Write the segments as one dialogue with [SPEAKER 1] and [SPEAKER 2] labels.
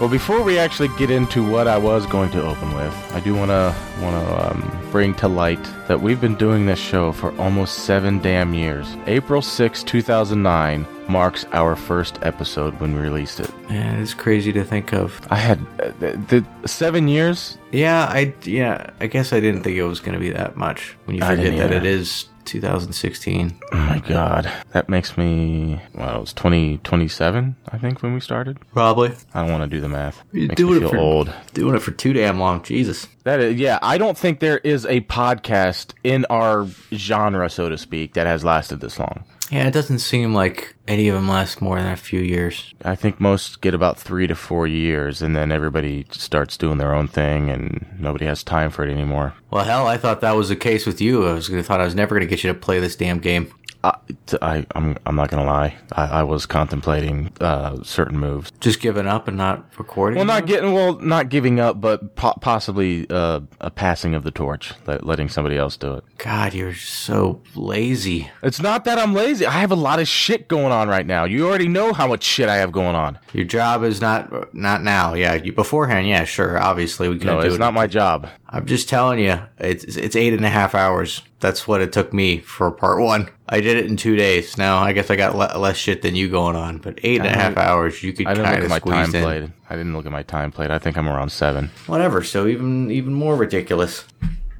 [SPEAKER 1] Well, before we actually get into what I was going to open with, I do want to want to um, bring to light that we've been doing this show for almost seven damn years. April 6, 2009 marks our first episode when we released it.
[SPEAKER 2] Yeah, it's crazy to think of.
[SPEAKER 1] I had uh, the, the seven years.
[SPEAKER 2] Yeah, I yeah, I guess I didn't think it was going to be that much when you
[SPEAKER 1] I
[SPEAKER 2] forget
[SPEAKER 1] didn't
[SPEAKER 2] that
[SPEAKER 1] either.
[SPEAKER 2] it is 2016.
[SPEAKER 1] Oh my God, that makes me well. It was 20, 27, I think, when we started.
[SPEAKER 2] Probably
[SPEAKER 1] I don't want to do the math.
[SPEAKER 2] You're
[SPEAKER 1] makes
[SPEAKER 2] doing
[SPEAKER 1] me feel
[SPEAKER 2] it for-
[SPEAKER 1] old.
[SPEAKER 2] doing it for too damn long. Jesus.
[SPEAKER 1] That is, yeah, I don't think there is a podcast in our genre, so to speak, that has lasted this long.
[SPEAKER 2] Yeah, it doesn't seem like any of them last more than a few years.
[SPEAKER 1] I think most get about three to four years, and then everybody starts doing their own thing, and nobody has time for it anymore.
[SPEAKER 2] Well, hell, I thought that was the case with you. I was I thought I was never going to get you to play this damn game.
[SPEAKER 1] I, t- I, am I'm not gonna lie. I, I was contemplating uh, certain moves.
[SPEAKER 2] Just giving up and not recording.
[SPEAKER 1] Well, not
[SPEAKER 2] it?
[SPEAKER 1] getting, well, not giving up, but po- possibly uh, a passing of the torch, let, letting somebody else do it.
[SPEAKER 2] God, you're so lazy.
[SPEAKER 1] It's not that I'm lazy. I have a lot of shit going on right now. You already know how much shit I have going on.
[SPEAKER 2] Your job is not not now. Yeah, you, beforehand. Yeah, sure. Obviously, we can
[SPEAKER 1] No,
[SPEAKER 2] do
[SPEAKER 1] it's
[SPEAKER 2] it.
[SPEAKER 1] not my job.
[SPEAKER 2] I'm just telling you, it's it's eight and a half hours. That's what it took me for part one. I did it in two days. Now I guess I got le- less shit than you going on, but eight and a
[SPEAKER 1] I
[SPEAKER 2] half
[SPEAKER 1] didn't-
[SPEAKER 2] hours you could
[SPEAKER 1] I didn't look
[SPEAKER 2] kind
[SPEAKER 1] at
[SPEAKER 2] of
[SPEAKER 1] my time
[SPEAKER 2] squeeze in.
[SPEAKER 1] plate. I didn't look at my time plate. I think I'm around seven.
[SPEAKER 2] Whatever. So even even more ridiculous.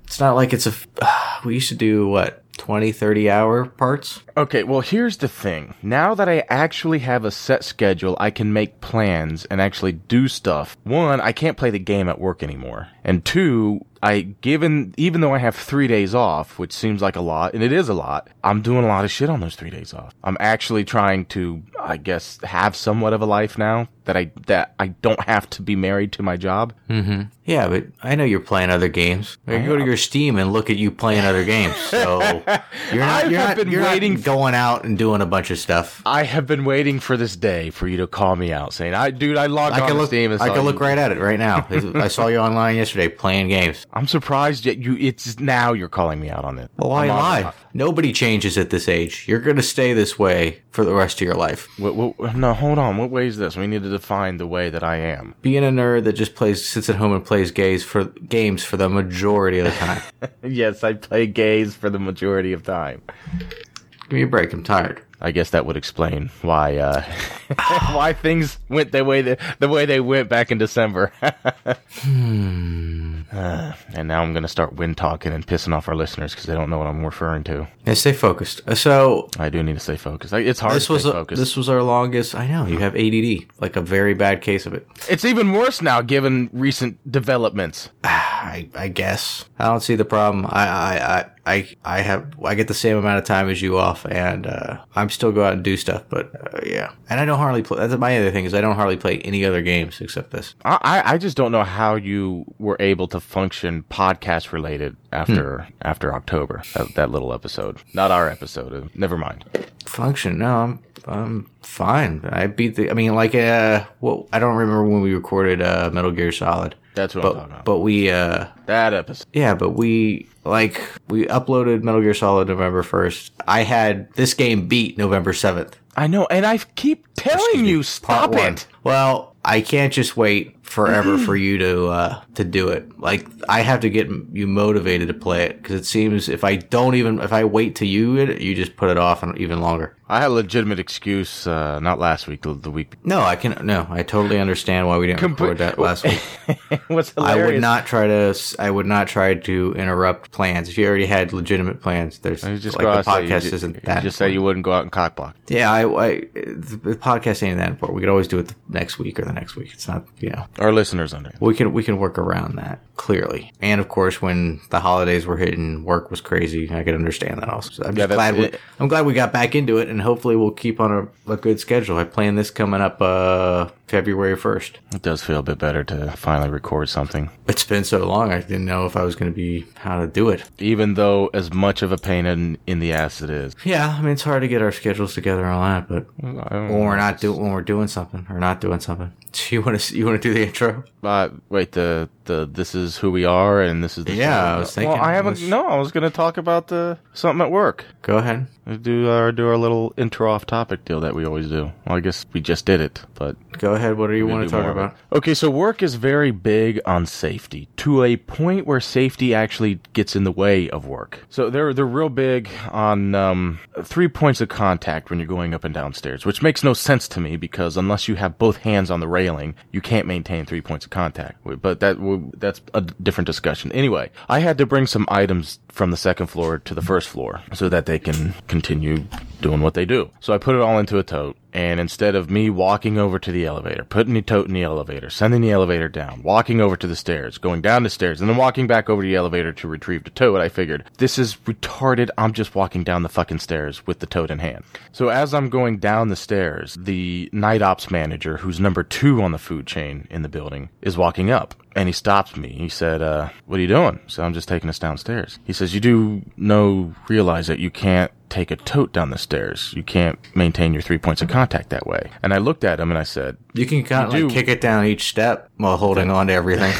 [SPEAKER 2] It's not like it's a. f- we used to do what 20, 30 hour parts.
[SPEAKER 1] Okay, well, here's the thing. Now that I actually have a set schedule, I can make plans and actually do stuff. One, I can't play the game at work anymore. And two, I, given, even though I have three days off, which seems like a lot, and it is a lot, I'm doing a lot of shit on those three days off. I'm actually trying to, I guess, have somewhat of a life now that I, that I don't have to be married to my job.
[SPEAKER 2] Yeah, but I know you're playing other games. I go to your Steam and look at you playing other games. So you're
[SPEAKER 1] I
[SPEAKER 2] not. You're
[SPEAKER 1] have
[SPEAKER 2] not,
[SPEAKER 1] been
[SPEAKER 2] you're not
[SPEAKER 1] waiting-
[SPEAKER 2] going out and doing a bunch of stuff.
[SPEAKER 1] I have been waiting for this day for you to call me out saying, I, dude, I logged
[SPEAKER 2] I
[SPEAKER 1] on
[SPEAKER 2] can
[SPEAKER 1] to
[SPEAKER 2] look.
[SPEAKER 1] Steam and
[SPEAKER 2] I
[SPEAKER 1] saw
[SPEAKER 2] can
[SPEAKER 1] you
[SPEAKER 2] look right at it right now. I saw you online yesterday playing games.
[SPEAKER 1] I'm surprised yet you it's now you're calling me out on it.
[SPEAKER 2] Well, why
[SPEAKER 1] I'm on-
[SPEAKER 2] lie? Nobody changes at this age. You're gonna stay this way for the rest of your life.
[SPEAKER 1] Wh- wh- no, hold on. What way is this? We need to define the way that I am.
[SPEAKER 2] Being a nerd that just plays, sits at home and plays gays for games for the majority of the time.
[SPEAKER 1] yes, I play gays for the majority of time.
[SPEAKER 2] Give me a break. I'm tired.
[SPEAKER 1] I guess that would explain why uh, why things went the way the, the way they went back in December. Uh, and now I'm going to start wind talking and pissing off our listeners because they don't know what I'm referring to.
[SPEAKER 2] Yeah, stay focused. Uh, So
[SPEAKER 1] I do need to stay focused. I, it's hard
[SPEAKER 2] this
[SPEAKER 1] to
[SPEAKER 2] was
[SPEAKER 1] stay
[SPEAKER 2] a,
[SPEAKER 1] focused.
[SPEAKER 2] this was our longest. I know you have ADD, like a very bad case of it.
[SPEAKER 1] it's even worse now given recent developments.
[SPEAKER 2] I, I guess I don't see the problem. I, I, I, I, I have I get the same amount of time as you off, and uh, I'm still go out and do stuff. But uh, yeah, and I don't hardly play. That's my other thing is I don't hardly play any other games except this.
[SPEAKER 1] I, I- I just don't know how you were able to function podcast related after after October uh, that, that little episode, not our episode. uh, Never mind.
[SPEAKER 2] Function? No, I'm I'm fine. I beat the. I mean, like uh, well, I don't remember when we recorded uh Metal Gear Solid,
[SPEAKER 1] That's what I'm talking
[SPEAKER 2] but
[SPEAKER 1] about.
[SPEAKER 2] but we uh
[SPEAKER 1] that episode.
[SPEAKER 2] Yeah, but we like we uploaded Metal Gear Solid November first. I had this game beat November seventh.
[SPEAKER 1] I know, and I keep telling you,
[SPEAKER 2] Part
[SPEAKER 1] stop
[SPEAKER 2] one.
[SPEAKER 1] it.
[SPEAKER 2] Well, I can't just wait forever for you to uh, to do it. Like I have to get m- you motivated to play it because it seems if I don't even if I wait to you it, you just put it off and even longer.
[SPEAKER 1] I had a legitimate excuse. Uh, not last week, the, the week.
[SPEAKER 2] No, I can. No, I totally understand why we didn't
[SPEAKER 1] Comple-
[SPEAKER 2] record that last week.
[SPEAKER 1] What's
[SPEAKER 2] I
[SPEAKER 1] hilarious?
[SPEAKER 2] would not try to. s- I would not try to interrupt plans. If you already had legitimate plans, there's
[SPEAKER 1] You just
[SPEAKER 2] like
[SPEAKER 1] go
[SPEAKER 2] the
[SPEAKER 1] out and say you
[SPEAKER 2] podcast
[SPEAKER 1] ju-
[SPEAKER 2] isn't
[SPEAKER 1] you
[SPEAKER 2] that.
[SPEAKER 1] just say you wouldn't go out and cock block.
[SPEAKER 2] yeah, I, I the the podcast ain't that important. We could always do it the next week or the next week. It's not you know.
[SPEAKER 1] Our listeners under.
[SPEAKER 2] We can we can work around that clearly, and of course, when the holidays were hitting, work was crazy. I could understand that also. So I'm
[SPEAKER 1] Yeah,
[SPEAKER 2] just
[SPEAKER 1] that's
[SPEAKER 2] glad we,
[SPEAKER 1] it.
[SPEAKER 2] I'm glad we got back into it, and hopefully, we'll keep on a, a good schedule. I plan this coming up uh, February first.
[SPEAKER 1] It does feel a bit better to finally record something,
[SPEAKER 2] It's been so long; I didn't know if I was going to be how to do it.
[SPEAKER 1] even though as much of a pain in, in the ass it is.
[SPEAKER 2] Yeah, I mean, it's hard to get our schedules together and all that, but
[SPEAKER 1] I don't
[SPEAKER 2] when we're not doing when we're doing something or not doing something, do you want to you want to do the intro?
[SPEAKER 1] Uh, wait, the the this is who we are, and this is the
[SPEAKER 2] Yeah,
[SPEAKER 1] show.
[SPEAKER 2] I was thinking
[SPEAKER 1] Well, I haven't.
[SPEAKER 2] this-
[SPEAKER 1] No, I was going to talk about the something at work.
[SPEAKER 2] Go ahead.
[SPEAKER 1] We do our do our little intro off topic deal that we always do. Well, I guess we just did it, but
[SPEAKER 2] Go ahead. What do you
[SPEAKER 1] We're gonna
[SPEAKER 2] want to
[SPEAKER 1] do
[SPEAKER 2] talk
[SPEAKER 1] more of it.
[SPEAKER 2] about?
[SPEAKER 1] Okay, so work is very big on safety to a point where safety actually gets in the way of work. So they're they're real big on um, three points of contact when you're going up and downstairs, which makes no sense to me because unless you have both hands on the railing, you can't maintain three points of contact. But that that's a different discussion. Anyway, I had to bring some items from the second floor to the first floor so that they can continue doing what they do. So I put it all into a tote. And instead of me walking over to the elevator, putting the tote in the elevator, sending the elevator down, walking over to the stairs, going down the stairs, and then walking back over to the elevator to retrieve the tote, I figured, this is retarded. I'm just walking down the fucking stairs with the tote in hand. So as I'm going down the stairs, the night ops manager, who's number two on the food chain in the building, is walking up. And he stops me. He said, uh, what are you doing? So I'm just taking us downstairs. He says, you do know, realize that you can't take a tote down the stairs. You can't maintain your three points of contact that way. And I looked at him and I said,
[SPEAKER 2] You can kind of
[SPEAKER 1] You
[SPEAKER 2] like
[SPEAKER 1] do-
[SPEAKER 2] kick it down each step while holding on to everything.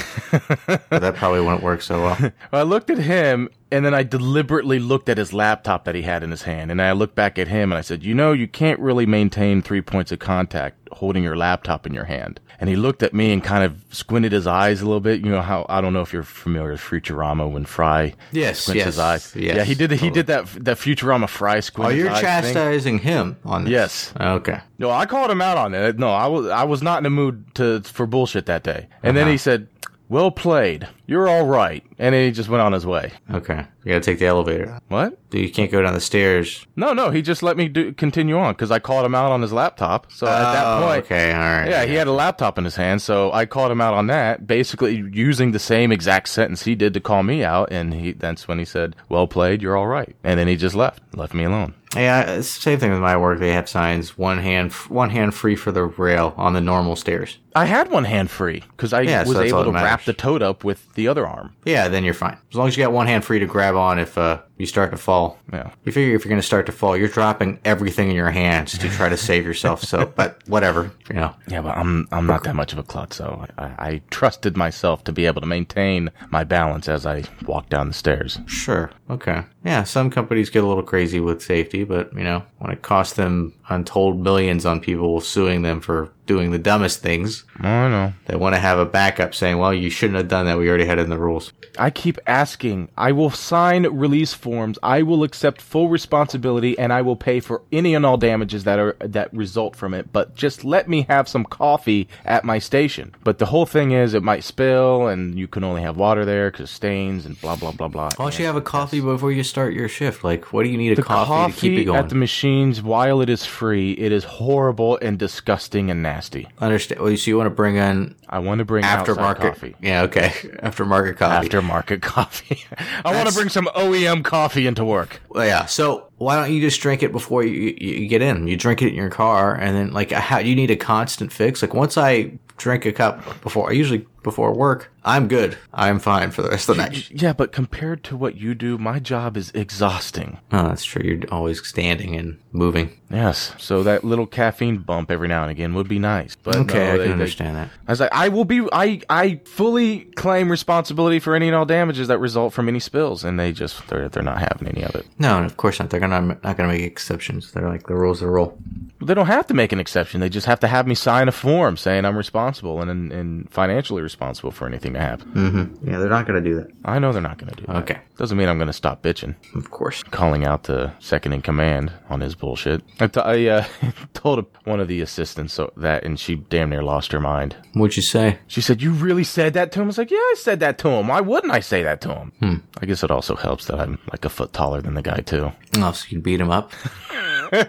[SPEAKER 2] but that probably wouldn't work so well.
[SPEAKER 1] I looked at him and then I deliberately looked at his laptop that he had in his hand. And I looked back at him and I said, You know, you can't really maintain three points of contact holding your laptop in your hand. And he looked at me and kind of squinted his eyes a little bit. You know how, I don't know if you're familiar with Futurama when Fry
[SPEAKER 2] Yes,
[SPEAKER 1] squints
[SPEAKER 2] yes,
[SPEAKER 1] his eyes.
[SPEAKER 2] yes,
[SPEAKER 1] yeah, he did, he
[SPEAKER 2] totally.
[SPEAKER 1] did that, that Futurama Fry squint.
[SPEAKER 2] Oh,
[SPEAKER 1] his
[SPEAKER 2] you're
[SPEAKER 1] eyes thing.
[SPEAKER 2] chastising him on this.
[SPEAKER 1] Yes.
[SPEAKER 2] Okay.
[SPEAKER 1] No, I called him out on it. No, I was I was not in the mood to for bullshit that day. And
[SPEAKER 2] Uh-huh.
[SPEAKER 1] then he said, "Well played. You're all right." And then he just went on his way.
[SPEAKER 2] Okay. You gotta take the elevator.
[SPEAKER 1] What?
[SPEAKER 2] You can't go down the stairs.
[SPEAKER 1] No, no, he just let me do, continue on cuz I called him out on his laptop. So at that
[SPEAKER 2] Oh,
[SPEAKER 1] point,
[SPEAKER 2] Okay. All right.
[SPEAKER 1] yeah, he had a laptop in his hand, so I called him out on that, basically using the same exact sentence he did to call me out, and he that's when he said, "Well played, you're all right." And then he just left, left me alone.
[SPEAKER 2] Yeah, it's the same thing with my work. They have signs one hand one hand free for the rail on the normal stairs.
[SPEAKER 1] I had one hand free cuz I
[SPEAKER 2] Yeah, so
[SPEAKER 1] was
[SPEAKER 2] that's all
[SPEAKER 1] able
[SPEAKER 2] that
[SPEAKER 1] to wrap
[SPEAKER 2] matters.
[SPEAKER 1] the tote up with the other arm.
[SPEAKER 2] Yeah, then you're fine. As long as you got one hand free to grab on if uh, you start to fall.
[SPEAKER 1] Yeah.
[SPEAKER 2] You figure if you're going to start to fall, you're dropping everything in your hands to try to save yourself. So, but whatever, you know.
[SPEAKER 1] Yeah, but I'm I'm not that much of a klutz, so I, I trusted myself to be able to maintain my balance as I walked down the stairs.
[SPEAKER 2] Sure. Okay. Yeah, some companies get a little crazy with safety, but you know, when it costs them untold millions on people suing them for doing the dumbest things,
[SPEAKER 1] I don't know.
[SPEAKER 2] they want to have a backup saying, "Well, you shouldn't have done that. We already had it in the rules."
[SPEAKER 1] I keep asking. I will sign release forms. I will accept full responsibility, and I will pay for any and all damages that are that result from it. But just let me have some coffee at my station. But the whole thing is, it might spill, and you can only have water there because stains and blah blah blah blah.
[SPEAKER 2] Why don't you have a coffee before you start your shift? Like, what do you need a coffee, to keep
[SPEAKER 1] Coffee
[SPEAKER 2] it going?
[SPEAKER 1] at the machines, while it is free, it is horrible and disgusting and nasty.
[SPEAKER 2] Understand? Well, so you want to bring in
[SPEAKER 1] I want to bring
[SPEAKER 2] aftermarket
[SPEAKER 1] outside coffee.
[SPEAKER 2] Yeah, okay. Aftermarket coffee.
[SPEAKER 1] Aftermarket coffee. I want to bring some OEM coffee into work.
[SPEAKER 2] Well, yeah. So why don't you just drink it before you, you you get in? You drink it in your car, and then like how you need a constant fix. Like once I drink a cup before, I usually before work, I'm good. I'm fine for the rest of the night.
[SPEAKER 1] Yeah, but compared to what you do, my job is exhausting.
[SPEAKER 2] Oh, that's true. You're always standing and moving.
[SPEAKER 1] Yes, so that little caffeine bump every now and again would be nice. But
[SPEAKER 2] Okay,
[SPEAKER 1] no,
[SPEAKER 2] I
[SPEAKER 1] they-
[SPEAKER 2] can
[SPEAKER 1] they-
[SPEAKER 2] understand that.
[SPEAKER 1] I was like, I will be. I I fully claim responsibility for any and all damages that result from any spills, and they just they're they're not having any of it.
[SPEAKER 2] No, and of course not. They're gonna not gonna make exceptions. They're like the rules are rule.
[SPEAKER 1] They don't have to make an exception. They just have to have me sign a form saying I'm responsible and and, and financially responsible for anything to happen.
[SPEAKER 2] Mm-hmm. Yeah, they're not gonna do that.
[SPEAKER 1] I know they're not going to do that.
[SPEAKER 2] Okay,
[SPEAKER 1] Doesn't mean I'm going to stop bitching.
[SPEAKER 2] of course.
[SPEAKER 1] Calling out the second in command on his bullshit. I, t- I uh, told one of the assistants so- that, and she damn near lost her mind.
[SPEAKER 2] What'd you say?
[SPEAKER 1] She said, "You really said that to him?" I was like, "Yeah, I said that to him. Why wouldn't I say that to him?" Hmm. I guess it also helps that I'm like a foot taller than the guy too.
[SPEAKER 2] Oh, so you beat him up?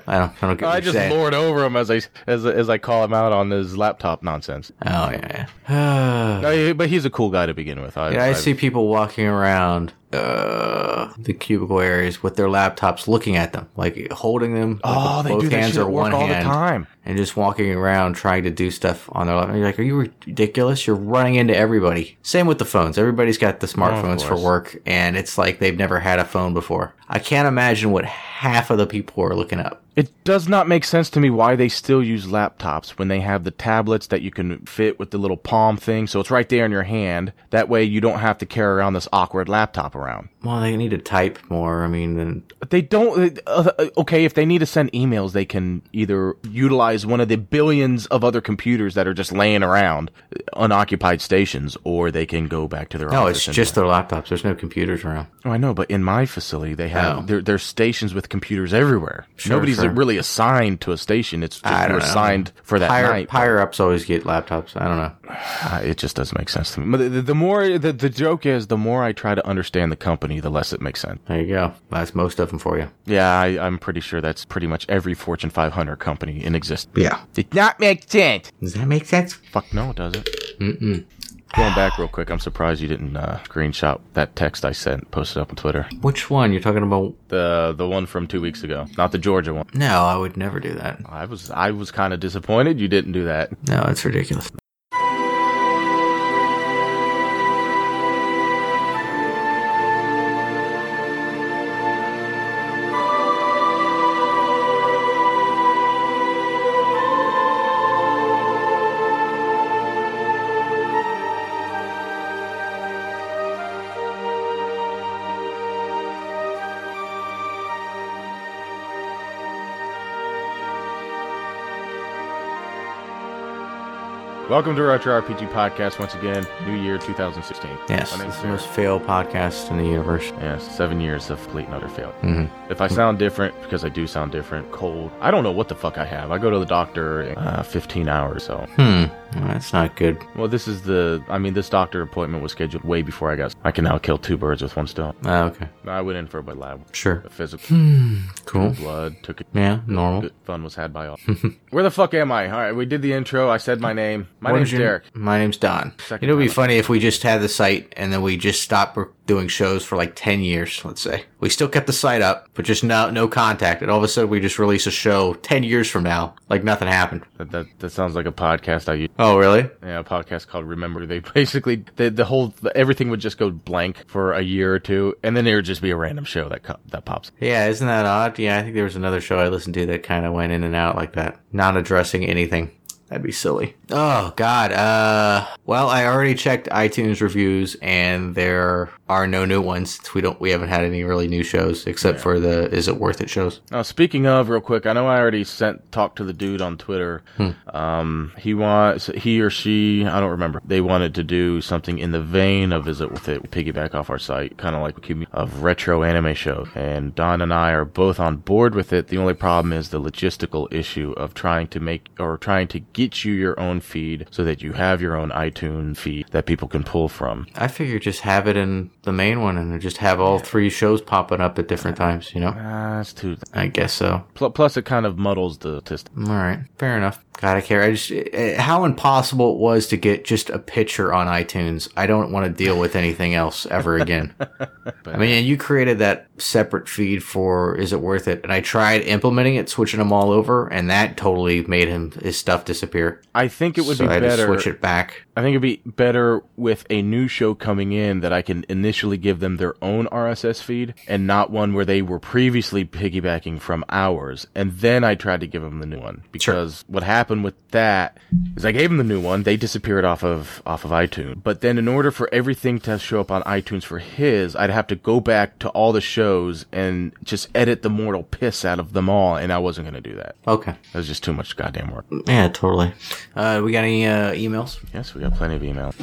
[SPEAKER 2] I don't. I don't get
[SPEAKER 1] I
[SPEAKER 2] what you're
[SPEAKER 1] just
[SPEAKER 2] saying.
[SPEAKER 1] lord over him as I as as I call him out on his laptop nonsense.
[SPEAKER 2] oh yeah. yeah.
[SPEAKER 1] No, he- but he's a cool guy to begin with. I,
[SPEAKER 2] Yeah, I
[SPEAKER 1] I-
[SPEAKER 2] see people walking around uh, the cubicle areas with their laptops, looking at them, like holding them.
[SPEAKER 1] Oh,
[SPEAKER 2] like,
[SPEAKER 1] they do that shit at work all the time.
[SPEAKER 2] and just walking around trying to do stuff on their laptop. You're like, are you ridiculous? You're running into everybody. Same with the phones. Everybody's got the smartphones for
[SPEAKER 1] Oh, course.
[SPEAKER 2] work, and it's like they've never had a phone before. I can't imagine what half of the people are looking up.
[SPEAKER 1] It does not make sense to me why they still use laptops when they have the tablets that you can fit with the little palm thing. So it's right there in your hand. That way you don't have to carry around this awkward laptop around.
[SPEAKER 2] Well, they need to type more. I mean, then
[SPEAKER 1] But they don't. Uh, uh, okay, if they need to send emails, they can either utilize one of the billions of other computers that are just laying around uh, unoccupied stations, or they can go back to their
[SPEAKER 2] no,
[SPEAKER 1] office
[SPEAKER 2] oh, it's
[SPEAKER 1] and-
[SPEAKER 2] just their laptops. There's no computers around.
[SPEAKER 1] Oh, I know, but in my facility, they have
[SPEAKER 2] Oh.
[SPEAKER 1] there, there's stations with computers everywhere.
[SPEAKER 2] Sure,
[SPEAKER 1] Nobody's
[SPEAKER 2] sure.
[SPEAKER 1] really assigned to a station. It's
[SPEAKER 2] I
[SPEAKER 1] just
[SPEAKER 2] don't
[SPEAKER 1] you're
[SPEAKER 2] know.
[SPEAKER 1] assigned for that
[SPEAKER 2] higher
[SPEAKER 1] night.
[SPEAKER 2] higher ups always get laptops. I don't know.
[SPEAKER 1] Ah, it just doesn't make sense to me. But the, the more the, the joke is, the more I try to understand the company, the less it makes sense.
[SPEAKER 2] There you go. That's most of them for you.
[SPEAKER 1] Yeah, I, I'm pretty sure that's pretty much every Fortune 500 company in existence.
[SPEAKER 2] Yeah.
[SPEAKER 1] Did not make sense.
[SPEAKER 2] Does that make sense?
[SPEAKER 1] Fuck no, it doesn't. Mm-mm. Going back real quick, I'm surprised you didn't uh, screenshot that text I sent, posted up on Twitter.
[SPEAKER 2] Which one you're talking about?
[SPEAKER 1] The the one from two weeks ago, not the Georgia one.
[SPEAKER 2] No, I would never do that.
[SPEAKER 1] I was I was kind of disappointed you didn't do that.
[SPEAKER 2] No, it's ridiculous.
[SPEAKER 1] Welcome to Retro RPG Podcast once again, New Year 2016.
[SPEAKER 2] Yes,
[SPEAKER 1] My
[SPEAKER 2] it's
[SPEAKER 1] name's
[SPEAKER 2] the
[SPEAKER 1] Eric.
[SPEAKER 2] most failed podcast in the universe.
[SPEAKER 1] Yes, seven years of complete and utter fail.
[SPEAKER 2] Mhm.
[SPEAKER 1] If I sound different, because I do sound different, cold, I don't know what the fuck I have. I go to the doctor uh, 15 hours, so.
[SPEAKER 2] Hmm, Well, that's not good.
[SPEAKER 1] Well, this is the, I mean, this doctor appointment was scheduled way before I got, I can now kill two birds with one stone.
[SPEAKER 2] Ah, okay,
[SPEAKER 1] I went in for a lab,
[SPEAKER 2] sure.
[SPEAKER 1] a physical,
[SPEAKER 2] Hmm. Cool.
[SPEAKER 1] blood, took it.
[SPEAKER 2] Yeah, normal.
[SPEAKER 1] Good fun was had by all.
[SPEAKER 2] Hmm.
[SPEAKER 1] Where the fuck am I? All right, we did the intro. I said my name. My
[SPEAKER 2] What
[SPEAKER 1] name's
[SPEAKER 2] is your-
[SPEAKER 1] Derek.
[SPEAKER 2] My name's Don.
[SPEAKER 1] Second
[SPEAKER 2] you know, it'd be
[SPEAKER 1] time.
[SPEAKER 2] funny if we just had the site and then we just stopped re- doing shows for like ten years. Let's say we still kept the site up, but just no no contact. And all of a sudden, we just release a show ten years from now, like nothing happened.
[SPEAKER 1] That, that, that sounds like a podcast I use.
[SPEAKER 2] Oh, really?
[SPEAKER 1] yeah, a podcast called Remember. They basically the the whole everything would just go blank for a year or two, and then there would just be a random show that co- that pops.
[SPEAKER 2] Yeah, isn't that odd? Yeah, I think there was another show I listened to that kind of went in and out like that, not addressing anything. That'd be silly. Oh God. Uh. Well, I already checked iTunes reviews, and there are no new ones. since We don't. We haven't had any really new shows except for the "Is It Worth It" shows.
[SPEAKER 1] Now, speaking of, real quick, I know I already sent talked to the dude on Twitter.
[SPEAKER 2] Hmm.
[SPEAKER 1] Um, he wants he or she, I don't remember. They wanted to do something in the vein of "Is It Worth It?" Piggyback off our site, kind of like a commu- of retro anime shows. And Don and I are both on board with it. The only problem is the logistical issue of trying to make or trying to get you your own feed so that you have your own iTunes feed that people can pull from.
[SPEAKER 2] I figure just have it in the main one, and just have all three shows popping up at different times. You know.
[SPEAKER 1] Ah, it's too.
[SPEAKER 2] I guess so.
[SPEAKER 1] Pl- plus, it kind of muddles the test.
[SPEAKER 2] All right, fair enough. God, I care. I just eh, how impossible it was to get just a picture on iTunes. I don't want to deal with anything else ever again. I mean, and you created that separate feed for "Is It Worth It?" and I tried implementing it, switching them all over, and that totally made him his stuff disappear.
[SPEAKER 1] I think it would
[SPEAKER 2] so
[SPEAKER 1] be
[SPEAKER 2] I had to
[SPEAKER 1] better.
[SPEAKER 2] switch it back.
[SPEAKER 1] I think it'd be better with a new show coming in that I can initially give them their own RSS feed and not one where they were previously piggybacking from ours. And then I tried to give them the new one because what happened with that is I gave them the new one. They disappeared off of, off of iTunes. But then in order for everything to show up on iTunes for his, I'd have to go back to all the shows and just edit the mortal piss out of them all. And I wasn't going to do that.
[SPEAKER 2] Okay,
[SPEAKER 1] That was just too much goddamn work.
[SPEAKER 2] yeah, totally. Uh, we got any uh, emails?
[SPEAKER 1] Yes, we got plenty of email.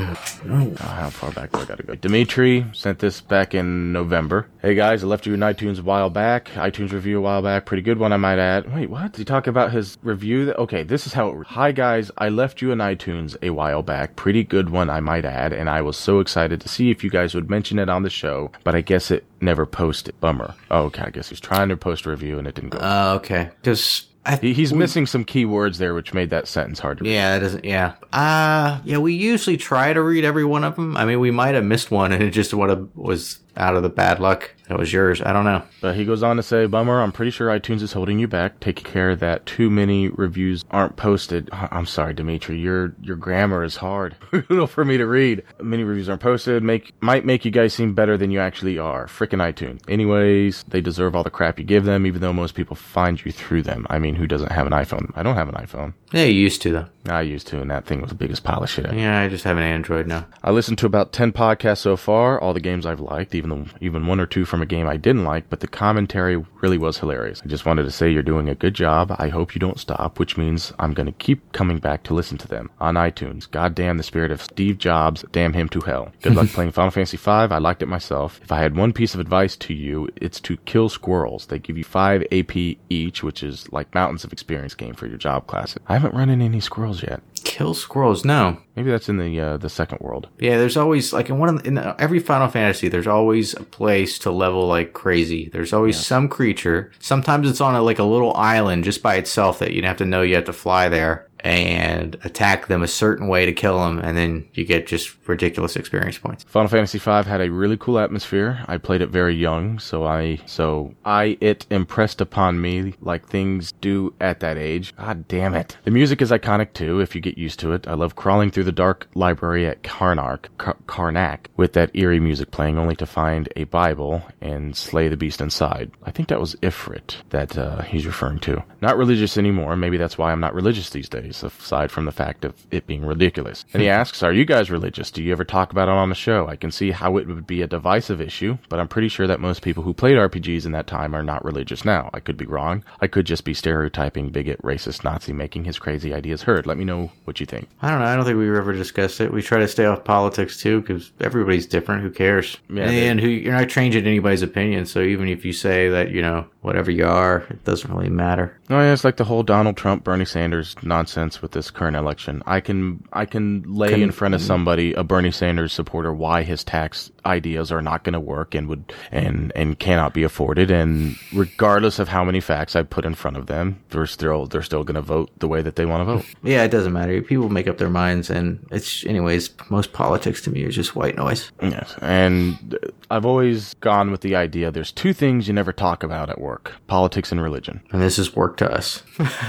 [SPEAKER 1] Oh, how far back do I gotta go? Dimitri sent this back in November. Hey guys, I left you an iTunes a while back. iTunes review a while back. Pretty good one, I might add. Wait, what? Did he talk about his review? That, okay, this is how it. Hi guys, I left you an iTunes a while back. Pretty good one, I might add. And I was so excited to see if you guys would mention it on the show, but I guess it never posted. Bummer. Oh, okay, I guess he's trying to post a review and it didn't go.
[SPEAKER 2] Uh, okay, just I
[SPEAKER 1] He- He's missing some key words there, which made that sentence hard to read.
[SPEAKER 2] Yeah, that doesn't. Yeah, uh, yeah. We usually try to read every one of them. I mean, we might have missed one, and it just what a, was out of the bad luck that was yours. I don't know.
[SPEAKER 1] But he goes on to say, Bummer, I'm pretty sure iTunes is holding you back. Take care that too many reviews aren't posted. I- I'm sorry, Dimitri, your your grammar is hard for me to read. Many reviews aren't posted, make might make you guys seem better than you actually are. Frickin' iTunes. Anyways, they deserve all the crap you give them, even though most people find you through them. I mean, who doesn't have an iPhone? I don't have an iPhone.
[SPEAKER 2] Yeah, you used to though.
[SPEAKER 1] I used to, and that thing was the biggest pile of shit. I
[SPEAKER 2] Yeah, I just have an Android now.
[SPEAKER 1] I listened to about 10 podcasts so far, all the games I've liked, even the, even one or two from a game I didn't like, but the commentary really was hilarious. I just wanted to say you're doing a good job. I hope you don't stop, which means I'm going to keep coming back to listen to them on iTunes. God damn the spirit of Steve Jobs, damn him to hell. Good luck playing Final Fantasy V. I liked it myself. If I had one piece of advice to you, it's to kill squirrels. They give you 5 AP each, which is like mountains of experience game for your job classes. I haven't run into any squirrels yet.
[SPEAKER 2] Kill squirrels? No.
[SPEAKER 1] Maybe that's in the uh, the second world.
[SPEAKER 2] Yeah, there's always like in one of the, in every Final Fantasy, there's always a place to level like crazy. There's always some creature. Sometimes it's on a, like a little island just by itself that you'd have to know you have to fly there and attack them a certain way to kill them, and then you get just ridiculous experience points.
[SPEAKER 1] Final Fantasy V had a really cool atmosphere. I played it very young, so I so I it impressed upon me like things do at that age. God damn it! The music is iconic too. If you get used to it, I love crawling through the dark library at Karnak, Kar- Karnak, with that eerie music playing, only to find a Bible and slay the beast inside. I think that was Ifrit that uh, he's referring to. Not religious anymore. Maybe that's why I'm not religious these days, aside from the fact of it being ridiculous. And he asks, Are you guys religious? Do you ever talk about it on the show? I can see how it would be a divisive issue, but I'm pretty sure that most people who played RPGs in that time are not religious now. I could be wrong. I could just be stereotyping, bigot, racist, Nazi, making his crazy ideas heard. Let me know what you think.
[SPEAKER 2] I don't know. I don't think we ever discussed it. We try to stay off politics too, because everybody's different. Who cares?
[SPEAKER 1] Yeah,
[SPEAKER 2] In the
[SPEAKER 1] they-
[SPEAKER 2] end, who you're not changing anybody's opinion. So even if you say that you know whatever you are, it doesn't really matter.
[SPEAKER 1] No, Oh, yeah, it's like the whole Donald Trump, Bernie Sanders nonsense with this current election. I can I can lay in front of somebody, a Bernie Sanders supporter, why his tax ideas are not going to work and would and and cannot be afforded. And regardless of how many facts I put in front of them, they're still they're still going to vote the way that they want to vote.
[SPEAKER 2] Yeah, it doesn't matter. People make up their minds, and it's anyways. Most politics to me is just white noise.
[SPEAKER 1] Yes, and uh, I've always gone with the idea: there's two things you never talk about at work: politics and religion.
[SPEAKER 2] And this is work to us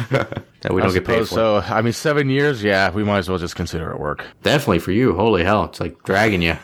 [SPEAKER 2] that we don't get paid for.
[SPEAKER 1] so I mean, seven years, yeah, we might as well just consider it work.
[SPEAKER 2] Definitely for you. Holy hell, it's like dragging you,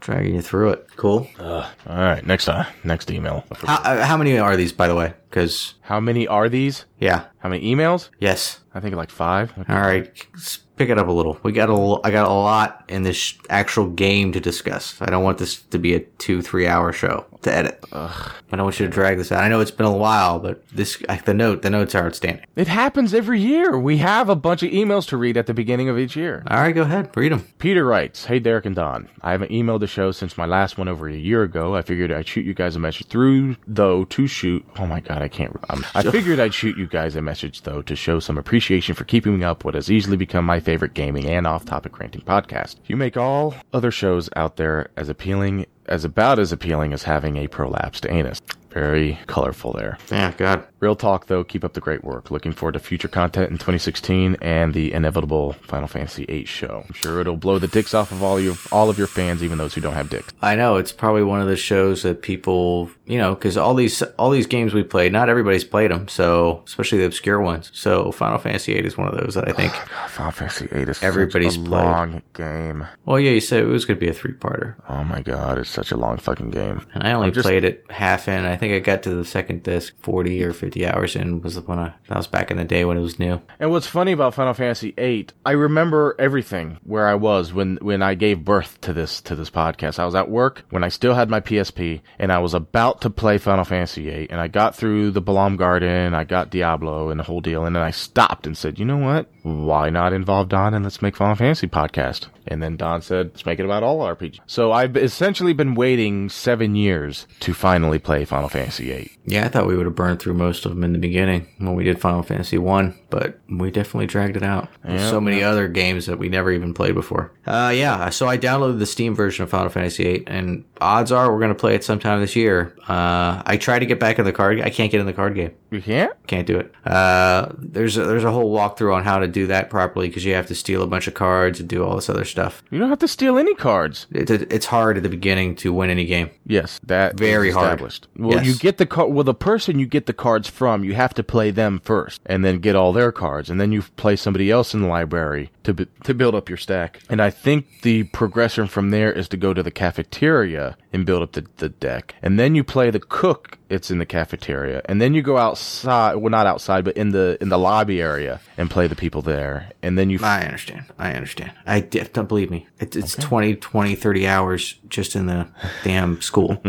[SPEAKER 2] dragging you through it. Cool.
[SPEAKER 1] All right, next time, next email.
[SPEAKER 2] How, uh, how many are these, by the way? Because
[SPEAKER 1] How many are these?
[SPEAKER 2] yeah,
[SPEAKER 1] How many emails?
[SPEAKER 2] yes.
[SPEAKER 1] I think like five.
[SPEAKER 2] All right, s- pick it up a little. We got a l- I got a lot in this sh- actual game to discuss. I don't want this to be a two three hour show to edit. I don't want you to drag this out. I know it's been a while, but this I- the note the notes are outstanding.
[SPEAKER 1] It happens every year. We have a bunch of emails to read at the beginning of each year.
[SPEAKER 2] All right, go ahead, read them.
[SPEAKER 1] Peter writes, Hey Derek and Don, I haven't emailed the show since my last one over a year ago. I figured I'd shoot you guys a message through, though, to shoot. Oh my god, I can't. Um, I figured I'd shoot you guys a message, though, to show some appreciation for keeping up what has easily become my favorite gaming and off topic ranting podcast. You make all other shows out there as appealing, as about as appealing as having a prolapsed anus. Very colorful there.
[SPEAKER 2] Yeah, God,
[SPEAKER 1] Real talk, though, keep up the great work. Looking forward to future content in 2016 and the inevitable Final Fantasy VIII show. I'm sure it'll blow the dicks off of all your all of your fans, even those who don't have dicks.
[SPEAKER 2] I know it's probably one of the shows that people you know because all these all these games we played, not everybody's played them. So especially the obscure ones. So Final Fantasy VIII is one of those that I think.
[SPEAKER 1] Final Fantasy VIII is
[SPEAKER 2] Everybody's
[SPEAKER 1] such a
[SPEAKER 2] played.
[SPEAKER 1] long game.
[SPEAKER 2] well, yeah, you said it was going to be a three parter.
[SPEAKER 1] Oh my god, it's such a long fucking game.
[SPEAKER 2] And I only
[SPEAKER 1] just-
[SPEAKER 2] played it half in. I think I got to the second disc, forty or fifty hours in was when I that was back in the day when it was new.
[SPEAKER 1] And what's funny about Final Fantasy VIII, I remember everything where I was when when I gave birth to this to this podcast. I was at work when I still had my PSP, and I was about to play Final Fantasy VIII, and I got through the Balam Garden, I got Diablo, and the whole deal, and then I stopped and said, "You know what? Why not involve Don and let's make Final Fantasy podcast?" And then Don said, "Let's make it about all RPGs." So I've essentially been waiting seven years to finally play Final Fantasy VIII.
[SPEAKER 2] Yeah, I thought we would have burned through most of them in the beginning when we did Final Fantasy One, but we definitely dragged it out. There's
[SPEAKER 1] Yeah.
[SPEAKER 2] so many other games that we never even played before. Uh, yeah, so I downloaded the Steam version of Final Fantasy VIII, and odds are we're gonna play it sometime this year. Uh, I tried to get back in the card. I can't get in the card game.
[SPEAKER 1] You can't?
[SPEAKER 2] Can't do it. Uh, there's a, there's a whole walkthrough on how to do that properly because you have to steal a bunch of cards and do all this other stuff.
[SPEAKER 1] You don't have to steal any cards.
[SPEAKER 2] It, it's hard at the beginning to win any game.
[SPEAKER 1] Yes, that
[SPEAKER 2] Very
[SPEAKER 1] is
[SPEAKER 2] hard.
[SPEAKER 1] established. Well,
[SPEAKER 2] Yes.
[SPEAKER 1] you get the card. Well, the person you get the cards from, you have to play them first, and then get all their cards, and then you play somebody else in the library to b- to build up your stack. And I think the progression from there is to go to the cafeteria and build up the, the deck, and then you play the cook. It's in the cafeteria, and then you go outside. Well, not outside, but in the in the lobby area and play the people there, and then you f-
[SPEAKER 2] I understand. I understand. I di- don't believe me. It, it's twenty, twenty, thirty 20, 20, 30 hours just in the damn school.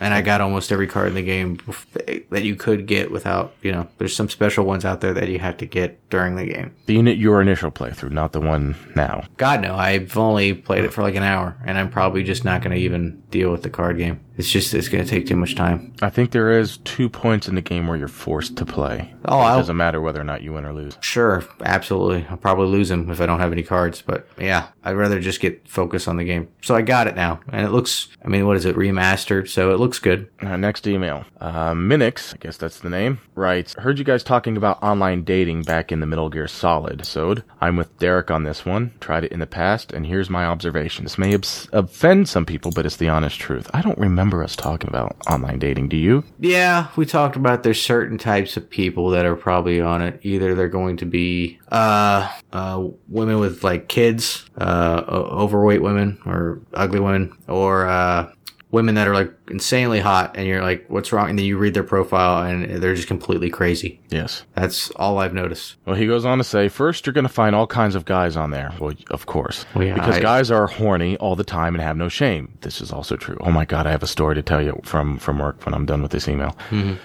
[SPEAKER 2] and I got almost every card in the game bef- that you could get without, you know, there's some special ones out there that you have to get during the game.
[SPEAKER 1] the unit your initial playthrough, not the one now.
[SPEAKER 2] God, no, I've only played it for like an hour and I'm probably just not going to even deal with the card game. It's just, it's going to take too much time.
[SPEAKER 1] I think there is two points in the game where you're forced to play.
[SPEAKER 2] Oh,
[SPEAKER 1] it
[SPEAKER 2] I'll,
[SPEAKER 1] doesn't matter whether or not you win or lose.
[SPEAKER 2] sure. Absolutely. I'll probably lose them if I don't have any cards, but yeah, I'd rather just get focused on the game. So I got it now and it looks, I mean, what is it? Remastered. So it looks good.
[SPEAKER 1] Uh, next email, uh, Minix, I guess that's the name, writes, "Heard you guys talking about online dating back in the Metal Gear Solid episode. I'm with Derek on this one. Tried it in the past, and here's my observation. This may obs- offend some people, but it's the honest truth. I don't remember us talking about online dating. Do you?
[SPEAKER 2] Yeah, we talked about there's certain types of people that are probably on it. Either they're going to be uh, uh, women with like kids, uh, o- overweight women or ugly women, or uh, women that are like insanely hot, and you're like, what's wrong? And then you read their profile, and they're just completely crazy.
[SPEAKER 1] Yes.
[SPEAKER 2] That's all I've noticed.
[SPEAKER 1] Well, he goes on to say, first you're going to find all kinds of guys on there. Well, of course.
[SPEAKER 2] Well, yeah,
[SPEAKER 1] because
[SPEAKER 2] I-
[SPEAKER 1] guys are horny all the time and have no shame. This is also true. Oh my God, I have a story to tell you from, from work when I'm done with this email.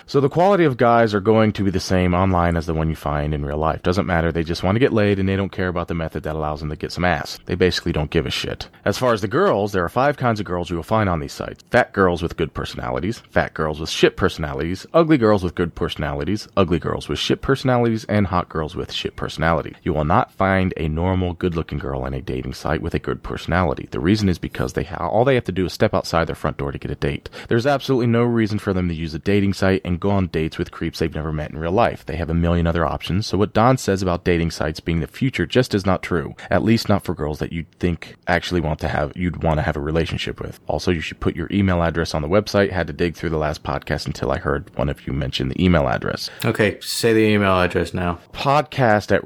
[SPEAKER 1] So the quality of guys are going to be the same online as the one you find in real life. Doesn't matter. They just want to get laid and they don't care about the method that allows them to get some ass. They basically don't give a shit. As far as the girls, there are five kinds of girls you will find on these sites. Fat girls with good personalities, fat girls with shit personalities, ugly girls with good personalities, ugly girls with shit personalities, and hot girls with shit personalities. You will not find a normal good looking girl on a dating site with a good personality. The reason is because they ha- all they have to do is step outside their front door to get a date. There's absolutely no reason for them to use a dating site and go on dates with creeps they've never met in real life. They have a million other options. So what Don says about dating sites being the future just is not true. At least not for girls that you think actually want to have you'd want to have a relationship with. Also, you should put your email address on the website. Had to dig through the last podcast until I heard one of you mention the email address
[SPEAKER 2] Okay, say the email address now.
[SPEAKER 1] podcast at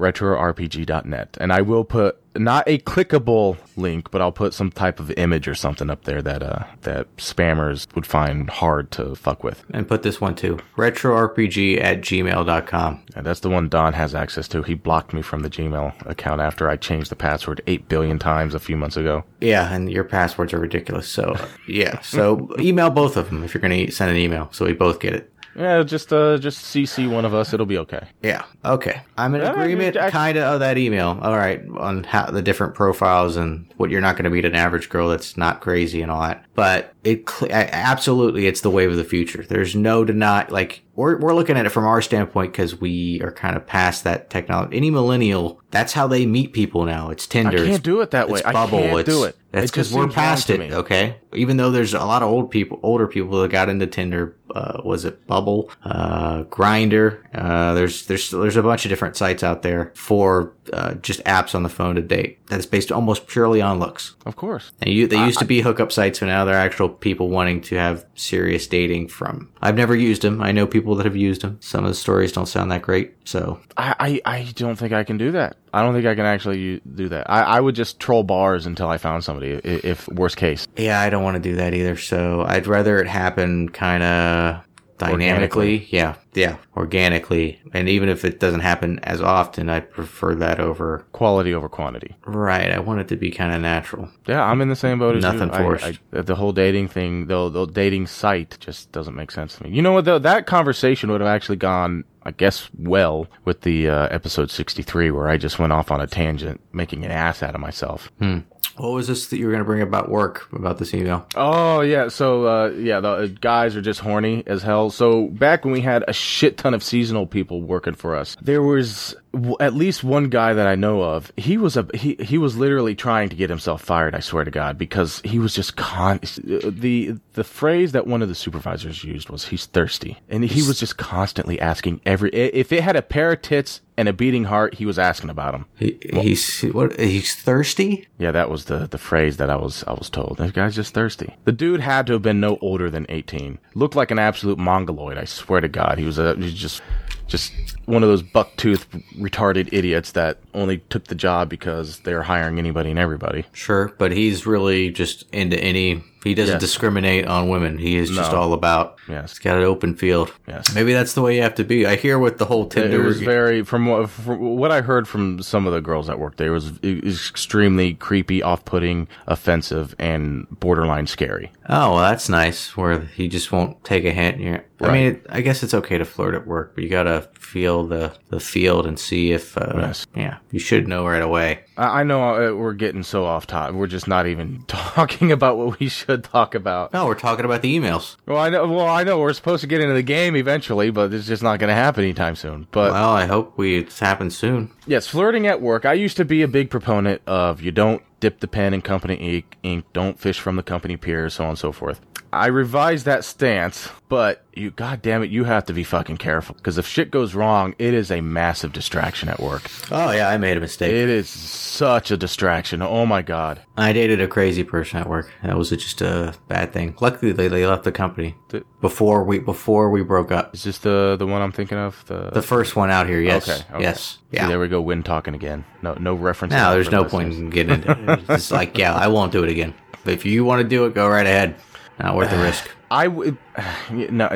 [SPEAKER 1] retrorpg.net and i will put not a clickable link but i'll put some type of image or something up there that uh that spammers would find hard to fuck with
[SPEAKER 2] And put this one too retrorpg at gmail.com.
[SPEAKER 1] and that's the one don has access to he blocked me from the gmail account after i changed the password 8 billion times a few months ago
[SPEAKER 2] Yeah, and your passwords are ridiculous. So yeah, so email both of them if you're going to send an email, so we both get it.
[SPEAKER 1] yeah just uh just cc one of us it'll be okay
[SPEAKER 2] Yeah. Okay. I'm in
[SPEAKER 1] Yeah,
[SPEAKER 2] agreement,
[SPEAKER 1] I-
[SPEAKER 2] kind of, of that email. All right, on how the different profiles and what you're not going to meet an average girl that's not crazy and all that. But it cl- a- absolutely, it's the wave of the future. There's no deny. Like we're we're looking at it from our standpoint because we are kind of past that technology. Any millennial, that's how they meet people now. It's Tinder.
[SPEAKER 1] i
[SPEAKER 2] it's
[SPEAKER 1] can't do it that way
[SPEAKER 2] it's
[SPEAKER 1] i
[SPEAKER 2] bubble.
[SPEAKER 1] can't
[SPEAKER 2] it's,
[SPEAKER 1] do it
[SPEAKER 2] That's
[SPEAKER 1] It just
[SPEAKER 2] because we're
[SPEAKER 1] seems wrong
[SPEAKER 2] past
[SPEAKER 1] to
[SPEAKER 2] it.
[SPEAKER 1] me.
[SPEAKER 2] Okay. Even though there's a lot of old people, older people that got into Tinder. Uh, was it Bubble, uh, Grinder? Uh, there's there's there's a bunch of different sites out there for uh, just apps on the phone to date. That's based almost purely on looks.
[SPEAKER 1] of course
[SPEAKER 2] And you, they used to be hookup sites, but now they're actual people wanting to have serious dating from. I've never used them. I know people that have used them. Some of the stories don't sound that great. So
[SPEAKER 1] I, I, I don't think I can do that. I don't think I can actually u- do that. I, I would just troll bars until I found somebody, i- if worst case.
[SPEAKER 2] Yeah, I don't want to do that either. So I'd rather it happen kind of dynamically.
[SPEAKER 1] Organically.
[SPEAKER 2] Yeah, yeah, organically. And even if it doesn't happen as often, I prefer that over.
[SPEAKER 1] Quality over quantity.
[SPEAKER 2] Right, I want it to be kind of natural.
[SPEAKER 1] Yeah, I'm in the same boat as you.
[SPEAKER 2] Nothing
[SPEAKER 1] I-
[SPEAKER 2] forced.
[SPEAKER 1] I- the whole dating thing, though, the dating site just doesn't make sense to me. You know what, though? That conversation would have actually gone, I guess, well with the uh, episode 63 where I just went off on a tangent, making an ass out of myself.
[SPEAKER 2] What was this that you were going to bring about work about this email?
[SPEAKER 1] Oh yeah, so uh, yeah, the uh, guys are just horny as hell. So back when we had a shit ton of seasonal people working for us, there was w- at least one guy that I know of. He was a he he was literally trying to get himself fired. I swear to God, because he was just con uh, the the phrase that one of the supervisors used was he's thirsty, and he was just constantly asking every i- if it had a pair of tits and a beating heart, he was asking about them.
[SPEAKER 2] He, he's what? He's thirsty.
[SPEAKER 1] Yeah, that was the, the phrase that I was I was told. This guy's just thirsty. The dude had to have been no older than eighteen. Looked like an absolute mongoloid. I swear to God, he was a he was just just one of those buck toothed retarded idiots that only took the job because they were hiring anybody and everybody.
[SPEAKER 2] Sure, but he's really just into any. He doesn't
[SPEAKER 1] Yes.
[SPEAKER 2] discriminate on women. He is just all about.
[SPEAKER 1] Yes.
[SPEAKER 2] He's got an open field.
[SPEAKER 1] Yes.
[SPEAKER 2] Maybe that's the way you have to be. I hear what the whole
[SPEAKER 1] It
[SPEAKER 2] Tinder.
[SPEAKER 1] was very from what from what I heard from some of the girls that worked there it was, it was extremely creepy, off putting, offensive, and borderline scary.
[SPEAKER 2] oh, well, that's nice. Where he just won't take a hint. you I mean, it, I guess it's okay to flirt at work, but you gotta feel the the field and see if. Uh,
[SPEAKER 1] Yes.
[SPEAKER 2] Yeah, you should know right away.
[SPEAKER 1] I I know uh, we're getting so off top. We're just not even talking about what we should talk about.
[SPEAKER 2] No, Oh, we're talking about the emails.
[SPEAKER 1] Well, I know. Well, I know we're supposed to get into the game eventually, but it's just not going to happen anytime soon. But
[SPEAKER 2] Well, I hope we it happens soon.
[SPEAKER 1] yes, flirting at work. I used to be a big proponent of you don't dip the pen in company ink, ink don't fish from the company pier, so on and so forth. I revised that stance, but you, god damn it, you have to be fucking careful because if shit goes wrong, it is a massive distraction at work.
[SPEAKER 2] Oh yeah, I made a mistake.
[SPEAKER 1] It is such a distraction. Oh my god.
[SPEAKER 2] I dated a crazy person at work. That was just a bad thing. Luckily, they, they left the company
[SPEAKER 1] Th-
[SPEAKER 2] before we before we broke up.
[SPEAKER 1] Is this the the one I'm thinking of? The,
[SPEAKER 2] The first one out here, yes,
[SPEAKER 1] Okay, okay.
[SPEAKER 2] yes,
[SPEAKER 1] See,
[SPEAKER 2] yeah.
[SPEAKER 1] there we go. Win talking again. No, no reference.
[SPEAKER 2] Now there's no point in getting into it. It's like, yeah, I won't do it again. But if you want to do it, go right ahead. Not worth the risk.
[SPEAKER 1] I would. No,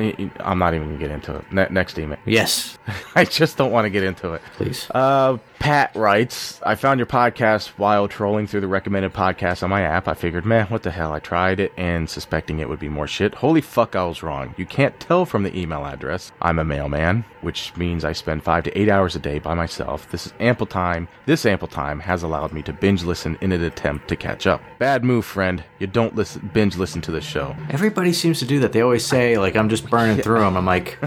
[SPEAKER 1] I'm not even gonna get into it. Ne- next email.
[SPEAKER 2] Yes,
[SPEAKER 1] I just don't want to get into it.
[SPEAKER 2] please.
[SPEAKER 1] Uh, Pat writes, I found your podcast while trolling through the recommended podcasts on my app. I figured, man, what the hell? I tried it and suspecting it would be more shit. Holy fuck, I was wrong. You can't tell from the email address. I'm a mailman, which means I spend five to eight hours a day by myself. This is ample time. This ample time has allowed me to binge listen in an attempt to catch up. Bad move, friend. You don't listen, binge listen to this show.
[SPEAKER 2] Everybody seems to do that. They always say, like, I'm just burning through them. I'm like,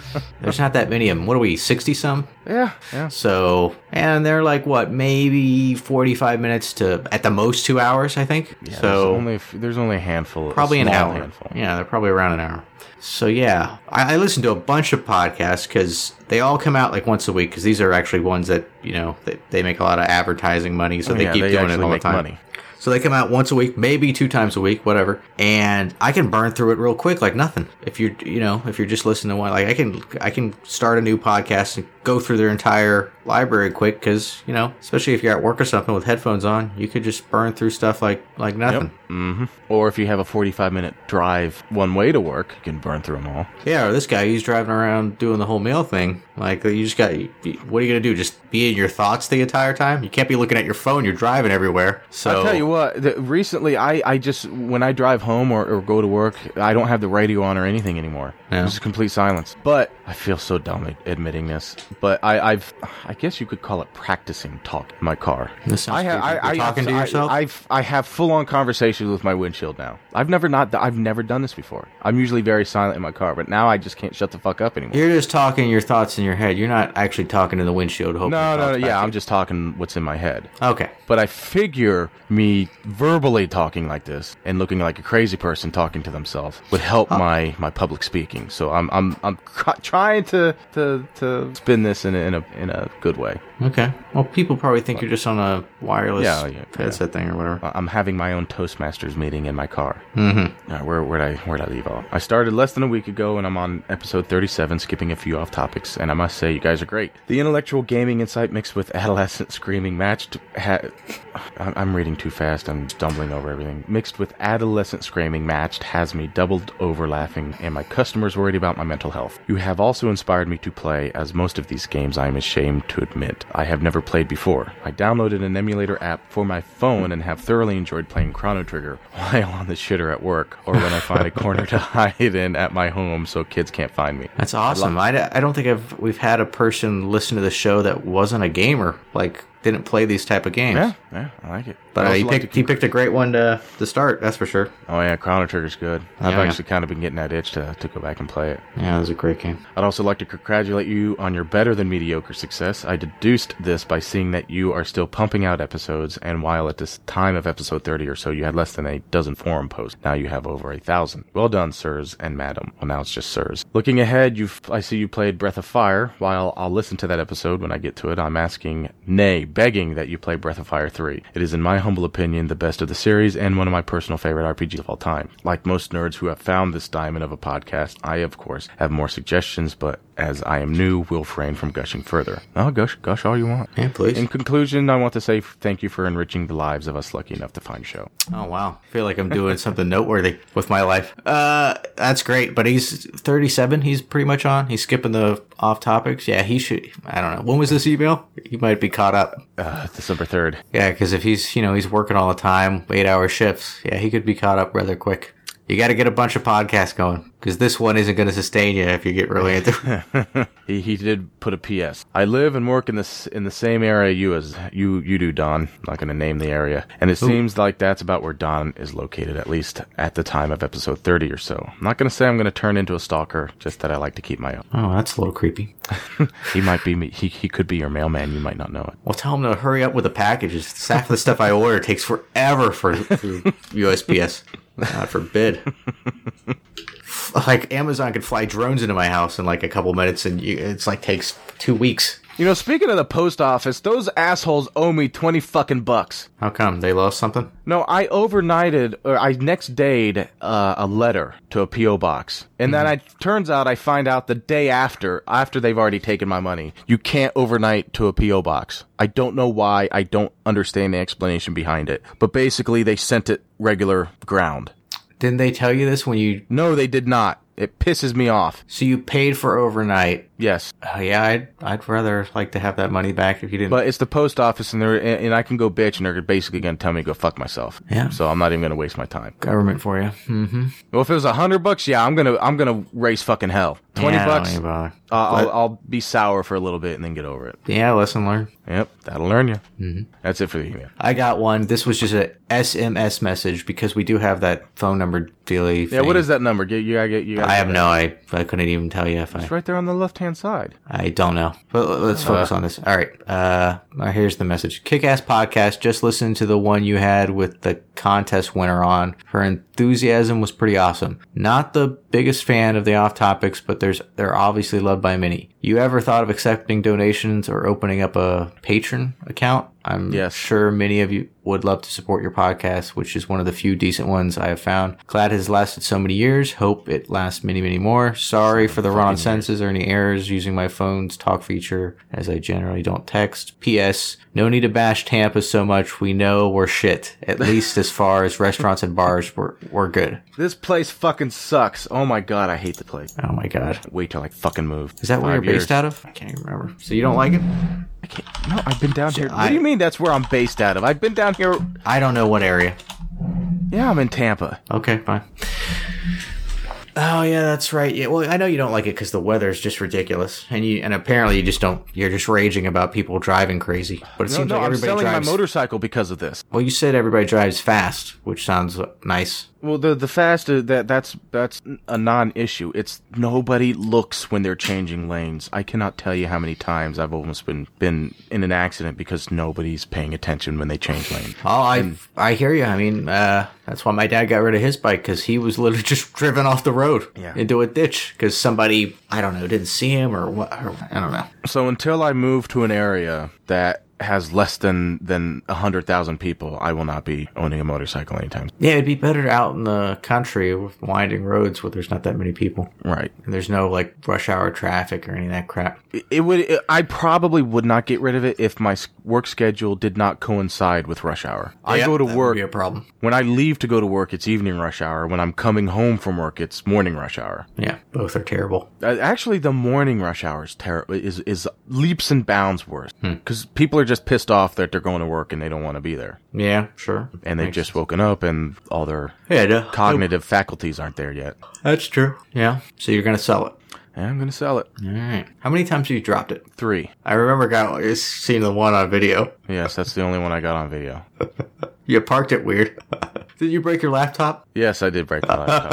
[SPEAKER 2] there's not that many of them. What are we, 60 some?
[SPEAKER 1] Yeah, yeah.
[SPEAKER 2] So, and they're like, what, maybe 45 minutes to at the most two hours, I think.
[SPEAKER 1] there's
[SPEAKER 2] so,
[SPEAKER 1] only a f- there's only a handful, a
[SPEAKER 2] probably an
[SPEAKER 1] small
[SPEAKER 2] hour.
[SPEAKER 1] handful.
[SPEAKER 2] Yeah, they're probably around an hour. So yeah, I, I listen to a bunch of podcasts because they all come out like once a week because these are actually ones that you know they, they make a lot of advertising money, so they
[SPEAKER 1] Oh, Yeah,
[SPEAKER 2] keep
[SPEAKER 1] they
[SPEAKER 2] doing it
[SPEAKER 1] actually
[SPEAKER 2] all the
[SPEAKER 1] make
[SPEAKER 2] time.
[SPEAKER 1] money.
[SPEAKER 2] So they come out once a week, maybe two times a week, whatever. And I can burn through it real quick, like nothing. If you're, you know, if you're just listening to one, like I can, I can start a new podcast and go through their entire library quick, because you know, especially if you're at work or something with headphones on, you could just burn through stuff like like nothing.
[SPEAKER 1] hmm Or if you have a 45 minute drive one way to work, you can burn through them all.
[SPEAKER 2] Yeah, or this guy, he's driving around doing the whole mail thing. Like, you just got, you- what are you going to do? Just be in your thoughts the entire time? You can't be looking at your phone. You're driving everywhere. So,
[SPEAKER 1] I'll tell you what, the, recently I, I just, when I drive home or, or go to work, I don't have the radio on or anything anymore.
[SPEAKER 2] Yeah.
[SPEAKER 1] It's just complete silence. But I feel so dumb ad- admitting this. But I, I've, I guess you could call it practicing talk in my car.
[SPEAKER 2] This sounds
[SPEAKER 1] I, ha-
[SPEAKER 2] creepy. You're
[SPEAKER 1] I, I
[SPEAKER 2] talking to
[SPEAKER 1] I-
[SPEAKER 2] yourself?
[SPEAKER 1] I've, I have full on conversations with my windshield now. I've never not, I've never done this before. I'm usually very silent in my car, but now I just can't shut the fuck up anymore.
[SPEAKER 2] you're just talking your thoughts in your head. You're not actually talking to the windshield. Hoping
[SPEAKER 1] no, no,
[SPEAKER 2] it
[SPEAKER 1] no,
[SPEAKER 2] talks
[SPEAKER 1] yeah,
[SPEAKER 2] back
[SPEAKER 1] I'm just talking what's in my head.
[SPEAKER 2] to you. Okay.
[SPEAKER 1] But I figure me verbally talking like this and looking like a crazy person talking to themselves would help my, my public speaking. So I'm I'm I'm c- trying to to, to spin this in a, in a in a good way.
[SPEAKER 2] Okay. Well, people probably think you're just on a wireless
[SPEAKER 1] Yeah, yeah, Uh,
[SPEAKER 2] headset thing or whatever.
[SPEAKER 1] I- I'm having my own Toastmasters meeting in my car.
[SPEAKER 2] Mm-hmm.
[SPEAKER 1] Now, where where'd I where'd I leave off? I started less than a week ago, and I'm on episode 37, skipping a few off topics. And I must say, you guys are great. The intellectual gaming insight mixed with adolescent screaming matched. Ha- I'm I'm reading too fast. I'm stumbling over everything. Mixed with adolescent screaming matched has me doubled over laughing, and my customers worried about my mental health. You have also inspired me to play, as most of these games I am ashamed to admit I have never played before. I downloaded an emulator app for my phone and have thoroughly enjoyed playing Chrono Trigger while on the shitter at work or when I find a corner to hide in at my home so kids can't find me.
[SPEAKER 2] That's awesome. I, I don't think I've we've had a person listen to the show that wasn't a gamer. Like didn't play these type of games.
[SPEAKER 1] Yeah, yeah, I like it.
[SPEAKER 2] But
[SPEAKER 1] I
[SPEAKER 2] uh,
[SPEAKER 1] also
[SPEAKER 2] he
[SPEAKER 1] like to
[SPEAKER 2] picked he picked a great one to to start. That's for sure.
[SPEAKER 1] Oh yeah, Chrono Trigger's good. I've
[SPEAKER 2] Yeah.
[SPEAKER 1] actually kind of been getting that itch to, to go back and play it.
[SPEAKER 2] Yeah, it was a great game.
[SPEAKER 1] I'd also like to congratulate you on your better than mediocre success. I deduced this by seeing that you are still pumping out episodes, and while at this time of episode 30 or so you had less than a dozen forum posts, now you have over a thousand. Well done, sirs and madam. Well, now it's just sirs. Looking ahead, you've, I see you played Breath of Fire. While I'll listen to that episode when I get to it, I'm asking, nay, begging that you play Breath of Fire 3. It is, in my humble opinion, the best of the series and one of my personal favorite RPGs of all time. Like most nerds who have found this diamond of a podcast, I, of course, have more suggestions, but as I am new, will refrain from gushing further. Oh, gush, gush all you want.
[SPEAKER 2] Yeah, please.
[SPEAKER 1] In conclusion, I want to say thank you for enriching the lives of us lucky enough to find your show.
[SPEAKER 2] Oh wow, I feel like I'm doing something noteworthy with my life. Uh, that's great. But he's 37. He's pretty much on. He's skipping the off topics. Yeah, he should. I don't know. When was this email? He might be caught up.
[SPEAKER 1] Uh, December 3rd.
[SPEAKER 2] Yeah, because if he's you know he's working all the time, eight hour shifts. Yeah, he could be caught up rather quick. You got to get a bunch of podcasts going because this one isn't going to sustain you if you get really into. it.
[SPEAKER 1] He, he did put a P.S. I live and work in this in the same area you as you you do, Don. I'm not going to name the area, and it seems like that's about where Don is located, at least at the time of episode thirty or so. I'm not going to say I'm going to turn into a stalker, just that I like to keep my own.
[SPEAKER 2] Oh, that's a little creepy.
[SPEAKER 1] He might be me. He he could be your mailman. You might not know it.
[SPEAKER 2] Well, tell him to hurry up with the packages. Half the stuff I order takes forever for, for USPS. God forbid. Like Amazon could fly drones into my house in like a couple minutes, and you, it's like takes two weeks.
[SPEAKER 1] You know, speaking of the post office, those assholes owe me twenty fucking bucks.
[SPEAKER 2] How come they lost something?
[SPEAKER 1] No, I overnighted or I next dayed uh, a letter to a PO box, and then I turns out I find out the day after after they've already taken my money. You can't overnight to a PO box. I don't know why. I don't understand the explanation behind it. But basically, they sent it regular ground.
[SPEAKER 2] Didn't they tell you this when you?
[SPEAKER 1] No, they did not. It pisses me off.
[SPEAKER 2] So you paid for overnight.
[SPEAKER 1] Yes,
[SPEAKER 2] Oh, yeah, I'd I'd rather like to have that money back if you didn't.
[SPEAKER 1] but it's the post office, and they're and and I can go bitch, and they're basically gonna tell me to go fuck myself.
[SPEAKER 2] Yeah.
[SPEAKER 1] So I'm not even gonna waste my time.
[SPEAKER 2] government for you. Mm-hmm.
[SPEAKER 1] Well, if it was a hundred bucks, yeah, I'm gonna I'm gonna race fucking hell. Twenty bucks.
[SPEAKER 2] bucks.
[SPEAKER 1] Uh, I'll, I'll be sour for a little bit and then get over it.
[SPEAKER 2] Yeah, lesson learned.
[SPEAKER 1] Yep, that'll learn you. Mm-hmm. That's it for the email.
[SPEAKER 2] I got one. This was just a SMS message because we do have that phone number dealy.
[SPEAKER 1] Yeah, what is that number? Get you. I get you.
[SPEAKER 2] I have no. I I couldn't even tell you if I.
[SPEAKER 1] It's right there on the left hand side.
[SPEAKER 2] I don't know. But l- let's focus on this. All right. Uh, all right, here's the message. Kick-ass podcast. Just listen to the one you had with the contest winner on. Her enthusiasm was pretty awesome. Not the biggest fan of the off topics, but there's they're obviously loved by many. You ever thought of accepting donations or opening up a patron account? I'm
[SPEAKER 1] Yes.
[SPEAKER 2] sure many of you would love to support your podcast, which is one of the few decent ones I have found. Glad it has lasted so many years. Hope it lasts many, many more. Sorry for the run on sentences or any errors using my phone's talk feature, as I generally don't text. P.S. No need to bash Tampa so much. We know we're shit. At least as far as restaurants and bars, we're, we're good.
[SPEAKER 1] This place fucking sucks. Oh my god, I hate the place.
[SPEAKER 2] Oh my God.
[SPEAKER 1] Wait till I fucking move.
[SPEAKER 2] Is that where
[SPEAKER 1] Five
[SPEAKER 2] you're
[SPEAKER 1] years.
[SPEAKER 2] based out of? I can't even remember. So you don't like it?
[SPEAKER 1] I can't, no, I've been down here. what
[SPEAKER 2] I-
[SPEAKER 1] do you mean that's where I'm based out of? I've been down here.
[SPEAKER 2] I don't know what area.
[SPEAKER 1] Yeah, I'm in Tampa.
[SPEAKER 2] Okay, fine. Oh yeah, that's right. Yeah, well, I know you don't like it because the weather is just ridiculous, and you and apparently you just don't. You're just raging about people driving crazy. But it
[SPEAKER 1] No,
[SPEAKER 2] seems
[SPEAKER 1] no,
[SPEAKER 2] like
[SPEAKER 1] I'm
[SPEAKER 2] everybody
[SPEAKER 1] selling
[SPEAKER 2] drives.
[SPEAKER 1] my motorcycle because of this.
[SPEAKER 2] well, you said everybody drives fast, which sounds nice.
[SPEAKER 1] Well, the the fast uh, that that's that's a non-issue. It's nobody looks when they're changing lanes. I cannot tell you how many times I've almost been been in an accident because nobody's paying attention when they change lane.
[SPEAKER 2] Oh, I I hear you. I mean, uh, that's why my dad got rid of his bike because he was literally just driven off the road
[SPEAKER 1] Yeah.
[SPEAKER 2] into a ditch because somebody I don't know didn't see him or what. Or, I don't know.
[SPEAKER 1] So until I move to an area that has less than than a hundred thousand people, I will not be owning a motorcycle anytime.
[SPEAKER 2] Yeah, it'd be better out in the country with winding roads where there's not that many people.
[SPEAKER 1] Right.
[SPEAKER 2] And there's no like rush hour traffic or any of that crap.
[SPEAKER 1] It, it would. It, I probably would not get rid of it if my s- work schedule did not coincide with rush hour. I go to work
[SPEAKER 2] Be a problem.
[SPEAKER 1] When I leave to go to work, it's evening rush hour. When I'm coming home from work, it's morning rush hour.
[SPEAKER 2] Yeah, both are terrible.
[SPEAKER 1] Uh, Actually, the morning rush hour is terrible. Is is leaps and bounds worse because people are just pissed off that they're going to work and they don't want to be there,
[SPEAKER 2] Yeah, sure.
[SPEAKER 1] and they've just woken up and all their
[SPEAKER 2] Yeah, uh, no,
[SPEAKER 1] cognitive faculties aren't there yet.
[SPEAKER 2] that's true. Yeah, so you're gonna sell it.
[SPEAKER 1] and I'm gonna sell it.
[SPEAKER 2] All right. How many times have you dropped it?
[SPEAKER 1] Three.
[SPEAKER 2] I remember got just seeing the one on video.
[SPEAKER 1] Yes, that's the only one I got on video.
[SPEAKER 2] You parked it weird. Did you break your laptop?
[SPEAKER 1] Yes, I did break the laptop.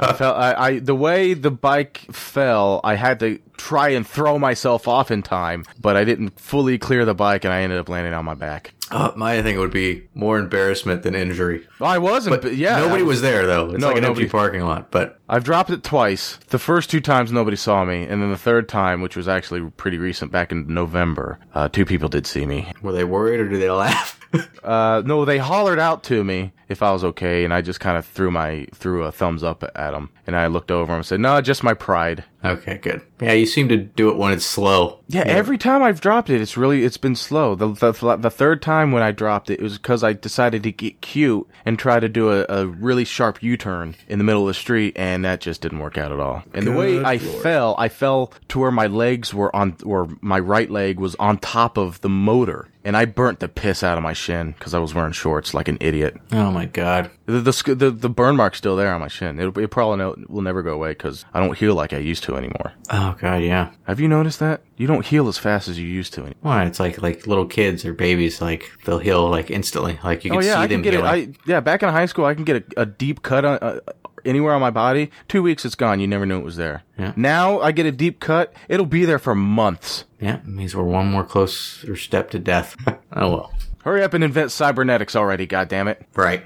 [SPEAKER 1] 'cause I fell. I, I the way the bike fell, I had to try and throw myself off in time, but I didn't fully clear the bike, and I ended up landing on my back.
[SPEAKER 2] Uh, my thing would be more embarrassment than injury.
[SPEAKER 1] Oh, I wasn't. But yeah,
[SPEAKER 2] nobody
[SPEAKER 1] I-
[SPEAKER 2] was there though. It's
[SPEAKER 1] No,
[SPEAKER 2] like an
[SPEAKER 1] nobody-
[SPEAKER 2] empty parking lot. But
[SPEAKER 1] I've dropped it twice. The first two times nobody saw me, and then the third time, which was actually pretty recent, back in November, uh, two people did see me.
[SPEAKER 2] were they worried or did they laugh?
[SPEAKER 1] Uh, no, they hollered out to me if I was okay, and I just kind of threw my threw a thumbs up at them, and I looked over 'em and said, "No, just my pride."
[SPEAKER 2] okay, good. Yeah, you seem to do it when it's slow.
[SPEAKER 1] Yeah, every time I've dropped it, it's really it's been slow. The the, the third time when I dropped it, it was because I decided to get cute and try to do a, a really sharp U turn in the middle of the street, and that just didn't work out at all. And the way
[SPEAKER 2] Good
[SPEAKER 1] I
[SPEAKER 2] lord.
[SPEAKER 1] fell, I fell to where my legs were on, where my right leg was on top of the motor, and I burnt the piss out of my shin because I was wearing shorts like an idiot.
[SPEAKER 2] Oh my god.
[SPEAKER 1] The the, sc- the, the burn mark's still there on my shin. It'll, it probably no, will never go away because I don't heal like I used to anymore.
[SPEAKER 2] Oh god, yeah.
[SPEAKER 1] Have you noticed that? You don't heal as fast as you used to anymore.
[SPEAKER 2] Why? It's like like little kids or babies. Like they'll heal like instantly. Like you can
[SPEAKER 1] Oh yeah,
[SPEAKER 2] see
[SPEAKER 1] I
[SPEAKER 2] them
[SPEAKER 1] can get it.
[SPEAKER 2] healing.
[SPEAKER 1] I, yeah, back in high school, I can get a, a deep cut on, uh, anywhere on my body. Two weeks, it's gone. You never knew it was there.
[SPEAKER 2] Yeah.
[SPEAKER 1] Now I get a deep cut. It'll be there for months.
[SPEAKER 2] yeah, it means we're one more closer step to death. oh well.
[SPEAKER 1] Hurry up and invent cybernetics already, goddammit.
[SPEAKER 2] Right.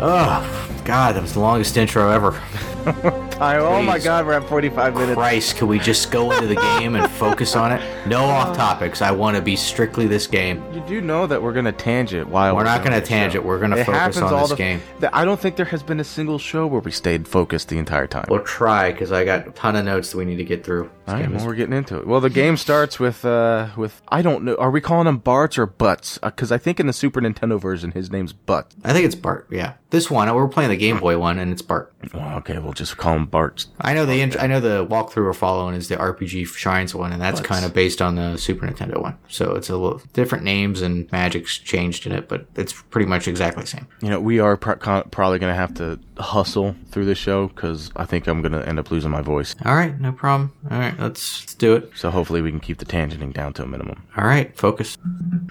[SPEAKER 2] Oh god, that was the longest intro ever.
[SPEAKER 1] oh my
[SPEAKER 2] Please.
[SPEAKER 1] god, we're at 45 minutes.
[SPEAKER 2] Christ, can we just go into the game and focus on it? No off topics. I want to be strictly this game.
[SPEAKER 1] You do know that we're gonna tangent while
[SPEAKER 2] We're not
[SPEAKER 1] doing
[SPEAKER 2] going to
[SPEAKER 1] this
[SPEAKER 2] tangent.
[SPEAKER 1] show.
[SPEAKER 2] We're going to
[SPEAKER 1] It
[SPEAKER 2] focus
[SPEAKER 1] happens
[SPEAKER 2] on
[SPEAKER 1] all
[SPEAKER 2] this
[SPEAKER 1] the
[SPEAKER 2] game.
[SPEAKER 1] th- I don't think there has been a single show where we stayed focused the entire time.
[SPEAKER 2] We'll try because I got a ton of notes that we need to get through. This
[SPEAKER 1] All right,
[SPEAKER 2] game
[SPEAKER 1] well,
[SPEAKER 2] is-
[SPEAKER 1] we're getting into it. Well, the game starts with uh with I don't know. Are we calling him Barts or Butts? Because I think in the Super Nintendo version, his name's Butt.
[SPEAKER 2] I think it's Bart. Yeah, this one we're playing the Game Boy one, and it's Bart.
[SPEAKER 1] Well, okay, we'll just call him Barts.
[SPEAKER 2] I know the int- I know the walkthrough we're following is the RPG Shrines one, and that's kind of based on the Super Nintendo one. So it's a little different names and magic's changed in it, but it's pretty much exactly the same.
[SPEAKER 1] You know, we are pro- con- probably going to have to hustle through this show because I think I'm going to end up losing my voice.
[SPEAKER 2] All right, no problem. All right, let's, let's do it.
[SPEAKER 1] So hopefully we can keep the tangenting down to a minimum.
[SPEAKER 2] All right, focus.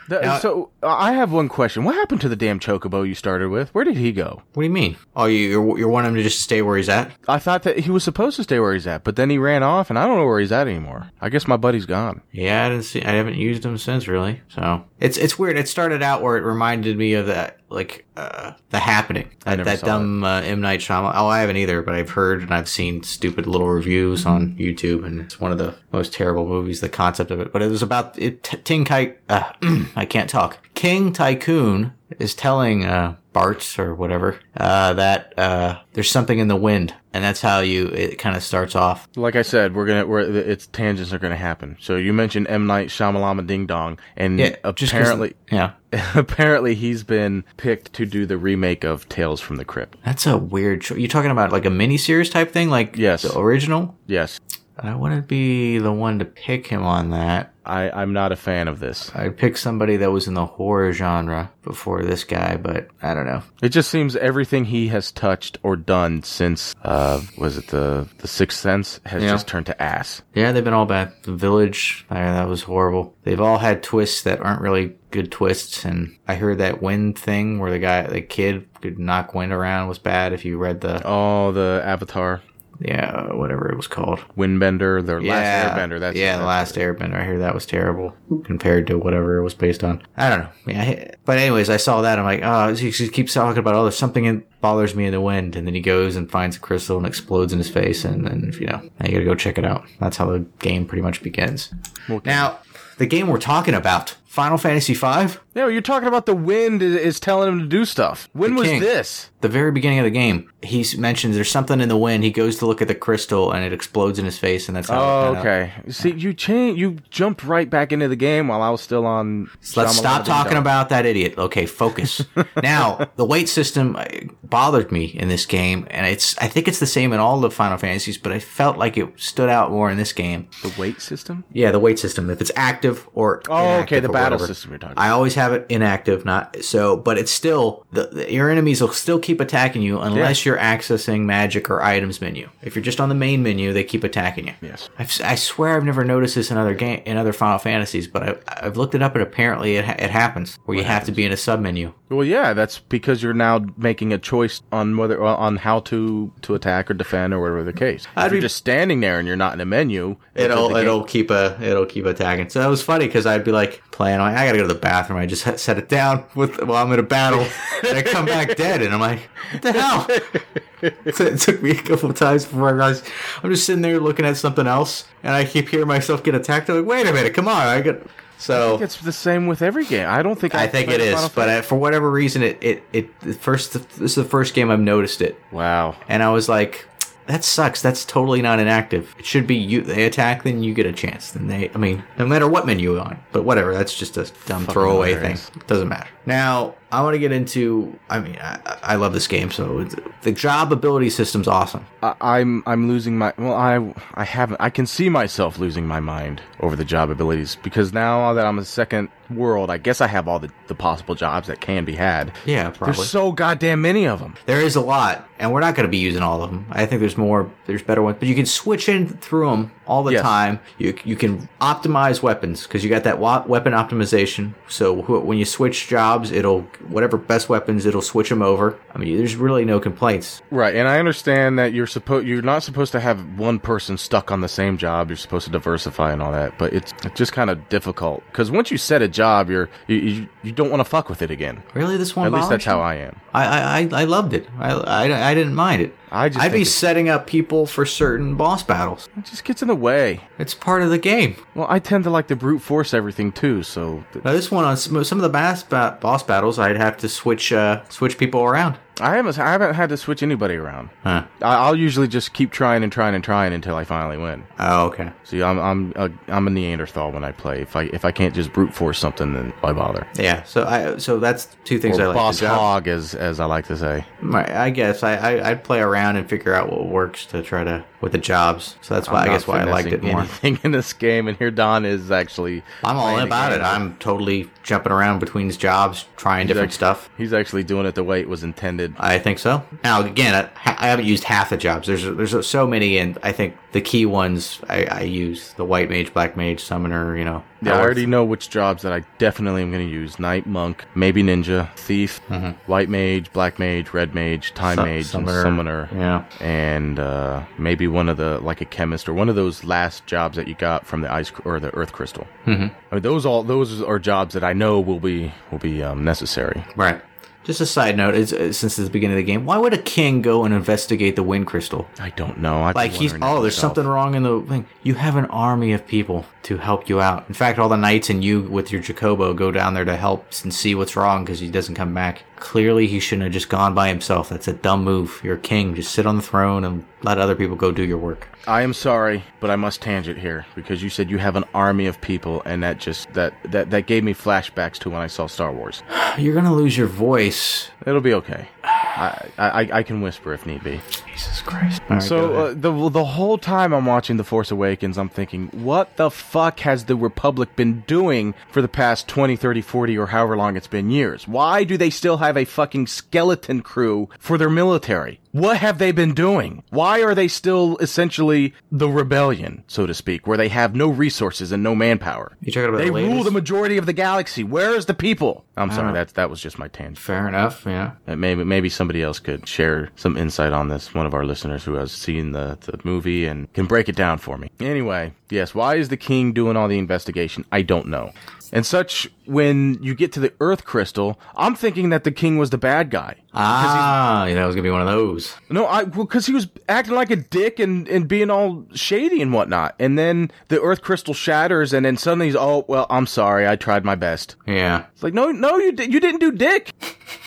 [SPEAKER 1] Th-
[SPEAKER 2] Now-
[SPEAKER 1] so I have one question. What happened to the damn chocobo you started with? Where did he go?
[SPEAKER 2] What do you mean? Oh, you you're, you're wanting him to just stay where he's at?
[SPEAKER 1] I thought that he was supposed to stay where he's at, but then he ran off, and I don't know where he's at anymore. I guess my buddy's gone.
[SPEAKER 2] Yeah, I didn't see. I haven't used them since, really. So it's it's weird. It started out where it reminded me of that, like uh, the happening. That,
[SPEAKER 1] never
[SPEAKER 2] that
[SPEAKER 1] saw
[SPEAKER 2] dumb uh, M Night Shyamalan. Oh, I haven't either, but I've heard and I've seen stupid little reviews on YouTube, and it's one of the most terrible movies. The concept of it, but it was about it. T- Ting Kai. Uh, I can't talk. King Tycoon is telling uh, Bart's or whatever uh, that uh, there's something in the wind, and that's how you. It kind of starts off.
[SPEAKER 1] Like I said, we're gonna we're it's tangents are gonna happen. So you mentioned M Night Shyamalama Ding Dong, and
[SPEAKER 2] Yeah, just 'cause-
[SPEAKER 1] apparently
[SPEAKER 2] Yeah.
[SPEAKER 1] apparently he's been picked to do the remake of Tales from the Crypt.
[SPEAKER 2] That's a weird. Cho- You're talking about like a miniseries type thing, like
[SPEAKER 1] Yes.
[SPEAKER 2] the original.
[SPEAKER 1] Yes,
[SPEAKER 2] I wouldn't be the one to pick him on that.
[SPEAKER 1] I I'm not a fan of this.
[SPEAKER 2] I'd pick somebody that was in the horror genre before this guy, but I don't know.
[SPEAKER 1] It just seems everything he has touched or done since uh was it the the Sixth Sense has
[SPEAKER 2] Yeah.
[SPEAKER 1] just turned to ass.
[SPEAKER 2] Yeah, they've been all bad. The Village, uh, that was horrible. They've all had twists that aren't really good twists. And I heard that wind thing where the guy, the kid, could knock wind around was bad. If you read the,
[SPEAKER 1] Oh, the Avatar.
[SPEAKER 2] yeah, whatever it was called.
[SPEAKER 1] Windbender, their last airbender. That's
[SPEAKER 2] yeah, the last Airbender. I hear that was terrible compared to whatever it was based on. I don't know. Yeah, I- but anyways, I saw that. I'm like, oh, he just keeps talking about oh, there's something in, bothers me in the wind, and then he goes and finds a crystal and explodes in his face, and then you know, now you gotta go check it out. That's how the game pretty much begins.
[SPEAKER 1] Okay.
[SPEAKER 2] Now. the game we're talking about. Final Fantasy V?
[SPEAKER 1] No, you're talking about the wind is, is telling him to do stuff. When
[SPEAKER 2] The
[SPEAKER 1] was
[SPEAKER 2] king.
[SPEAKER 1] this?
[SPEAKER 2] The very beginning of the game, he s- mentions there's something in the wind. He goes to look at the crystal and it explodes in his face, and that's how. it
[SPEAKER 1] Oh,
[SPEAKER 2] kinda-
[SPEAKER 1] okay. See, you changed. You jumped right back into the game while I was still on.
[SPEAKER 2] Let's
[SPEAKER 1] Shyamalan
[SPEAKER 2] stop
[SPEAKER 1] Ding
[SPEAKER 2] talking
[SPEAKER 1] Dong.
[SPEAKER 2] about that idiot. Okay, focus. now, the weight system uh, bothered me in this game, and it's I think it's the same in all the Final Fantasies, but I felt like it stood out more in this game.
[SPEAKER 1] the weight system.
[SPEAKER 2] Yeah, the weight system. If it's active or
[SPEAKER 1] Oh, okay,
[SPEAKER 2] inactive
[SPEAKER 1] the
[SPEAKER 2] or
[SPEAKER 1] battle
[SPEAKER 2] whatever.
[SPEAKER 1] system you're talking. about.
[SPEAKER 2] I always have it inactive, not so, but it's still the, the- your enemies will still keep attacking you unless you're accessing magic or items menu. If you're just on the main menu, they keep attacking you.
[SPEAKER 1] yes.
[SPEAKER 2] I've, si swear I've never noticed this in other game in other Final Fantasies, but I, I've looked it up and apparently it, ha- it happens where you have to be in a submenu.
[SPEAKER 1] Well, yeah, that's because you're now making a choice on whether well, on how to to attack or defend or whatever the case. If
[SPEAKER 2] I'd
[SPEAKER 1] you're
[SPEAKER 2] be-
[SPEAKER 1] just standing there and you're not in a menu. it's just
[SPEAKER 2] It'll
[SPEAKER 1] the
[SPEAKER 2] it'll
[SPEAKER 1] game-
[SPEAKER 2] keep a it'll keep attacking. So that was funny because I'd be like playing. I'm like, I gotta go to the bathroom. I just ha- set it down with while I'm in a battle, and I come back dead. And I'm like, what the hell? So it took me a couple times before I realized I'm just sitting there looking at something else, and I keep hearing myself get attacked. I'm like, wait a minute, come on, I got. So
[SPEAKER 1] I think it's the same with every game. I don't think
[SPEAKER 2] I
[SPEAKER 1] I've
[SPEAKER 2] think
[SPEAKER 1] played
[SPEAKER 2] it is,
[SPEAKER 1] Final
[SPEAKER 2] but
[SPEAKER 1] Fantasy-
[SPEAKER 2] I, for whatever reason, it it it the first this is the first game I've noticed it,
[SPEAKER 1] wow.
[SPEAKER 2] and I was like, that sucks. That's totally not inactive. It should be you. They attack, then you get a chance. Then they, I mean, no matter what menu you're on, but whatever. That's just a dumb throwaway
[SPEAKER 1] hilarious.
[SPEAKER 2] thing. Doesn't matter. Now I want to get into. I mean, I, I I love this game, so it's, the job ability system's awesome.
[SPEAKER 1] I, I'm I'm losing my well I I haven't I can see myself losing my mind over the job abilities because now that I'm a second world I guess I have all the, the possible jobs that can be had.
[SPEAKER 2] Yeah, probably.
[SPEAKER 1] There's so goddamn many of them.
[SPEAKER 2] There is a lot, and we're not going to be using all of them. I think there's more, there's better ones, but you can switch in through them all the
[SPEAKER 1] Yes.
[SPEAKER 2] time. You you can optimize weapons because you got that wa- weapon optimization. So wh- when you switch jobs, it'll whatever best weapons, it'll switch them over. I mean, there's really no complaints.
[SPEAKER 1] Right, and I understand that you're supposed you're not supposed to have one person stuck on the same job. You're supposed to diversify and all that, but it's, it's just kind of difficult because once you set a job, you're you you, you don't want to fuck with it again.
[SPEAKER 2] Really, this one.
[SPEAKER 1] At least
[SPEAKER 2] bothers
[SPEAKER 1] that's how
[SPEAKER 2] you?
[SPEAKER 1] I am.
[SPEAKER 2] I I I- I loved it. I I, I didn't mind it.
[SPEAKER 1] I just
[SPEAKER 2] I'd be
[SPEAKER 1] think it-
[SPEAKER 2] setting up people for certain boss battles.
[SPEAKER 1] It just gets in the way.
[SPEAKER 2] It's part of the game.
[SPEAKER 1] Well, I tend to like to brute force everything too, so th-
[SPEAKER 2] Now, this one on some some of the bass ba- boss battles, I'd have to switch uh, switch people around.
[SPEAKER 1] I haven't I haven't had to switch anybody around.
[SPEAKER 2] Huh.
[SPEAKER 1] I, I'll usually just keep trying and trying and trying until I finally win.
[SPEAKER 2] Oh, okay.
[SPEAKER 1] See, I'm I'm a, I'm a Neanderthal when I play. If I if I can't just brute force something, then why bother?
[SPEAKER 2] Yeah. So I so that's two things
[SPEAKER 1] Or
[SPEAKER 2] I like.
[SPEAKER 1] boss
[SPEAKER 2] The job-
[SPEAKER 1] hog, as as I like to say.
[SPEAKER 2] My- I guess I, I I'd play around and figure out what works to try to with the jobs. So that's why i
[SPEAKER 1] I'm
[SPEAKER 2] guess
[SPEAKER 1] not
[SPEAKER 2] why I liked it
[SPEAKER 1] finessing
[SPEAKER 2] more.
[SPEAKER 1] Anything in this game, and here Don is actually
[SPEAKER 2] I'm all
[SPEAKER 1] playing
[SPEAKER 2] about
[SPEAKER 1] the
[SPEAKER 2] it.
[SPEAKER 1] game.
[SPEAKER 2] I'm totally jumping around between these jobs, trying different
[SPEAKER 1] Exact-
[SPEAKER 2] stuff.
[SPEAKER 1] He's actually doing it the way it was intended.
[SPEAKER 2] I think so. Now again, I, ha- I haven't used half the jobs. There's there's so many, and I think the key ones I, I use the white mage, black mage, summoner. You know.
[SPEAKER 1] Yeah, I
[SPEAKER 2] Howarth.
[SPEAKER 1] already know which jobs that I definitely am going to use: knight, monk, maybe ninja, thief, white mage, black mage, red mage, time
[SPEAKER 2] Mm-hmm. Su-
[SPEAKER 1] mage,
[SPEAKER 2] summoner.
[SPEAKER 1] and summoner.
[SPEAKER 2] Yeah.
[SPEAKER 1] and uh, maybe one of the like a chemist or one of those last jobs that you got from the ice cr- or the earth crystal. Mm-hmm. I mean, those all those are jobs that I know will be will be um, necessary.
[SPEAKER 2] Right. Just a side note, it's, uh, since it's the beginning of the game, why would a king go and investigate the wind crystal?
[SPEAKER 1] I don't know. I've been
[SPEAKER 2] Like he's
[SPEAKER 1] wondering that
[SPEAKER 2] oh, there's
[SPEAKER 1] myself.
[SPEAKER 2] something wrong in the thing. You have an army of people to help you out. In fact, all the knights and you with your Jacobo go down there to help and see what's wrong because he doesn't come back. Clearly, he shouldn't have just gone by himself. That's a dumb move. You're a king. Just sit on the throne and let other people go do your work.
[SPEAKER 1] I am sorry, but I must tangent here because you said you have an army of people, and that just that that that gave me flashbacks to when I saw Star Wars.
[SPEAKER 2] You're gonna lose your voice.
[SPEAKER 1] It'll be okay. I I, I- I can whisper if need be.
[SPEAKER 2] Jesus Christ. All right, go
[SPEAKER 1] So
[SPEAKER 2] ahead.
[SPEAKER 1] uh, the the whole time I'm watching The Force Awakens, I'm thinking, what the fuck has the Republic been doing for the past 20, 30, 40 or however long it's been years? Why do they still have a fucking skeleton crew for their military? What have they been doing? Why are they still essentially the rebellion, so to speak, where they have no resources and no manpower?
[SPEAKER 2] you talking about
[SPEAKER 1] They
[SPEAKER 2] the latest? Uh-huh.
[SPEAKER 1] rule the majority of the galaxy. Where is the people? I'm sorry, that's that was just my tangent.
[SPEAKER 2] Fair enough. Yeah.
[SPEAKER 1] Uh, Maybe maybe somebody else could share some insight on this. One of our listeners who has seen the, the movie and can break it down for me. Anyway, yes, why is the king doing all the investigation? I don't know. and such when you get to the Earth Crystal, I'm thinking that the king was the bad guy.
[SPEAKER 2] Ah, yeah, that was gonna be one of those.
[SPEAKER 1] No, I well, because he was acting like a dick and and being all shady and whatnot. And then the Earth Crystal shatters, and then suddenly he's oh well, I'm sorry, I tried my best.
[SPEAKER 2] Yeah.
[SPEAKER 1] It's like no, no, you di- you didn't do dick.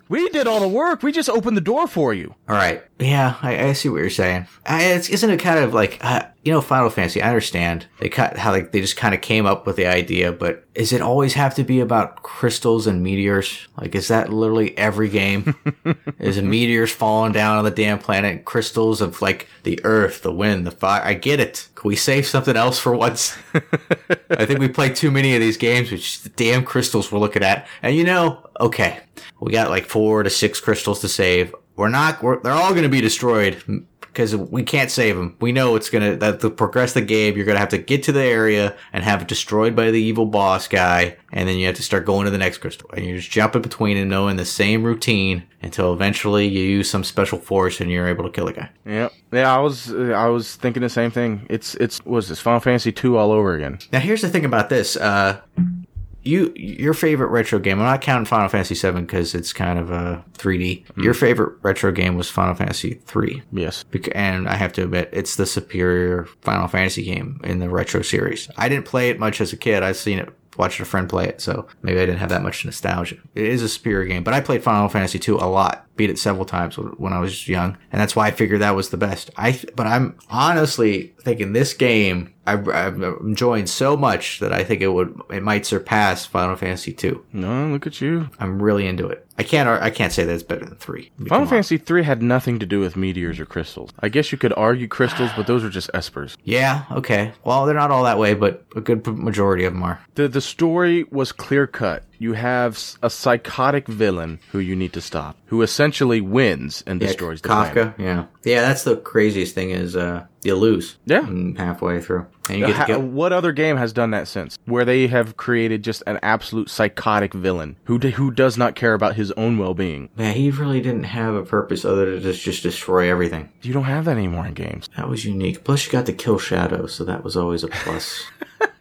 [SPEAKER 1] We did all the work. We just opened the door for you.
[SPEAKER 2] All right. Yeah, I, I see what you're saying. I, it's, isn't it kind of like uh, you know Final Fantasy? I understand they cut how like they just kind of came up with the idea, but is it always have to be about crystals and meteors? Like, is that literally every game? is meteors falling down on the damn planet? Crystals of like the earth, the wind, the fire. I get it. Can we save something else for once? I think we played too many of these games, which the damn crystals we're looking at. And you know, okay, we got like four to six crystals to save. We're not. We're, they're all going to be destroyed because we can't save them. We know it's going to that to progress the game. You're going to have to get to the area and have it destroyed by the evil boss guy, and then you have to start going to the next crystal. And you're just jumping between and knowing the same routine until eventually you use some special force and you're able to kill the guy.
[SPEAKER 1] Yeah, yeah. I was uh, I was thinking the same thing. It's it's was this Final Fantasy two all over again.
[SPEAKER 2] Now here's the thing about this. Uh, you your favorite retro game. I'm not counting Final Fantasy VII because it's kind of a 3D. Your favorite retro game was Final Fantasy III,
[SPEAKER 1] Yes.
[SPEAKER 2] Bec- and I have to admit it's the superior Final Fantasy game in the retro series. I didn't play it much as a kid. I've seen it. Watched a friend play it, so maybe I didn't have that much nostalgia. It is a superior game, but I played Final Fantasy II a lot, beat it several times when- when I was young, and that's why I figured that was the best. I, th- but I'm honestly thinking this game I, I'm enjoying so much that I think it would, it might surpass Final Fantasy II.
[SPEAKER 1] No, look at you.
[SPEAKER 2] I'm really into it. I can't. ar- I can't say that it's better than three.
[SPEAKER 1] Final Fantasy three had nothing to do with meteors or crystals. I guess you could argue crystals, but those are just espers.
[SPEAKER 2] Yeah. Okay. Well, they're not all that way, but a good p- majority of them are.
[SPEAKER 1] the The story was clear cut. You have s- a psychotic villain who you need to stop, who essentially wins and destroys the
[SPEAKER 2] Kafka.
[SPEAKER 1] planet.
[SPEAKER 2] Yeah. Yeah. That's the craziest thing is uh you lose.
[SPEAKER 1] Yeah.
[SPEAKER 2] mm, Halfway through, and you
[SPEAKER 1] Uh,
[SPEAKER 2] get to
[SPEAKER 1] ha-
[SPEAKER 2] go.
[SPEAKER 1] what other game has done that since, where they have created just an absolute psychotic villain who d- who does not care about his own well being?
[SPEAKER 2] Man, he really didn't have a purpose other than just just destroy everything.
[SPEAKER 1] You don't have that anymore in games.
[SPEAKER 2] That was unique. Plus, you got to kill Shadow, so that was always a plus.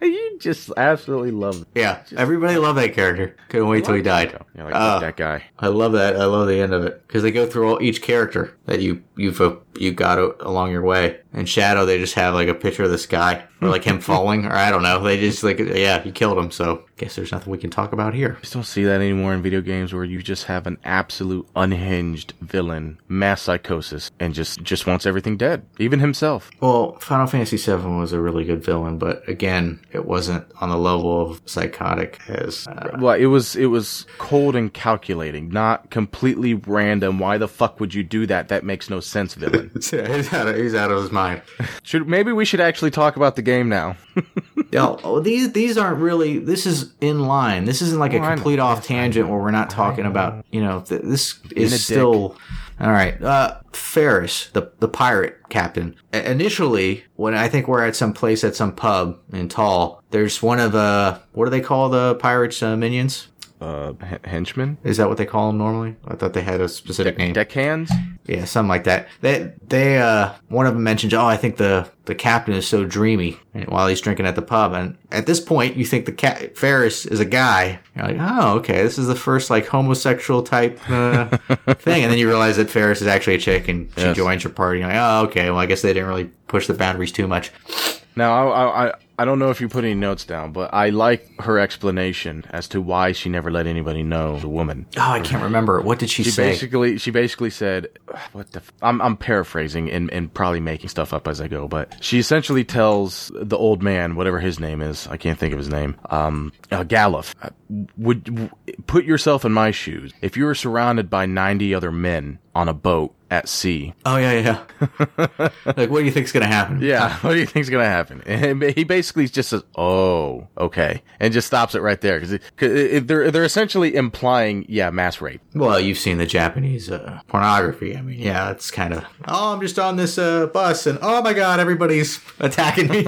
[SPEAKER 1] you just absolutely love it.
[SPEAKER 2] yeah, everybody loved that character. Couldn't wait till he died.
[SPEAKER 1] You're like
[SPEAKER 2] Uh,
[SPEAKER 1] "Fuck that guy.
[SPEAKER 2] I love that. I love the end of it because they go through all each character that you you've uh, you got a- along your way. And Shadow, they just have like a picture of this guy or like him falling, or I don't know. They just like yeah, you killed him. So guess there's nothing we can talk about here.
[SPEAKER 1] just don't see that anymore in video games where you just have an absolute unhinged villain, mass psychosis, and just just wants everything dead, even himself.
[SPEAKER 2] Well, Final Fantasy VII was a really good villain, but again, it wasn't on the level of psychotic as uh,
[SPEAKER 1] Well, it was it was cold and calculating, not completely random. Why the fuck would you do that? That makes no sense, villain.
[SPEAKER 2] he's out of, he's out of his mind.
[SPEAKER 1] should maybe we should actually talk about the game now.
[SPEAKER 2] No, oh, these these aren't really. This is in line. This isn't like
[SPEAKER 1] Oh,
[SPEAKER 2] a
[SPEAKER 1] I know.
[SPEAKER 2] complete off tangent where we're not talking about. You know, th- this
[SPEAKER 1] a
[SPEAKER 2] is
[SPEAKER 1] dick.
[SPEAKER 2] still all right. Uh, Ferris, the the pirate captain. I- initially, when I think we're at some place at some pub in Tall, there's one of uh, what do they call the pirates' uh, minions?
[SPEAKER 1] Uh, h- henchman,
[SPEAKER 2] Is that what they call them normally? I thought they had a specific name.
[SPEAKER 1] deckhands.
[SPEAKER 2] Yeah, something like that. They they uh one of them mentions, oh, I think the the captain is so dreamy and while he's drinking at the pub, and at this point you think the cat Ferris is a guy. You're like, oh, okay, this is the first like homosexual type uh, thing, and then you realize that Ferris is actually a chick and she
[SPEAKER 1] Yes.
[SPEAKER 2] joins your party. You're like, oh, okay, well I guess they didn't really push the boundaries too much.
[SPEAKER 1] Now, I, I I don't know if you put any notes down, but I like her explanation as to why she never let anybody know the woman.
[SPEAKER 2] Oh, I can't remember what did she,
[SPEAKER 1] She
[SPEAKER 2] say.
[SPEAKER 1] basically she basically said what the f- I'm I'm paraphrasing and, and probably making stuff up as I go, but she essentially tells the old man whatever his name is I can't think of his name um uh, Galuf uh, would w- put yourself in my shoes if you were surrounded by 90 other men on a boat at sea
[SPEAKER 2] oh yeah, yeah. yeah. like, what do you think's gonna happen?
[SPEAKER 1] yeah what do you think's gonna happen and he basically just says oh okay and just stops it right there because they're they're essentially implying yeah mass rape
[SPEAKER 2] Well, you've seen the Japanese uh, pornography. I mean, yeah, it's kind of. Oh, I'm just on this uh, bus, and oh my god, everybody's attacking me.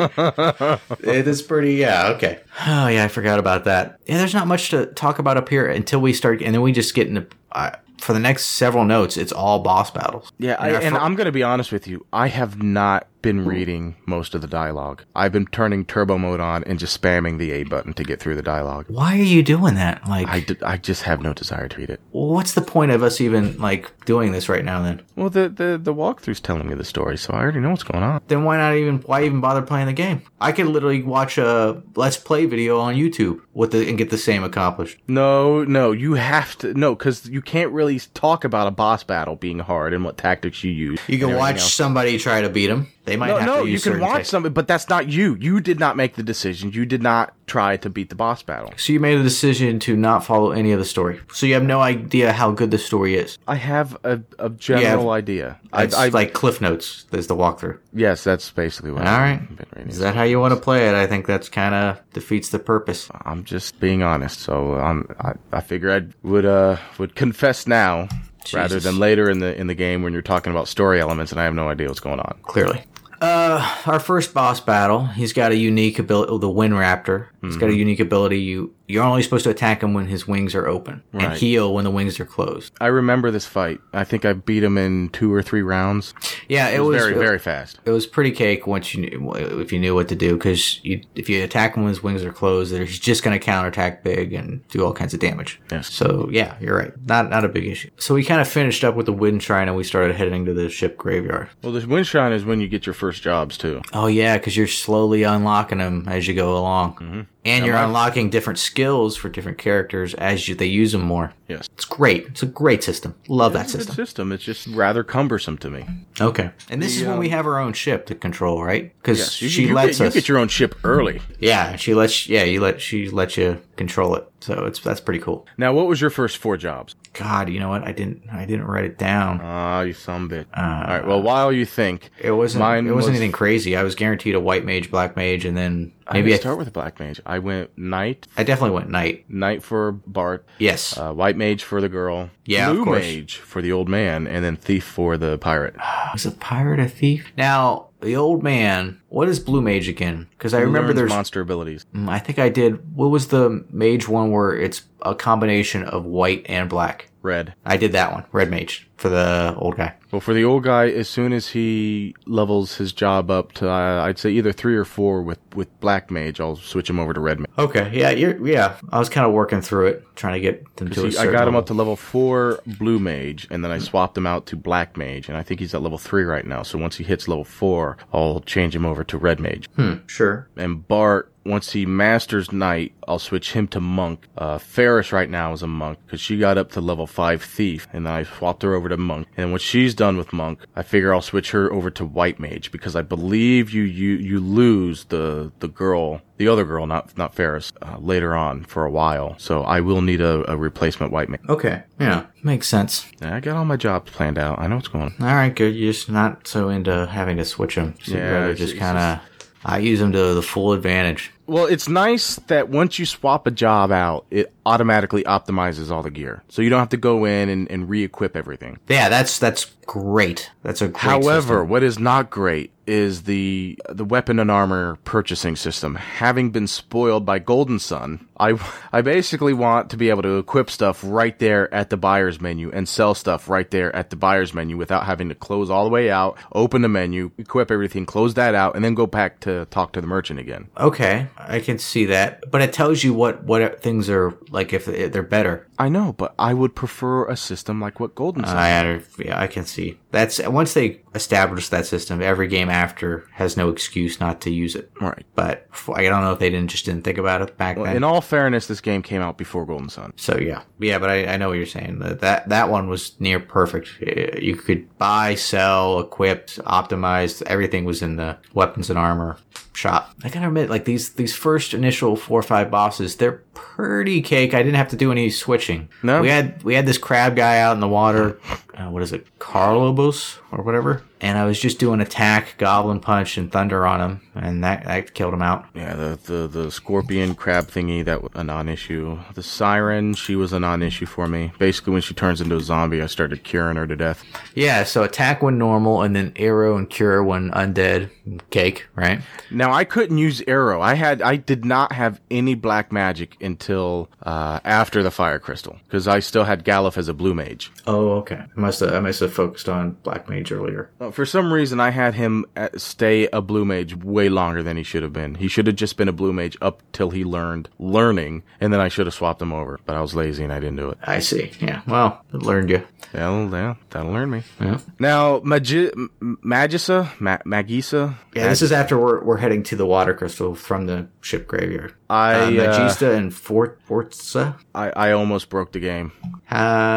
[SPEAKER 2] it is pretty. Yeah, okay. Oh yeah, I forgot about that. Yeah, there's not much to talk about up here until we start, and then we just get into. Uh, for the next several notes, it's all boss battles.
[SPEAKER 1] Yeah, I,
[SPEAKER 2] And I
[SPEAKER 1] and
[SPEAKER 2] fo-
[SPEAKER 1] I'm going to be honest with you. I have not been reading most of the dialogue. I've been turning turbo mode on and just spamming the A button to get through the dialogue.
[SPEAKER 2] Why are you doing that? Like,
[SPEAKER 1] I, d- I just have no desire to read it.
[SPEAKER 2] what's the point of us even like doing this right now? Then,
[SPEAKER 1] Well, the, the, the walkthrough's telling me the story, so I already know what's going on.
[SPEAKER 2] then why not even? Why even bother playing the game? I could literally watch a let's play video on YouTube with the and get the same accomplished.
[SPEAKER 1] No, no, you have to. No, because you can't really talk about a boss battle being hard and what tactics you use.
[SPEAKER 2] You
[SPEAKER 1] and
[SPEAKER 2] can
[SPEAKER 1] everything
[SPEAKER 2] watch
[SPEAKER 1] else.
[SPEAKER 2] somebody try to beat them. They might
[SPEAKER 1] No,
[SPEAKER 2] have
[SPEAKER 1] no,
[SPEAKER 2] to
[SPEAKER 1] you
[SPEAKER 2] use
[SPEAKER 1] can
[SPEAKER 2] certain
[SPEAKER 1] watch
[SPEAKER 2] tech-
[SPEAKER 1] something, but that's not you. You did not make the decision. You did not try to beat the boss battle.
[SPEAKER 2] So you made a decision to not follow any of the story. So you have no idea how good the story is.
[SPEAKER 1] I have a, a general idea. I,
[SPEAKER 2] It's
[SPEAKER 1] I
[SPEAKER 2] like Cliff Notes. There's the walkthrough.
[SPEAKER 1] yes, that's basically what
[SPEAKER 2] All
[SPEAKER 1] I've
[SPEAKER 2] right.
[SPEAKER 1] been reading.
[SPEAKER 2] Is that how you want to play it? I think that's kind of defeats the purpose.
[SPEAKER 1] I'm just being honest. So I'm, I, I figure I would uh would confess now rather
[SPEAKER 2] Jesus.
[SPEAKER 1] than later in the in the game when you're talking about story elements and I have no idea what's going on.
[SPEAKER 2] Clearly. Uh, our first boss battle. He's got a unique ability. The Wind Raptor. He's
[SPEAKER 1] Mm-hmm.
[SPEAKER 2] got a unique ability. You you're only supposed to attack him when his wings are open and
[SPEAKER 1] Right.
[SPEAKER 2] heal when the wings are closed.
[SPEAKER 1] I remember this fight. I think I beat him in two or three rounds.
[SPEAKER 2] Yeah, it,
[SPEAKER 1] It was
[SPEAKER 2] was
[SPEAKER 1] very
[SPEAKER 2] it-
[SPEAKER 1] very fast.
[SPEAKER 2] It was pretty cake once you knew, if you knew what to do because you, if you attack him when his wings are closed, then he's just going to counterattack big and do all kinds of damage.
[SPEAKER 1] Yes.
[SPEAKER 2] So yeah, you're right. Not not a big issue. So we kind of finished up with the wind shrine and we started heading to the ship graveyard.
[SPEAKER 1] Well, this wind shrine is when you get your first jobs too.
[SPEAKER 2] Oh yeah, because you're slowly unlocking them as you go along, and you're unlocking different skills for different characters as you, they use them more.
[SPEAKER 1] Yes.
[SPEAKER 2] It's great. It's a great system. Love that
[SPEAKER 1] It's a
[SPEAKER 2] system.
[SPEAKER 1] system. It's just rather cumbersome to me.
[SPEAKER 2] Okay. um, And this is when we have our own ship to control, right? Because
[SPEAKER 1] You,
[SPEAKER 2] she
[SPEAKER 1] you
[SPEAKER 2] lets
[SPEAKER 1] get,
[SPEAKER 2] us.
[SPEAKER 1] You get your own ship early.
[SPEAKER 2] Yeah, she lets. Yeah, you let she lets you control it. So it's that's pretty cool.
[SPEAKER 1] Now, what was your first four jobs?
[SPEAKER 2] God, you know what? I didn't. I didn't write it down.
[SPEAKER 1] Ah, you some bitch. All right. Well, while you think,
[SPEAKER 2] It wasn't.
[SPEAKER 1] Mine
[SPEAKER 2] it wasn't
[SPEAKER 1] was-
[SPEAKER 2] anything crazy. I was guaranteed a white mage, black mage, and then
[SPEAKER 1] maybe
[SPEAKER 2] maybe
[SPEAKER 1] I
[SPEAKER 2] I.
[SPEAKER 1] didn't start with a black mage. I went knight,
[SPEAKER 2] I definitely went knight.
[SPEAKER 1] knight for Bart,
[SPEAKER 2] Yes.
[SPEAKER 1] uh, white mage for the girl,
[SPEAKER 2] Yeah, of
[SPEAKER 1] blue
[SPEAKER 2] course.
[SPEAKER 1] mage for the old man, and then thief for the pirate.
[SPEAKER 2] I was a pirate, a thief. Now the old man. What is blue mage again? Because I remember
[SPEAKER 1] Learns
[SPEAKER 2] there's.
[SPEAKER 1] monster abilities.
[SPEAKER 2] Mm, I think I did. What was the mage one where it's a combination of white and black?
[SPEAKER 1] Red.
[SPEAKER 2] I did that one. Red mage for the old guy.
[SPEAKER 1] Well, for the old guy, as soon as he levels his job up to, uh, I'd say either three or four with with black mage, I'll switch him over to red mage.
[SPEAKER 2] Okay, yeah, you're yeah. I was kind of working through it, trying to get them to. A
[SPEAKER 1] See, I
[SPEAKER 2] certain
[SPEAKER 1] got him
[SPEAKER 2] level.
[SPEAKER 1] up to level four blue mage, and then I swapped him out to black mage, and I think he's at level three right now. So once he hits level four, I'll change him over to red mage.
[SPEAKER 2] Hmm, sure.
[SPEAKER 1] And Bart, once he masters knight, I'll switch him to monk. Uh, Ferris right now is a monk because she got up to level five thief, and then I swapped her over to monk. And once she's done with monk, I figure I'll switch her over to white mage because I believe you you you lose the the girl, the other girl, not not Ferris, uh, later on for a while. So I will need a, a replacement white mage.
[SPEAKER 2] Okay, yeah, makes sense.
[SPEAKER 1] I got all my jobs planned out. I know what's going on.
[SPEAKER 2] All right, good. You're just not so into having to switch them. So yeah,
[SPEAKER 1] Yeah,
[SPEAKER 2] rather
[SPEAKER 1] it's-
[SPEAKER 2] just
[SPEAKER 1] it's
[SPEAKER 2] kind of. I use them to the full advantage.
[SPEAKER 1] Well, it's nice that once you swap a job out, it automatically optimizes all the gear. So you don't have to go in and, and re equip everything.
[SPEAKER 2] Yeah, that's that's great. That's a great.
[SPEAKER 1] However,
[SPEAKER 2] system.
[SPEAKER 1] what is not great is the the weapon and armor purchasing system. Having been spoiled by Golden Sun, I I basically want to be able to equip stuff right there at the buyer's menu and sell stuff right there at the buyer's menu without having to close all the way out, open the menu, equip everything, close that out, and then go back to talk to the merchant again.
[SPEAKER 2] okay, I can see that, but it tells you what what things are like if they're better.
[SPEAKER 1] I know, but I would prefer a system like what Golden Sun.
[SPEAKER 2] I under- yeah, I can see that's once they establish that system, every game after has no excuse not to use it.
[SPEAKER 1] Uh, Right.
[SPEAKER 2] but f- I don't know if they didn't just didn't think about it back then.
[SPEAKER 1] In all fairness, this game came out before Golden Sun.
[SPEAKER 2] so yeah, yeah, but I, I know what you're saying. That, that that one was near perfect. Uh, You could buy, sell, equip, optimize. Everything was in the weapons and armor shop. I gotta admit, like these these first initial four or five bosses, they're pretty cake. I didn't have to do any switching.
[SPEAKER 1] No?
[SPEAKER 2] we had we had this crab guy out in the water. Uh, what is it, Carlobos or whatever? And I was just doing attack, goblin punch, and thunder on him, and that that killed him out.
[SPEAKER 1] Yeah, the, the, the scorpion crab thingy, that was a non issue. The siren, she was a non issue for me. Basically, when she turns into a zombie, I started curing her to death.
[SPEAKER 2] Yeah, so attack when normal, and then arrow and cure when undead. Cake, right?
[SPEAKER 1] Now, I couldn't use arrow. I had I did not have any black magic until uh, after the fire crystal, because I still had Gallif as a blue mage.
[SPEAKER 2] Oh, okay. I must have I must have focused on black mage earlier.
[SPEAKER 1] Oh, don't. For some reason, I had him at- stay a blue mage way longer than he should have been. He should have just been a blue mage up till he learned learning, and then I should have swapped him over. But I was lazy and I didn't do it.
[SPEAKER 2] I see. Yeah. Well, it learned you.
[SPEAKER 1] Well, yeah, that'll learn me.
[SPEAKER 2] Yeah.
[SPEAKER 1] Now, Magi- M- Magisa, Ma- Magisa.
[SPEAKER 2] Yeah. This is after we're, we're heading to the water crystal from the ship graveyard.
[SPEAKER 1] I,
[SPEAKER 2] Uh,
[SPEAKER 1] uh,
[SPEAKER 2] Magista and Fort Forza.
[SPEAKER 1] I I almost broke the game.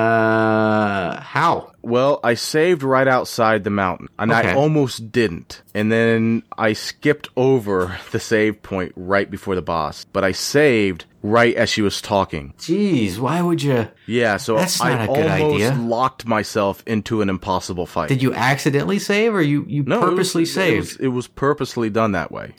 [SPEAKER 2] Uh, how?
[SPEAKER 1] Well, I saved right outside the mountain, and I
[SPEAKER 2] Okay.
[SPEAKER 1] almost didn't. And then I skipped over the save point right before the boss, but I saved right as she was talking.
[SPEAKER 2] Jeez, why would you?
[SPEAKER 1] Yeah, so
[SPEAKER 2] That's
[SPEAKER 1] I
[SPEAKER 2] not a good
[SPEAKER 1] almost
[SPEAKER 2] idea.
[SPEAKER 1] locked myself into an impossible fight.
[SPEAKER 2] Did you accidentally save, or you you
[SPEAKER 1] No, it was-
[SPEAKER 2] purposely
[SPEAKER 1] It
[SPEAKER 2] saved?
[SPEAKER 1] was, it was purposely done that way.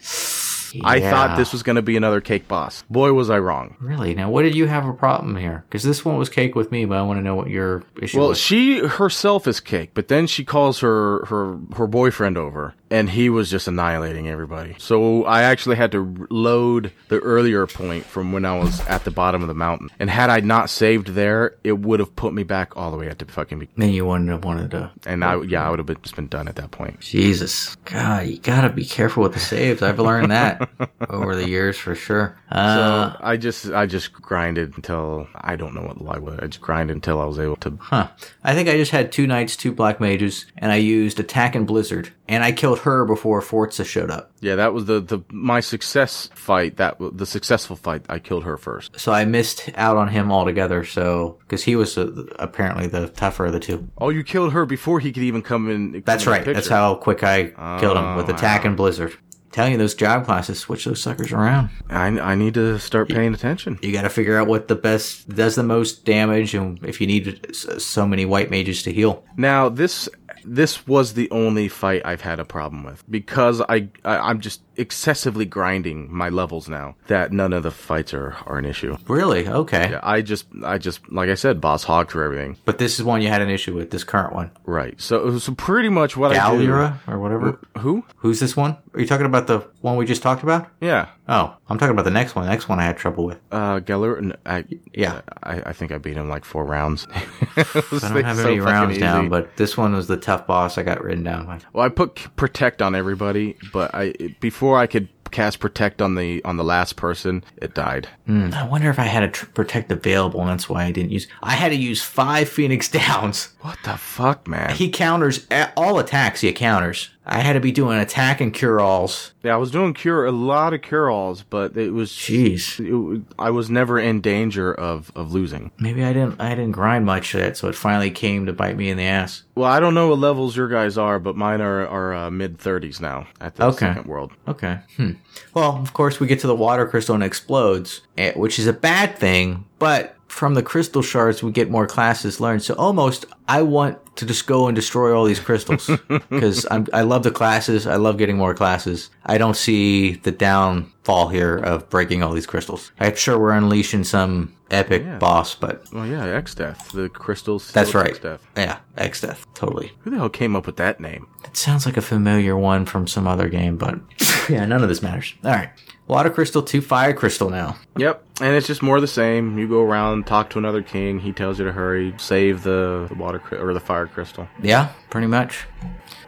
[SPEAKER 1] I thought this was going to be another cake boss. Boy, was I wrong.
[SPEAKER 2] really. Now, what did you have a problem here? Because this one was cake with me, but I want to know what your issue
[SPEAKER 1] Well,
[SPEAKER 2] was.
[SPEAKER 1] she herself is cake, but then she calls her her her boyfriend over, and he was just annihilating everybody. So I actually had to load the earlier point from when I was at the bottom of the mountain, and had I not saved there, it would have put me back all the way at the fucking. Be-
[SPEAKER 2] then you wanted to wanted to.
[SPEAKER 1] and I yeah, I would have been, just been done at that point.
[SPEAKER 2] Jesus, God, you gotta be careful with the saves. I've learned that over the years for sure. Uh,
[SPEAKER 1] so I just I just grinded until I don't know what the lie was. I just grinded until I was able to.
[SPEAKER 2] Huh. I think I just had two knights, two black mages, and I used attack and blizzard, and I killed her before Forza showed up.
[SPEAKER 1] Yeah, that was the the my success fight. That w- the successful fight. I killed her first.
[SPEAKER 2] So I missed out on him altogether. So because he was uh, apparently the tougher of the two.
[SPEAKER 1] Oh, you killed her before he could even come in. come
[SPEAKER 2] That's
[SPEAKER 1] in the
[SPEAKER 2] right. That's
[SPEAKER 1] picture.
[SPEAKER 2] how quick I killed him with
[SPEAKER 1] Oh,
[SPEAKER 2] attack and blizzard. Telling you those job classes, switch those suckers around.
[SPEAKER 1] I, I need to start paying attention.
[SPEAKER 2] You got to figure out what the best does the most damage, and if you need s- so many white mages to heal.
[SPEAKER 1] Now this this was the only fight I've had a problem with because I, I I'm just excessively grinding my levels now that none of the fights are are an issue.
[SPEAKER 2] Really? Okay.
[SPEAKER 1] Yeah, I just I just like I said, boss hog for everything.
[SPEAKER 2] But this is one you had an issue with. This current one,
[SPEAKER 1] Right. So so pretty much what
[SPEAKER 2] Galura or whatever.
[SPEAKER 1] I do. Who?
[SPEAKER 2] Who's this one? Are you talking about the one we just talked about?
[SPEAKER 1] Yeah.
[SPEAKER 2] Oh, I'm talking about the next one. The next one I had trouble with.
[SPEAKER 1] Uh, Galura. n I
[SPEAKER 2] Yeah.
[SPEAKER 1] I, I think I beat him like four rounds.
[SPEAKER 2] I don't have any rounds down, but this one was the tough boss I got written down by.
[SPEAKER 1] Well, I put c- protect on everybody, but I before I could cast protect on the on the last person, it died.
[SPEAKER 2] Hmm, I wonder if I had a tr- protect available, and that's why I didn't use. I had to use five Phoenix Downs.
[SPEAKER 1] What the fuck, man?
[SPEAKER 2] He counters a- all attacks. He counters. I had to be doing attack and cure alls.
[SPEAKER 1] Yeah, I was doing cure a lot of cure alls, but it was
[SPEAKER 2] Jeez,
[SPEAKER 1] it w- I was never in danger of of losing.
[SPEAKER 2] maybe I didn't. I didn't grind much of that, so it finally came to bite me in the ass.
[SPEAKER 1] Well, I don't know what levels your guys are, but mine are are uh, mid thirties now at the
[SPEAKER 2] Okay.
[SPEAKER 1] second world.
[SPEAKER 2] Okay. Hmm. Well, of course, we get to the water crystal and it explodes, eh, which is a bad thing, but from the crystal shards, we get more classes learned. So almost, I want to just go and destroy all these crystals because I love the classes. I love getting more classes. I don't see the downfall here of breaking all these crystals. I'm sure we're unleashing some epic boss, but
[SPEAKER 1] Well, yeah, X death, the crystal.
[SPEAKER 2] that's
[SPEAKER 1] sealed
[SPEAKER 2] right.
[SPEAKER 1] Xdeath.
[SPEAKER 2] Yeah, X Death. Totally.
[SPEAKER 1] Who the hell came up with that name?
[SPEAKER 2] It sounds like a familiar one from some other game, but yeah, none of this matters. All right. Water crystal to fire crystal now.
[SPEAKER 1] Yep, and it's just more of the same. You go around, talk to another king. He tells you to hurry, save the, the water cry- or the fire crystal.
[SPEAKER 2] Yeah, pretty much.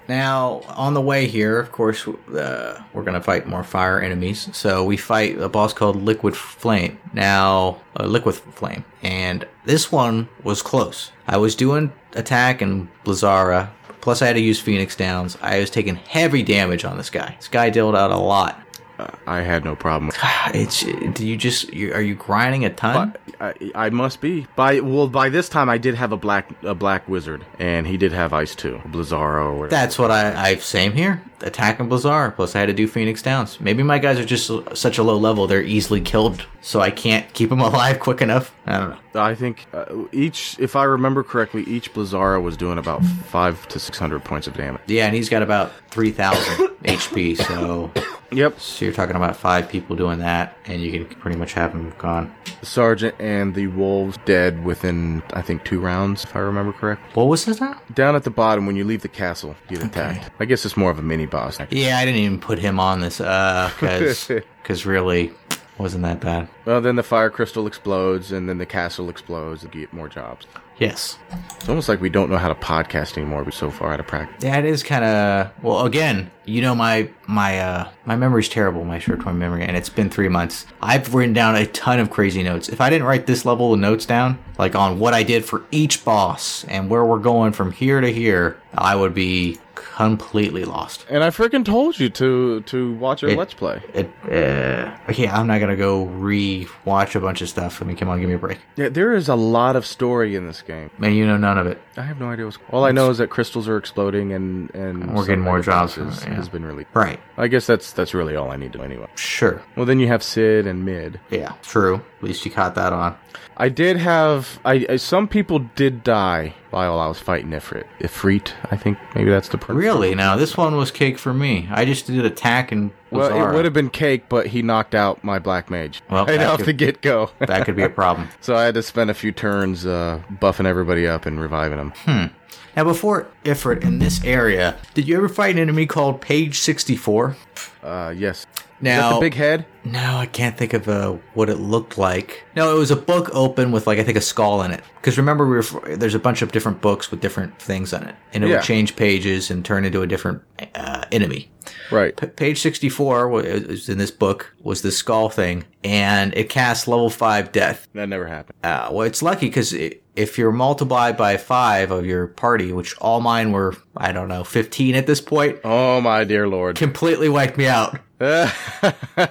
[SPEAKER 2] Now, on the way here, of course, uh, we're going to fight more fire enemies. So we fight a boss called Liquid Flame. Now, uh, Liquid Flame. And this one was close. I was doing attack and Blazara. Plus, I had to use Phoenix Downs. I was taking heavy damage on this guy. This guy dealt out a lot.
[SPEAKER 1] Uh, I had no problem.
[SPEAKER 2] It's do you just you, are you grinding a ton?
[SPEAKER 1] I, I must be by well by this time I did have a black a black wizard and he did have ice too Blizzaro or whatever.
[SPEAKER 2] That's what I, I same here. Attack and Blizzard. Plus, I had to do Phoenix Downs. Maybe my guys are just such a low level; they're easily killed, so I can't keep them alive quick enough. I don't know.
[SPEAKER 1] I think uh, each if I remember correctly each Blizzaro was doing about five to six hundred points of damage.
[SPEAKER 2] Yeah, and he's got about three thousand HP, so
[SPEAKER 1] Yep,
[SPEAKER 2] so you're talking about five people doing that, and you can pretty much have them gone.
[SPEAKER 1] sergeant and the wolves dead within I think two rounds if I remember correct.
[SPEAKER 2] What was this now?
[SPEAKER 1] Down at the bottom when you leave the castle you get attacked. I guess it's more of a mini boss.
[SPEAKER 2] Yeah, I didn't even put him on this, uh, because really wasn't that bad.
[SPEAKER 1] Well then the fire crystal explodes and then the castle explodes and you get more jobs.
[SPEAKER 2] Yes.
[SPEAKER 1] It's almost like we don't know how to podcast anymore. We're so far out of practice.
[SPEAKER 2] Yeah, it is kind of well. Again, you know my my uh my memory's terrible, my short term memory, and it's been three months. I've written down a ton of crazy notes. If I didn't write this level of notes down, like on what I did for each boss and where we're going from here to here, I would be completely lost.
[SPEAKER 1] And I freaking told you to to watch our
[SPEAKER 2] It-
[SPEAKER 1] let's play.
[SPEAKER 2] It, uh, okay, I'm not gonna go re-watch a bunch of stuff. I mean, come on, give me a break.
[SPEAKER 1] Yeah, there is a lot of story in this game.
[SPEAKER 2] Man, you know none of it.
[SPEAKER 1] I have no idea what's. All I know is that crystals are exploding and and
[SPEAKER 2] We're getting more
[SPEAKER 1] some other
[SPEAKER 2] jobs
[SPEAKER 1] things
[SPEAKER 2] from it, yeah.
[SPEAKER 1] Has been really.
[SPEAKER 2] Right?
[SPEAKER 1] I guess that's that's really all I need to know anyway.
[SPEAKER 2] Sure.
[SPEAKER 1] Well, then you have Sid and Mid.
[SPEAKER 2] Yeah. True. At least you caught that on.
[SPEAKER 1] I did have. I, I some people did die while I was fighting Ifrit. Ifrit, I think maybe that's the pronoun.
[SPEAKER 2] Really? Now this one was cake for me. I just did attack and
[SPEAKER 1] Well,
[SPEAKER 2] Lazara.
[SPEAKER 1] it would have been Cake, but he knocked out my black mage
[SPEAKER 2] Well,
[SPEAKER 1] right
[SPEAKER 2] that
[SPEAKER 1] off
[SPEAKER 2] could-
[SPEAKER 1] the get go.
[SPEAKER 2] that could be a problem.
[SPEAKER 1] so I had to spend a few turns uh, buffing everybody up and reviving them.
[SPEAKER 2] Now before Ifrit in this area, did you ever fight an enemy called Page Sixty Four?
[SPEAKER 1] Uh, yes. Is that
[SPEAKER 2] Hmm. Now
[SPEAKER 1] the big head?
[SPEAKER 2] No, I can't think of uh, what it looked like. No, it was a book open with like I think a skull in it. Because remember, we were there's a bunch of different books with different things on it, and it
[SPEAKER 1] Yeah.
[SPEAKER 2] would change pages and turn into a different uh, enemy.
[SPEAKER 1] Right.
[SPEAKER 2] P- page sixty four was in this book was this skull thing, and it cast level five death.
[SPEAKER 1] That never happened.
[SPEAKER 2] Uh, well, it's lucky because if you're multiplied by five of your party, which all mine were, I don't know, fifteen at this point,
[SPEAKER 1] Oh my dear lord.
[SPEAKER 2] completely wiped me out.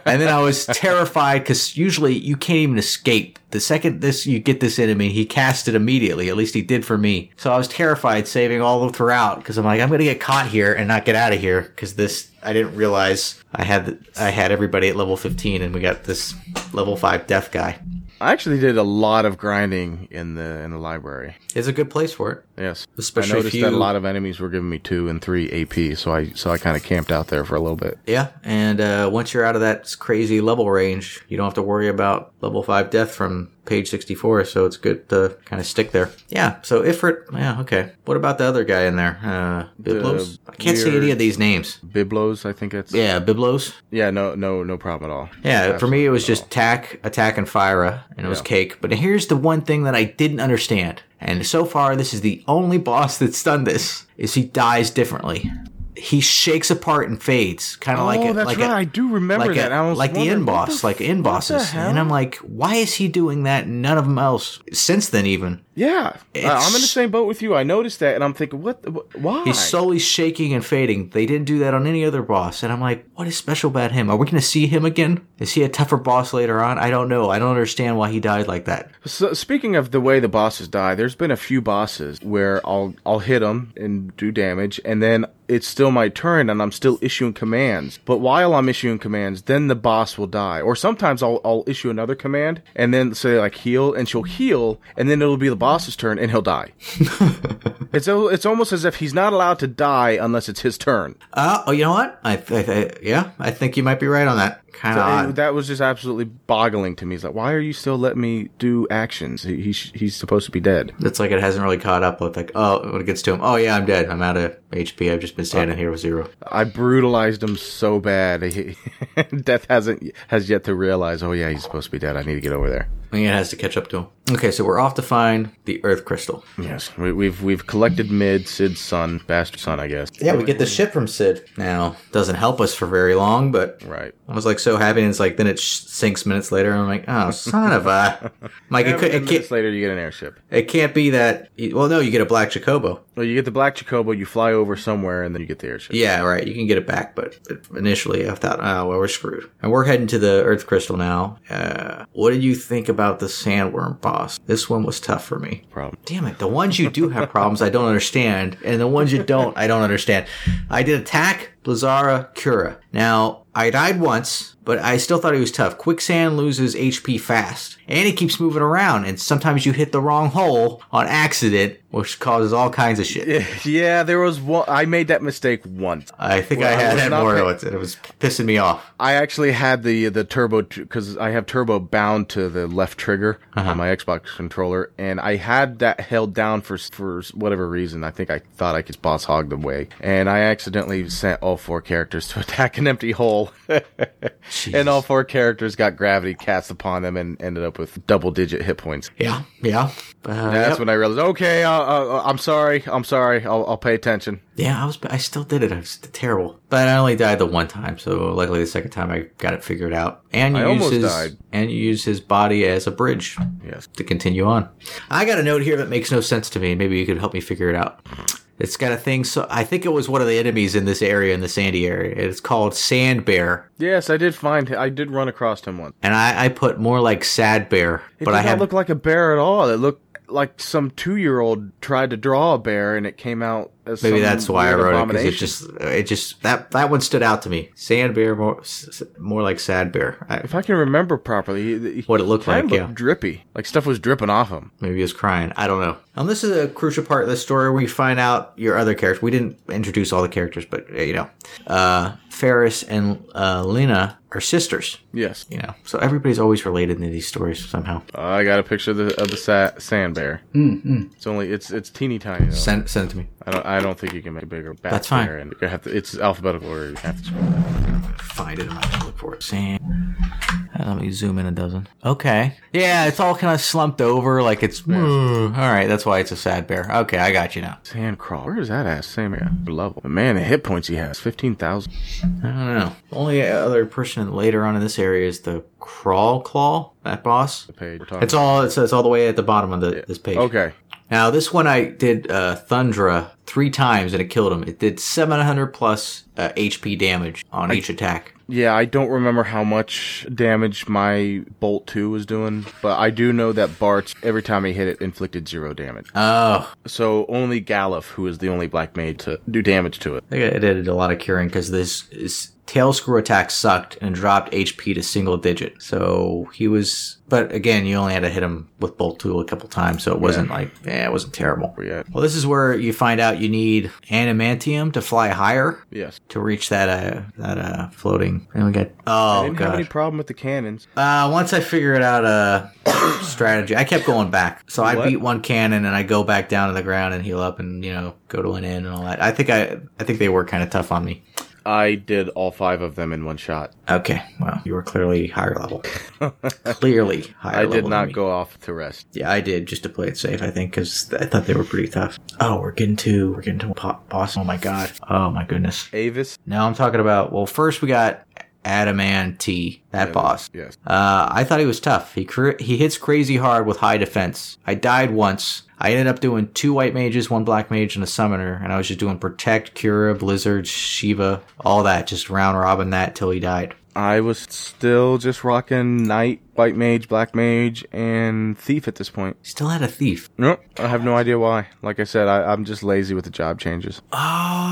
[SPEAKER 2] And then I was terrified because usually you can't even escape. The second this you get this enemy, he cast it immediately. At least he did for me. So I was terrified, saving all throughout because I'm like, I'm gonna get caught here and not get out of here because this. I didn't realize I had I had everybody at level 15, and we got this level five death guy.
[SPEAKER 1] I actually did a lot of grinding in the in the library.
[SPEAKER 2] It's a good place for it,
[SPEAKER 1] Yes.
[SPEAKER 2] especially
[SPEAKER 1] I noticed
[SPEAKER 2] if you.
[SPEAKER 1] that a lot of enemies were giving me two and three AP, so I so I kind of camped out there for a little bit.
[SPEAKER 2] yeah, and uh, once you're out of that crazy level range, you don't have to worry about level five death from page 64. So it's good to kind of stick there. Yeah. So Ifrit, yeah, okay. What about the other guy in there? Uh, Biblos. I can't see any
[SPEAKER 1] weird-
[SPEAKER 2] of these names.
[SPEAKER 1] Biblos, I think that's
[SPEAKER 2] Yeah, Biblos.
[SPEAKER 1] yeah no no no problem at all.
[SPEAKER 2] Yeah, for me it was
[SPEAKER 1] Absolutely
[SPEAKER 2] just attack, attack, and Fyra, and it was
[SPEAKER 1] Yeah.
[SPEAKER 2] cake. But here's the one thing that I didn't understand, and so far this is the only boss that's done this: is he dies differently. He shakes apart and fades, kind of
[SPEAKER 1] no.
[SPEAKER 2] like
[SPEAKER 1] oh,
[SPEAKER 2] a,
[SPEAKER 1] that's
[SPEAKER 2] like
[SPEAKER 1] right.
[SPEAKER 2] a-
[SPEAKER 1] I do remember
[SPEAKER 2] like,
[SPEAKER 1] that.
[SPEAKER 2] a-
[SPEAKER 1] I was
[SPEAKER 2] like the
[SPEAKER 1] wondering,
[SPEAKER 2] end
[SPEAKER 1] what
[SPEAKER 2] boss,
[SPEAKER 1] the
[SPEAKER 2] like end
[SPEAKER 1] what the
[SPEAKER 2] bosses. And
[SPEAKER 1] hell?
[SPEAKER 2] I'm like, why is he doing that? None of them else since then even.
[SPEAKER 1] Yeah, I- I'm in the
[SPEAKER 2] It's-
[SPEAKER 1] same boat with you. I noticed that, and I'm thinking, what? the- wh- Why?
[SPEAKER 2] He's slowly shaking and fading. They didn't do that on any other boss. And I'm like, what is special about him? Are we going to see him again? Is he a tougher boss later on? I don't know. I don't understand why he died like that.
[SPEAKER 1] So, speaking of the way the bosses die, there's been a few bosses where I'll I'll hit them and do damage, and then it's still my turn, and I'm still issuing commands. But while I'm issuing commands, then the boss will die. Or sometimes I'll I'll issue another command, and then say like heal, and she'll heal, and then it'll be the boss's turn, and he'll die. it's al- it's almost as if he's not allowed to die unless it's his turn.
[SPEAKER 2] Uh, oh, you know what? I, I, I yeah, I think you might be right on that. Kind of
[SPEAKER 1] It-
[SPEAKER 2] odd.
[SPEAKER 1] that was just absolutely boggling to me. It's like, why are you still letting me do actions? He, he sh- he's supposed to be dead.
[SPEAKER 2] It's like it hasn't really caught up with like, oh, when it gets to him, oh yeah, I'm dead. I'm out of HP. I've just been standing here with zero.
[SPEAKER 1] I brutalized him so bad. He, Death hasn't has yet to realize. Oh yeah, he's supposed to be dead. I need to get over there.
[SPEAKER 2] I think it has to catch up to him. Okay, so we're off to find the Earth Crystal.
[SPEAKER 1] Yes, we, we've we've collected Mid Sid's son, bastard son, I guess.
[SPEAKER 2] Yeah, we get the ship from Sid. Now, doesn't help us for very long, but
[SPEAKER 1] Right.
[SPEAKER 2] I was like so happy, and it's like then it sh- sinks minutes later, and I'm like, oh, son of a. I'm Like, it, could,
[SPEAKER 1] Ten
[SPEAKER 2] it,
[SPEAKER 1] minutes
[SPEAKER 2] can't,
[SPEAKER 1] later, you get an airship.
[SPEAKER 2] it can't be that. e-, Well, no, you get a black Jacobo.
[SPEAKER 1] Well, you get the black Jacobo. You fly over somewhere, and then you get the airship.
[SPEAKER 2] Yeah, right. You can get it back, but initially I thought, oh, well, we're screwed. And we're heading to the Earth Crystal now. Uh, what did you think about the Sandworm boss? This one was tough for me.
[SPEAKER 1] Problem.
[SPEAKER 2] Damn it. The ones you do have problems, I don't understand. And the ones you don't, I don't understand. I did attack, Lazara, Cura. Now, I died once, but I still thought he was tough. Quicksand loses HP fast. And he keeps moving around, and sometimes you hit the wrong hole on accident, which causes all kinds of shit.
[SPEAKER 1] yeah, there was one. I made that mistake once.
[SPEAKER 2] I think
[SPEAKER 1] Well,
[SPEAKER 2] I
[SPEAKER 1] I
[SPEAKER 2] had
[SPEAKER 1] was
[SPEAKER 2] had
[SPEAKER 1] not
[SPEAKER 2] more
[SPEAKER 1] pay-
[SPEAKER 2] of it, and it was pissing me off.
[SPEAKER 1] I actually had the the turbo because I have turbo bound to the left trigger on my Xbox controller, and I had that held down for for whatever reason. I think I thought I could boss hog the way, and I accidentally sent all four characters to attack an empty hole, and all four characters got gravity cast upon them and ended up with double digit hit points.
[SPEAKER 2] Yeah, yeah. Uh,
[SPEAKER 1] That's
[SPEAKER 2] yep.
[SPEAKER 1] when I realized, okay, uh, uh, I'm sorry, I'm sorry, I'll, I'll pay attention.
[SPEAKER 2] yeah, I was. I still did it. I was terrible, but I only died the one time. So luckily, the second time I got it figured out. And you
[SPEAKER 1] I
[SPEAKER 2] use
[SPEAKER 1] almost
[SPEAKER 2] his
[SPEAKER 1] died.
[SPEAKER 2] and you use his body as a bridge
[SPEAKER 1] Yes.
[SPEAKER 2] to continue on. I got a note here that makes no sense to me. Maybe you could help me figure it out. It's got a thing. So I think it was one of the enemies in this area, in the sandy area. It's called Sand Bear,
[SPEAKER 1] Yes, I did find I did run across him once.
[SPEAKER 2] and I, I put more like Sad Bear,
[SPEAKER 1] It
[SPEAKER 2] but
[SPEAKER 1] did
[SPEAKER 2] I
[SPEAKER 1] not
[SPEAKER 2] have
[SPEAKER 1] look like a bear at all. It looked like some two-year-old tried to draw a bear, and it came out as
[SPEAKER 2] Maybe
[SPEAKER 1] some
[SPEAKER 2] that's why I
[SPEAKER 1] weird
[SPEAKER 2] wrote it because it
[SPEAKER 1] abomination.
[SPEAKER 2] just it just that that one stood out to me. Sand bear more s- s- more like sad bear. I,
[SPEAKER 1] If I can remember properly, he- he
[SPEAKER 2] What it looked
[SPEAKER 1] kinda
[SPEAKER 2] like,
[SPEAKER 1] looked
[SPEAKER 2] yeah.
[SPEAKER 1] drippy. Like stuff was dripping off him.
[SPEAKER 2] maybe he was crying. I don't know. And this is a crucial part of the story where you find out your other characters. We didn't introduce all the characters, but uh, you know, uh, Ferris and uh, Lena are sisters.
[SPEAKER 1] Yes,
[SPEAKER 2] You know, so everybody's always related in these stories somehow.
[SPEAKER 1] I got a picture of the, of the sa- sand bear.
[SPEAKER 2] Mm-hmm.
[SPEAKER 1] It's only it's it's teeny tiny though.
[SPEAKER 2] Send send it to me.
[SPEAKER 1] I don't I don't think you can make a bigger. Bat
[SPEAKER 2] That's fine.
[SPEAKER 1] bear, and you have to, it's alphabetical order. You have to scroll.
[SPEAKER 2] find it. I'm not gonna look for it. Sand. Uh, Let me zoom in a dozen. Okay. Yeah, it's all kind of slumped over, like it's. hmm, All right, that's why it's a sad bear. Okay, I got you now.
[SPEAKER 1] Sand crawl. Where is that at? Same area. level. But man, the hit points he has fifteen thousand.
[SPEAKER 2] I don't know. Only other person later on in this area is the crawl claw. That boss.
[SPEAKER 1] Page. We're talking
[SPEAKER 2] It's all. It says all the way at the bottom of the, this page.
[SPEAKER 1] okay.
[SPEAKER 2] Now this one I did uh, Thundra three times and it killed him. It did 700 plus uh, HP damage on each attack.
[SPEAKER 1] Yeah, I don't remember how much damage my Bolt 2 was doing, but I do know that Bart, every time he hit it, inflicted zero damage.
[SPEAKER 2] Oh,
[SPEAKER 1] So only Galif, who is the only black mage to do damage to it.
[SPEAKER 2] I think I did a lot of curing because this is tail screw attack sucked and dropped HP to single digit. So he was, but again, you only had to hit him with bolt tool a couple times, so it wasn't like, yeah, it wasn't terrible.
[SPEAKER 1] Yeah.
[SPEAKER 2] Well, this is where you find out you need animantium to fly higher
[SPEAKER 1] Yes.
[SPEAKER 2] to reach that uh that uh floating. And we got oh
[SPEAKER 1] Didn't have
[SPEAKER 2] god.
[SPEAKER 1] any problem with the cannons.
[SPEAKER 2] Uh, once I figured out a strategy, I kept going back. So I
[SPEAKER 1] What?
[SPEAKER 2] beat one cannon, and I go back down to the ground and heal up, and you know, go to an end and all that. I think I, I think they were kind of tough on me.
[SPEAKER 1] I did all five of them in one shot.
[SPEAKER 2] Okay, well, you were clearly higher level. clearly higher
[SPEAKER 1] I
[SPEAKER 2] level.
[SPEAKER 1] did
[SPEAKER 2] than
[SPEAKER 1] not
[SPEAKER 2] me.
[SPEAKER 1] go off to rest.
[SPEAKER 2] Yeah, I did just to play it safe. I think because I thought they were pretty tough. Oh, we're getting to we're getting to po- boss. Oh my god. Oh my goodness.
[SPEAKER 1] Avis?
[SPEAKER 2] Now I'm talking about. Well, first we got Adamant, that boss.
[SPEAKER 1] Yes.
[SPEAKER 2] Uh, I thought he was tough. He cr- he hits crazy hard with high defense. I died once. I ended up doing two white mages, one black mage, and a summoner, and I was just doing protect, cura, blizzard, Shiva, all that, just round robin that till he died.
[SPEAKER 1] I was still just rocking Knight, White Mage, Black Mage, and Thief at this point.
[SPEAKER 2] Still had a thief.
[SPEAKER 1] Nope. I have no idea why. Like I said, I, I'm just lazy with the job changes.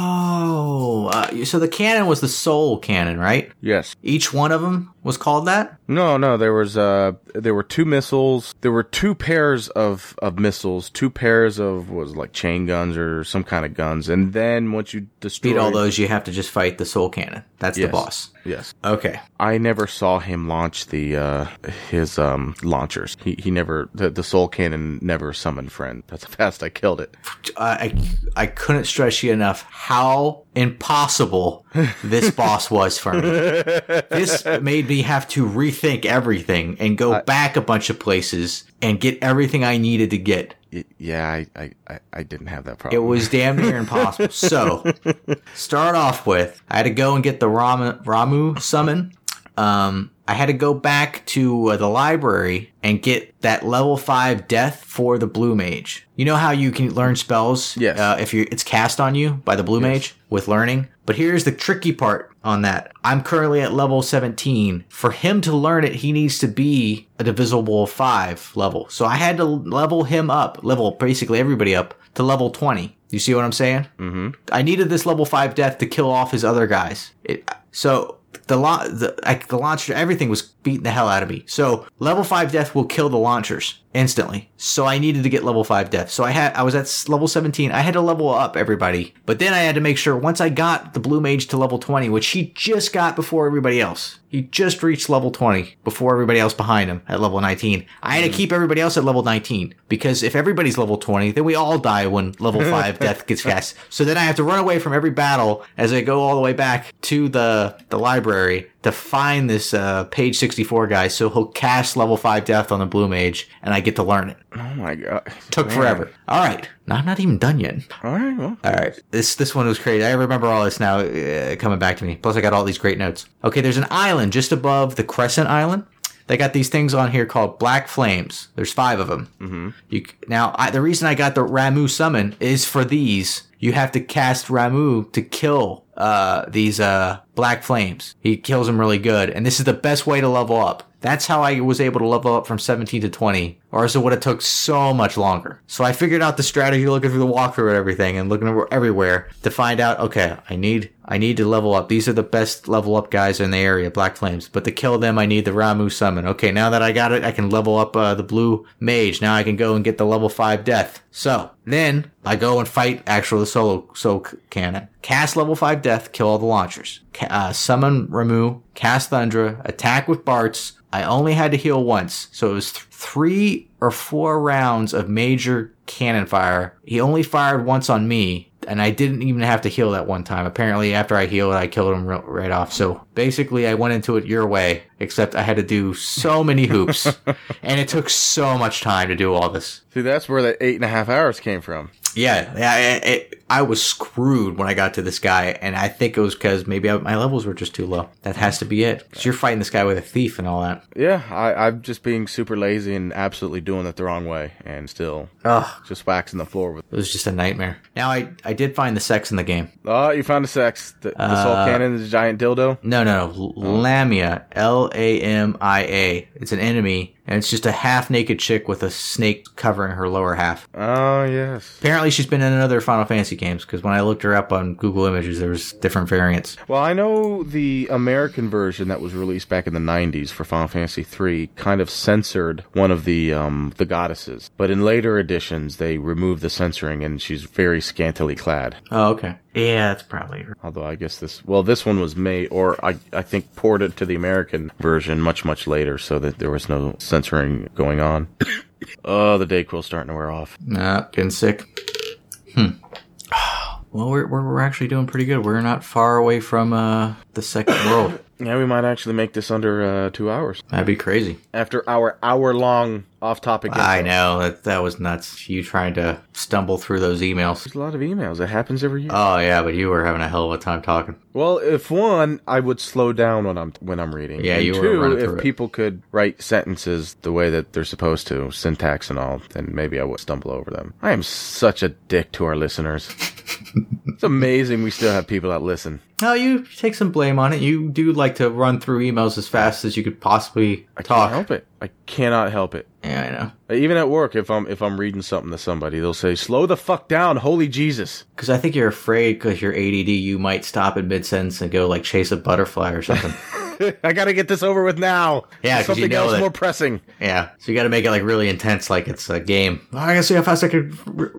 [SPEAKER 2] Oh, uh, so the cannon was the soul cannon, right?
[SPEAKER 1] Yes.
[SPEAKER 2] Each one of them was called that.
[SPEAKER 1] No, no, there was uh there were two missiles. There were two pairs of of missiles, two pairs of what was it, like chain guns or some kind of guns. And then once you destroy
[SPEAKER 2] Beat all those, you have to just fight the soul cannon. That's the
[SPEAKER 1] Yes.
[SPEAKER 2] boss.
[SPEAKER 1] Yes.
[SPEAKER 2] Okay.
[SPEAKER 1] I never saw him launch the uh his um launchers. He he never the, the soul cannon never summoned friend. That's how fast I killed it.
[SPEAKER 2] I, I I couldn't stress you enough how impossible this boss was for me. This made me have to rethink everything and go back a bunch of places and get everything I needed to get.
[SPEAKER 1] Y- yeah, I, I I I didn't have that
[SPEAKER 2] It
[SPEAKER 1] problem.
[SPEAKER 2] was damn near impossible. So, start off with I had to go and get the Ram- Ramu summon. Um, I had to go back to uh, the library and get that level five death for the blue mage. You know how you can learn spells,
[SPEAKER 1] Yes.
[SPEAKER 2] uh, if you it's cast on you by the blue mage with learning. But here's the tricky part on that. I'm currently at level 17. For him to learn it, he needs to be a divisible five level. So I had to level him up, level basically everybody up to level 20. You see what I'm saying?
[SPEAKER 1] Mhm.
[SPEAKER 2] I needed this level five death to kill off his other guys. It, so the la- the, I, the launcher everything was beating the hell out of me. So level five death will kill the launchers instantly. So I needed to get level five death. So I had I was at s- level seventeen. I had to level up everybody, but then I had to make sure once I got the blue mage to level twenty, which he just got before everybody else. He just reached level twenty before everybody else behind him at level nineteen. I had to keep everybody else at level nineteen because if everybody's level twenty, then we all die when level five death gets cast. So then I have to run away from every battle as I go all the way back to the the library to find this uh, page 64 guy so he'll cast level 5 death on the blue mage and I get to learn it.
[SPEAKER 1] Oh my god.
[SPEAKER 2] Took
[SPEAKER 1] Man.
[SPEAKER 2] forever. All right. No, I'm not even done yet.
[SPEAKER 1] All right. Well,
[SPEAKER 2] All right. This this one was crazy. I remember all this now uh, coming back to me. Plus I got all these great notes. Okay, there's an island just above the Crescent Island. They got these things on here called black flames. There's 5 of them.
[SPEAKER 1] hmm
[SPEAKER 2] You c- now I, the reason I got the Ramu summon is for these. You have to cast Ramu to kill uh, these uh, black flames. He kills them really good, and this is the best way to level up. That's how I was able to level up from 17 to 20, or else it would have took so much longer. So I figured out the strategy looking through the walkthrough and everything and looking over- everywhere to find out, okay, I need I need to level up. These are the best level up guys in the area, Black Flames. But to kill them, I need the Ramu summon. Okay, now that I got it, I can level up uh, the Blue Mage. Now I can go and get the level five Death. So then I go and fight actual the solo soul c- cannon. Cast level five Death, kill all the launchers. Ca- uh, summon Ramu, cast Thundra, attack with Barts. I only had to heal once, so it was th- three or four rounds of major cannon fire. He only fired once on me, and I didn't even have to heal that one time. Apparently, after I healed, I killed him ri- right off. So basically, I went into it your way, except I had to do so many hoops, and it took so much time to do all this.
[SPEAKER 1] see, that's where that eight and a half hours came from.
[SPEAKER 2] Yeah, yeah. It, it, I was screwed when I got to this guy, and I think it was because maybe I, my levels were just too low. That has to be it. 'Cause you're fighting this guy with a thief and all that.
[SPEAKER 1] Yeah, I, I'm just being super lazy and absolutely doing it the wrong way, and still
[SPEAKER 2] Ugh,
[SPEAKER 1] just waxing the floor with.
[SPEAKER 2] it was just a nightmare. Now I, I did find the sex in the game.
[SPEAKER 1] Oh, you found a sex. The, the soul
[SPEAKER 2] Uh,
[SPEAKER 1] cannon is a giant dildo.
[SPEAKER 2] No, no, no. L- Lamia. L A M I A. It's an enemy, and it's just a half naked chick with a snake covering her lower half.
[SPEAKER 1] Oh yes.
[SPEAKER 2] Apparently, she's been in another Final Fantasy games because when I looked her up on Google Images, there was different variants.
[SPEAKER 1] Well, I know the American version that was released back in the '90s for Final Fantasy III kind of censored one of the um, the goddesses, but in later editions they removed the censoring, and she's very scantily clad.
[SPEAKER 2] Oh, okay. Yeah, that's probably her.
[SPEAKER 1] Although I guess this, well, this one was made, or I, I think ported to the American version much, much later, so that there was no censoring going on. oh, the Dayquil's starting to wear off.
[SPEAKER 2] Nah, getting sick. Hmm. Well, we're, we're, we're actually doing pretty good. We're not far away from uh, the second world.
[SPEAKER 1] Yeah, we might actually make this under uh, two hours
[SPEAKER 2] That'd be crazy.
[SPEAKER 1] after our hour-long off-topic.
[SPEAKER 2] I
[SPEAKER 1] intro.
[SPEAKER 2] know. That, that was nuts. You trying to stumble through those emails.
[SPEAKER 1] There's a lot of emails. It happens every year.
[SPEAKER 2] Oh, yeah, but you were having a hell of a time talking.
[SPEAKER 1] well, if one, I would slow down when I'm when I'm reading.
[SPEAKER 2] Yeah,
[SPEAKER 1] and
[SPEAKER 2] you were
[SPEAKER 1] two,
[SPEAKER 2] running
[SPEAKER 1] if
[SPEAKER 2] through it.
[SPEAKER 1] people could write sentences the way that they're supposed to, syntax and all, then maybe I would stumble over them. I am such a dick to our listeners. it's amazing we still have people that listen.
[SPEAKER 2] No, you take some blame on it. You do like to run through emails as fast as you could possibly
[SPEAKER 1] I
[SPEAKER 2] talk.
[SPEAKER 1] can't help it. I cannot help it.
[SPEAKER 2] Yeah, I know.
[SPEAKER 1] Even at work, if I'm if I'm reading something to somebody, they'll say, "Slow the fuck down, holy Jesus!"
[SPEAKER 2] Because I think you're afraid because you're ADD, you might stop in mid sentence and go like chase a butterfly or something.
[SPEAKER 1] I gotta get this over with now.
[SPEAKER 2] Yeah, 'cause you
[SPEAKER 1] something
[SPEAKER 2] know
[SPEAKER 1] else
[SPEAKER 2] that-
[SPEAKER 1] more pressing.
[SPEAKER 2] yeah. So you got to make it like really intense, like it's a game. I gotta see how fast I can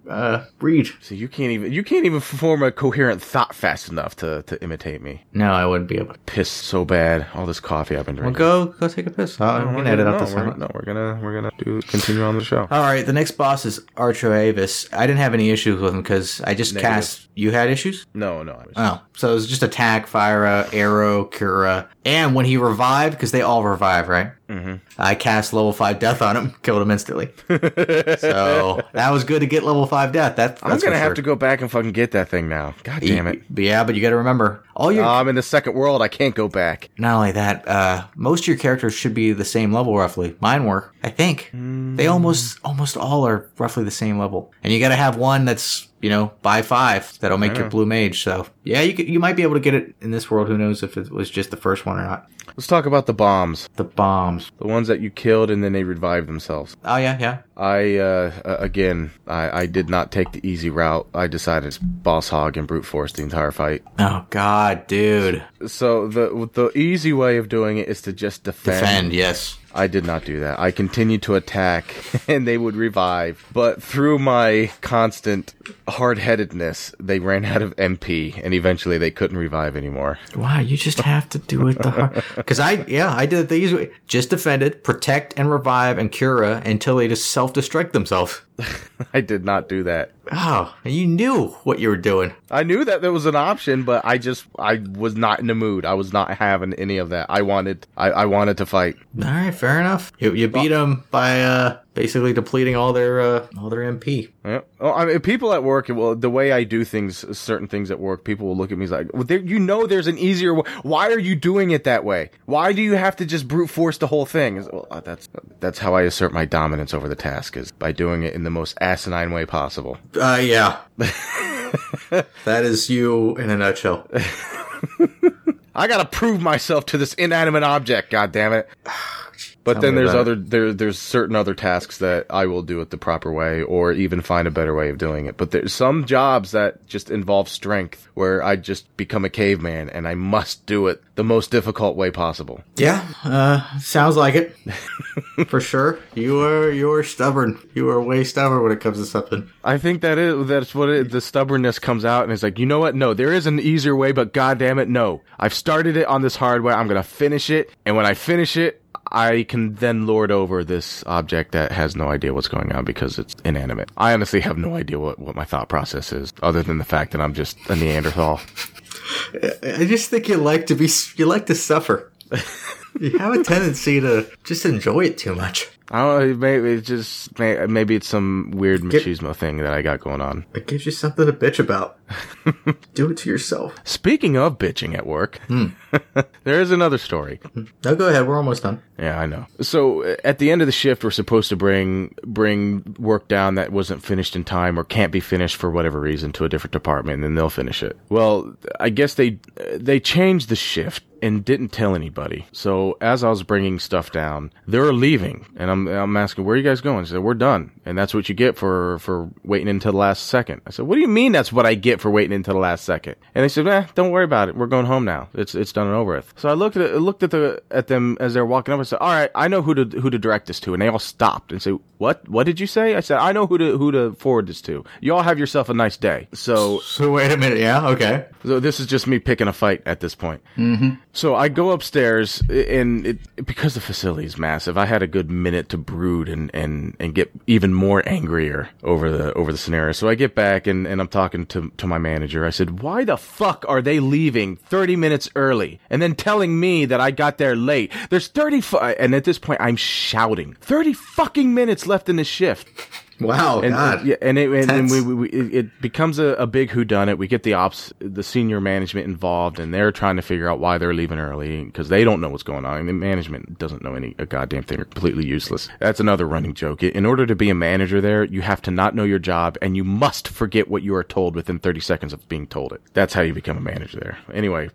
[SPEAKER 2] uh, read.
[SPEAKER 1] See, you can't even you can't even form a coherent thought fast enough to to imitate me.
[SPEAKER 2] No, I wouldn't be able to.
[SPEAKER 1] pissed so bad. All this coffee I've been
[SPEAKER 2] Well,
[SPEAKER 1] drinking.
[SPEAKER 2] go go take a piss. Uh,
[SPEAKER 1] No,
[SPEAKER 2] we
[SPEAKER 1] we're
[SPEAKER 2] can edit
[SPEAKER 1] gonna-
[SPEAKER 2] out
[SPEAKER 1] no,
[SPEAKER 2] this
[SPEAKER 1] we're,
[SPEAKER 2] one.
[SPEAKER 1] no, we're gonna we're gonna do continue on the show.
[SPEAKER 2] All right, the next boss is Archo Avis. I didn't have any issues with him because I just
[SPEAKER 1] Negative.
[SPEAKER 2] cast. You had issues?
[SPEAKER 1] No, no. I was-
[SPEAKER 2] Oh, so it was just attack, fire, uh, arrow, cura, and when he revived, because they all revive, right?
[SPEAKER 1] Mhm.
[SPEAKER 2] I cast level five death on him, killed him instantly. so that was good to get level five death. That, that's
[SPEAKER 1] I'm gonna
[SPEAKER 2] for
[SPEAKER 1] have
[SPEAKER 2] sure.
[SPEAKER 1] to go back and fucking get that thing now. God damn it! Uh, Ah,
[SPEAKER 2] Yeah, but you got to remember, all your
[SPEAKER 1] I'm in the second world. I can't go back.
[SPEAKER 2] not only that, uh, most of your characters should be the same level roughly. Mine were, I think.
[SPEAKER 1] Mm.
[SPEAKER 2] They almost almost all are roughly the same level, and you got to have one that's you know by five that'll make your blue mage. So yeah, you could, you might be able to get it in this world. Who knows if it was just the first one or not?
[SPEAKER 1] Let's talk about the bombs.
[SPEAKER 2] The bomb. bombs.
[SPEAKER 1] The ones that you killed and then they revived themselves.
[SPEAKER 2] Oh yeah, yeah.
[SPEAKER 1] I uh, uh, again, I, I did not take the easy route. I decided to boss hog and brute force the entire fight.
[SPEAKER 2] Oh god, dude.
[SPEAKER 1] So the the easy way of doing it is to just defend.
[SPEAKER 2] Defend, yes.
[SPEAKER 1] I did not do that. I continued to attack and they would revive. But through my constant hard headedness, they ran out of MP and eventually they couldn't revive anymore.
[SPEAKER 2] Wow, you just have to do it the hard. Because I, yeah, I did it the easy way. Just defended, protect, and revive and cura until they just self destruct themselves.
[SPEAKER 1] I did not do that.
[SPEAKER 2] Oh, and you knew what you were doing.
[SPEAKER 1] I knew that there was an option, but I just I was not in the mood. I was not having any of that. I wanted I, I wanted to fight.
[SPEAKER 2] All right, fair enough. You, you beat them by uh, basically depleting all their uh, all their MP.
[SPEAKER 1] Yeah. Well, I mean, people at work, well, the way I do things, certain things at work, people will look at me like, well, there, you know, there's an easier way. Why are you doing it that way? Why do you have to just brute force the whole thing? It's, well, uh, that's that's how I assert my dominance over the task is by doing it in the most asinine way possible.
[SPEAKER 2] Uh, yeah, that is you in a nutshell.
[SPEAKER 1] I gotta prove myself to this inanimate object. God damn it. But then
[SPEAKER 2] me
[SPEAKER 1] there's
[SPEAKER 2] about it.
[SPEAKER 1] other there there's certain other tasks that I will do it the proper way or even find a better way of doing it. But there's some jobs that just involve strength where I just become a caveman and I must do it the most difficult way possible.
[SPEAKER 2] Yeah, uh, sounds like it for sure. You are you're stubborn. You are way stubborn when it comes to something.
[SPEAKER 1] I think that is that's what it, the stubbornness comes out and it's like, you know what? No, there is an easier way, but god damn it, no. I've started it on this hard way. I'm gonna finish it, and when I finish it, I can then lord over this object that has no idea what's going on because it's inanimate. I honestly have no idea what, what my thought process is, other than the fact that I'm just a Neanderthal.
[SPEAKER 2] I just think you like to be you like to suffer. you have a tendency to just enjoy it too much.
[SPEAKER 1] I don't know, maybe it's just, may- maybe it's some weird
[SPEAKER 2] Get-
[SPEAKER 1] machismo thing that I got going on.
[SPEAKER 2] It gives you something to bitch about. Do it to yourself.
[SPEAKER 1] Speaking of bitching at work, there is another story.
[SPEAKER 2] No, go ahead. We're almost done.
[SPEAKER 1] Yeah, I know. So uh, at the end of the shift, we're supposed to bring bring work down that wasn't finished in time or can't be finished for whatever reason to a different department, and then they'll finish it. Well, I guess they uh, they changed the shift and didn't tell anybody. So as I was bringing stuff down, they're leaving, and I'm I'm asking where are you guys going? She said we're done, and that's what you get for for waiting until the last second. I said, what do you mean that's what I get for waiting until the last second? And they said, eh, don't worry about it. We're going home now. It's it's done and over with. So I looked at it, looked at the at them as they're walking up. I said, all right, I know who to who to direct this to, and they all stopped and said, what what did you say? I said, I know who to who to forward this to. You all have yourself a nice day. So
[SPEAKER 2] So wait a minute. Yeah. Okay.
[SPEAKER 1] so this is just me picking a fight at this point. Mm-hmm. So I go upstairs, and it, because the facility is massive, I had a good minute to brood and, and, and get even more angrier over the over the scenario. So I get back, and, and I'm talking to to my manager. I said, "Why the fuck are they leaving 30 minutes early, and then telling me that I got there late? There's 30, fu-, and at this point, I'm shouting, 30 fucking minutes left in the shift."
[SPEAKER 2] Wow.
[SPEAKER 1] and,
[SPEAKER 2] God.
[SPEAKER 1] and- yeah, and it, and, and
[SPEAKER 2] Tense.
[SPEAKER 1] we, we, we it it becomes a, a big whodunit. We get the ops, the senior management involved, and they're trying to figure out why they're leaving early because they don't know what's going on. And the management doesn't know any a goddamn thing. They're completely useless. That's another running joke. In order to be a manager there, you have to not know your job and you must forget what you are told within 30 seconds of being told it. That's how you become a manager there. Anyway,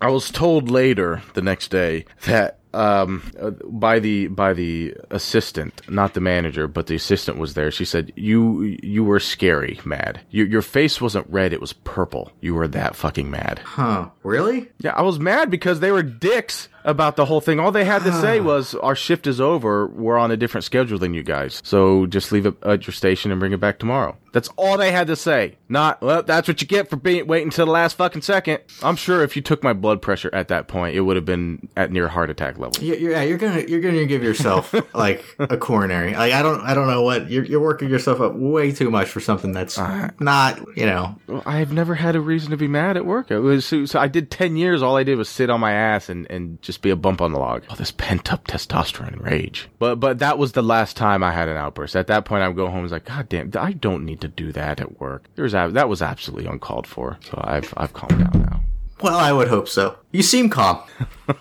[SPEAKER 1] I was told later the next day that um, uh, by the by the assistant, not the manager, but the assistant was there. She said, "You you were scary, mad. Your your face wasn't red; it was purple. You were that fucking mad."
[SPEAKER 2] huh. Really?
[SPEAKER 1] Yeah, I was mad because they were dicks about the whole thing. All they had to say was, "Our shift is over. We're on a different schedule than you guys. So just leave it at your station and bring it back tomorrow." That's all they had to say. Not, well, that's what you get for being waiting till the last fucking second. I'm sure if you took my blood pressure at that point, it would have been at near heart attack level.
[SPEAKER 2] You're, you're, yeah, you're gonna you're gonna give yourself like a coronary. Like I don't I don't know what you're, you're working yourself up way too much for something that's not you know.
[SPEAKER 1] Well, I've never had a reason to be mad at work. It was, so, so I did 10 years. All I did was sit on my ass and, and just be a bump on the log. All Oh, this pent up testosterone and rage. But, but that was the last time I had an outburst. At that point, I would go home and was like, God damn, I don't need to do that at work. There was, ab- that was absolutely uncalled for. So I've, I've calmed down now.
[SPEAKER 2] Well, I would hope so. You seem calm.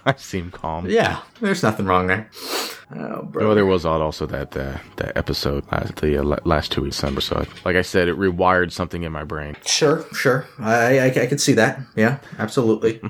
[SPEAKER 1] I seem calm.
[SPEAKER 2] Yeah, there's nothing wrong there. Oh, bro.
[SPEAKER 1] Oh, there was also that uh, that episode last the uh, la- last two weeks December. So, I, like I said, it rewired something in my brain.
[SPEAKER 2] Sure, sure. I, I, I could see that. Yeah, absolutely.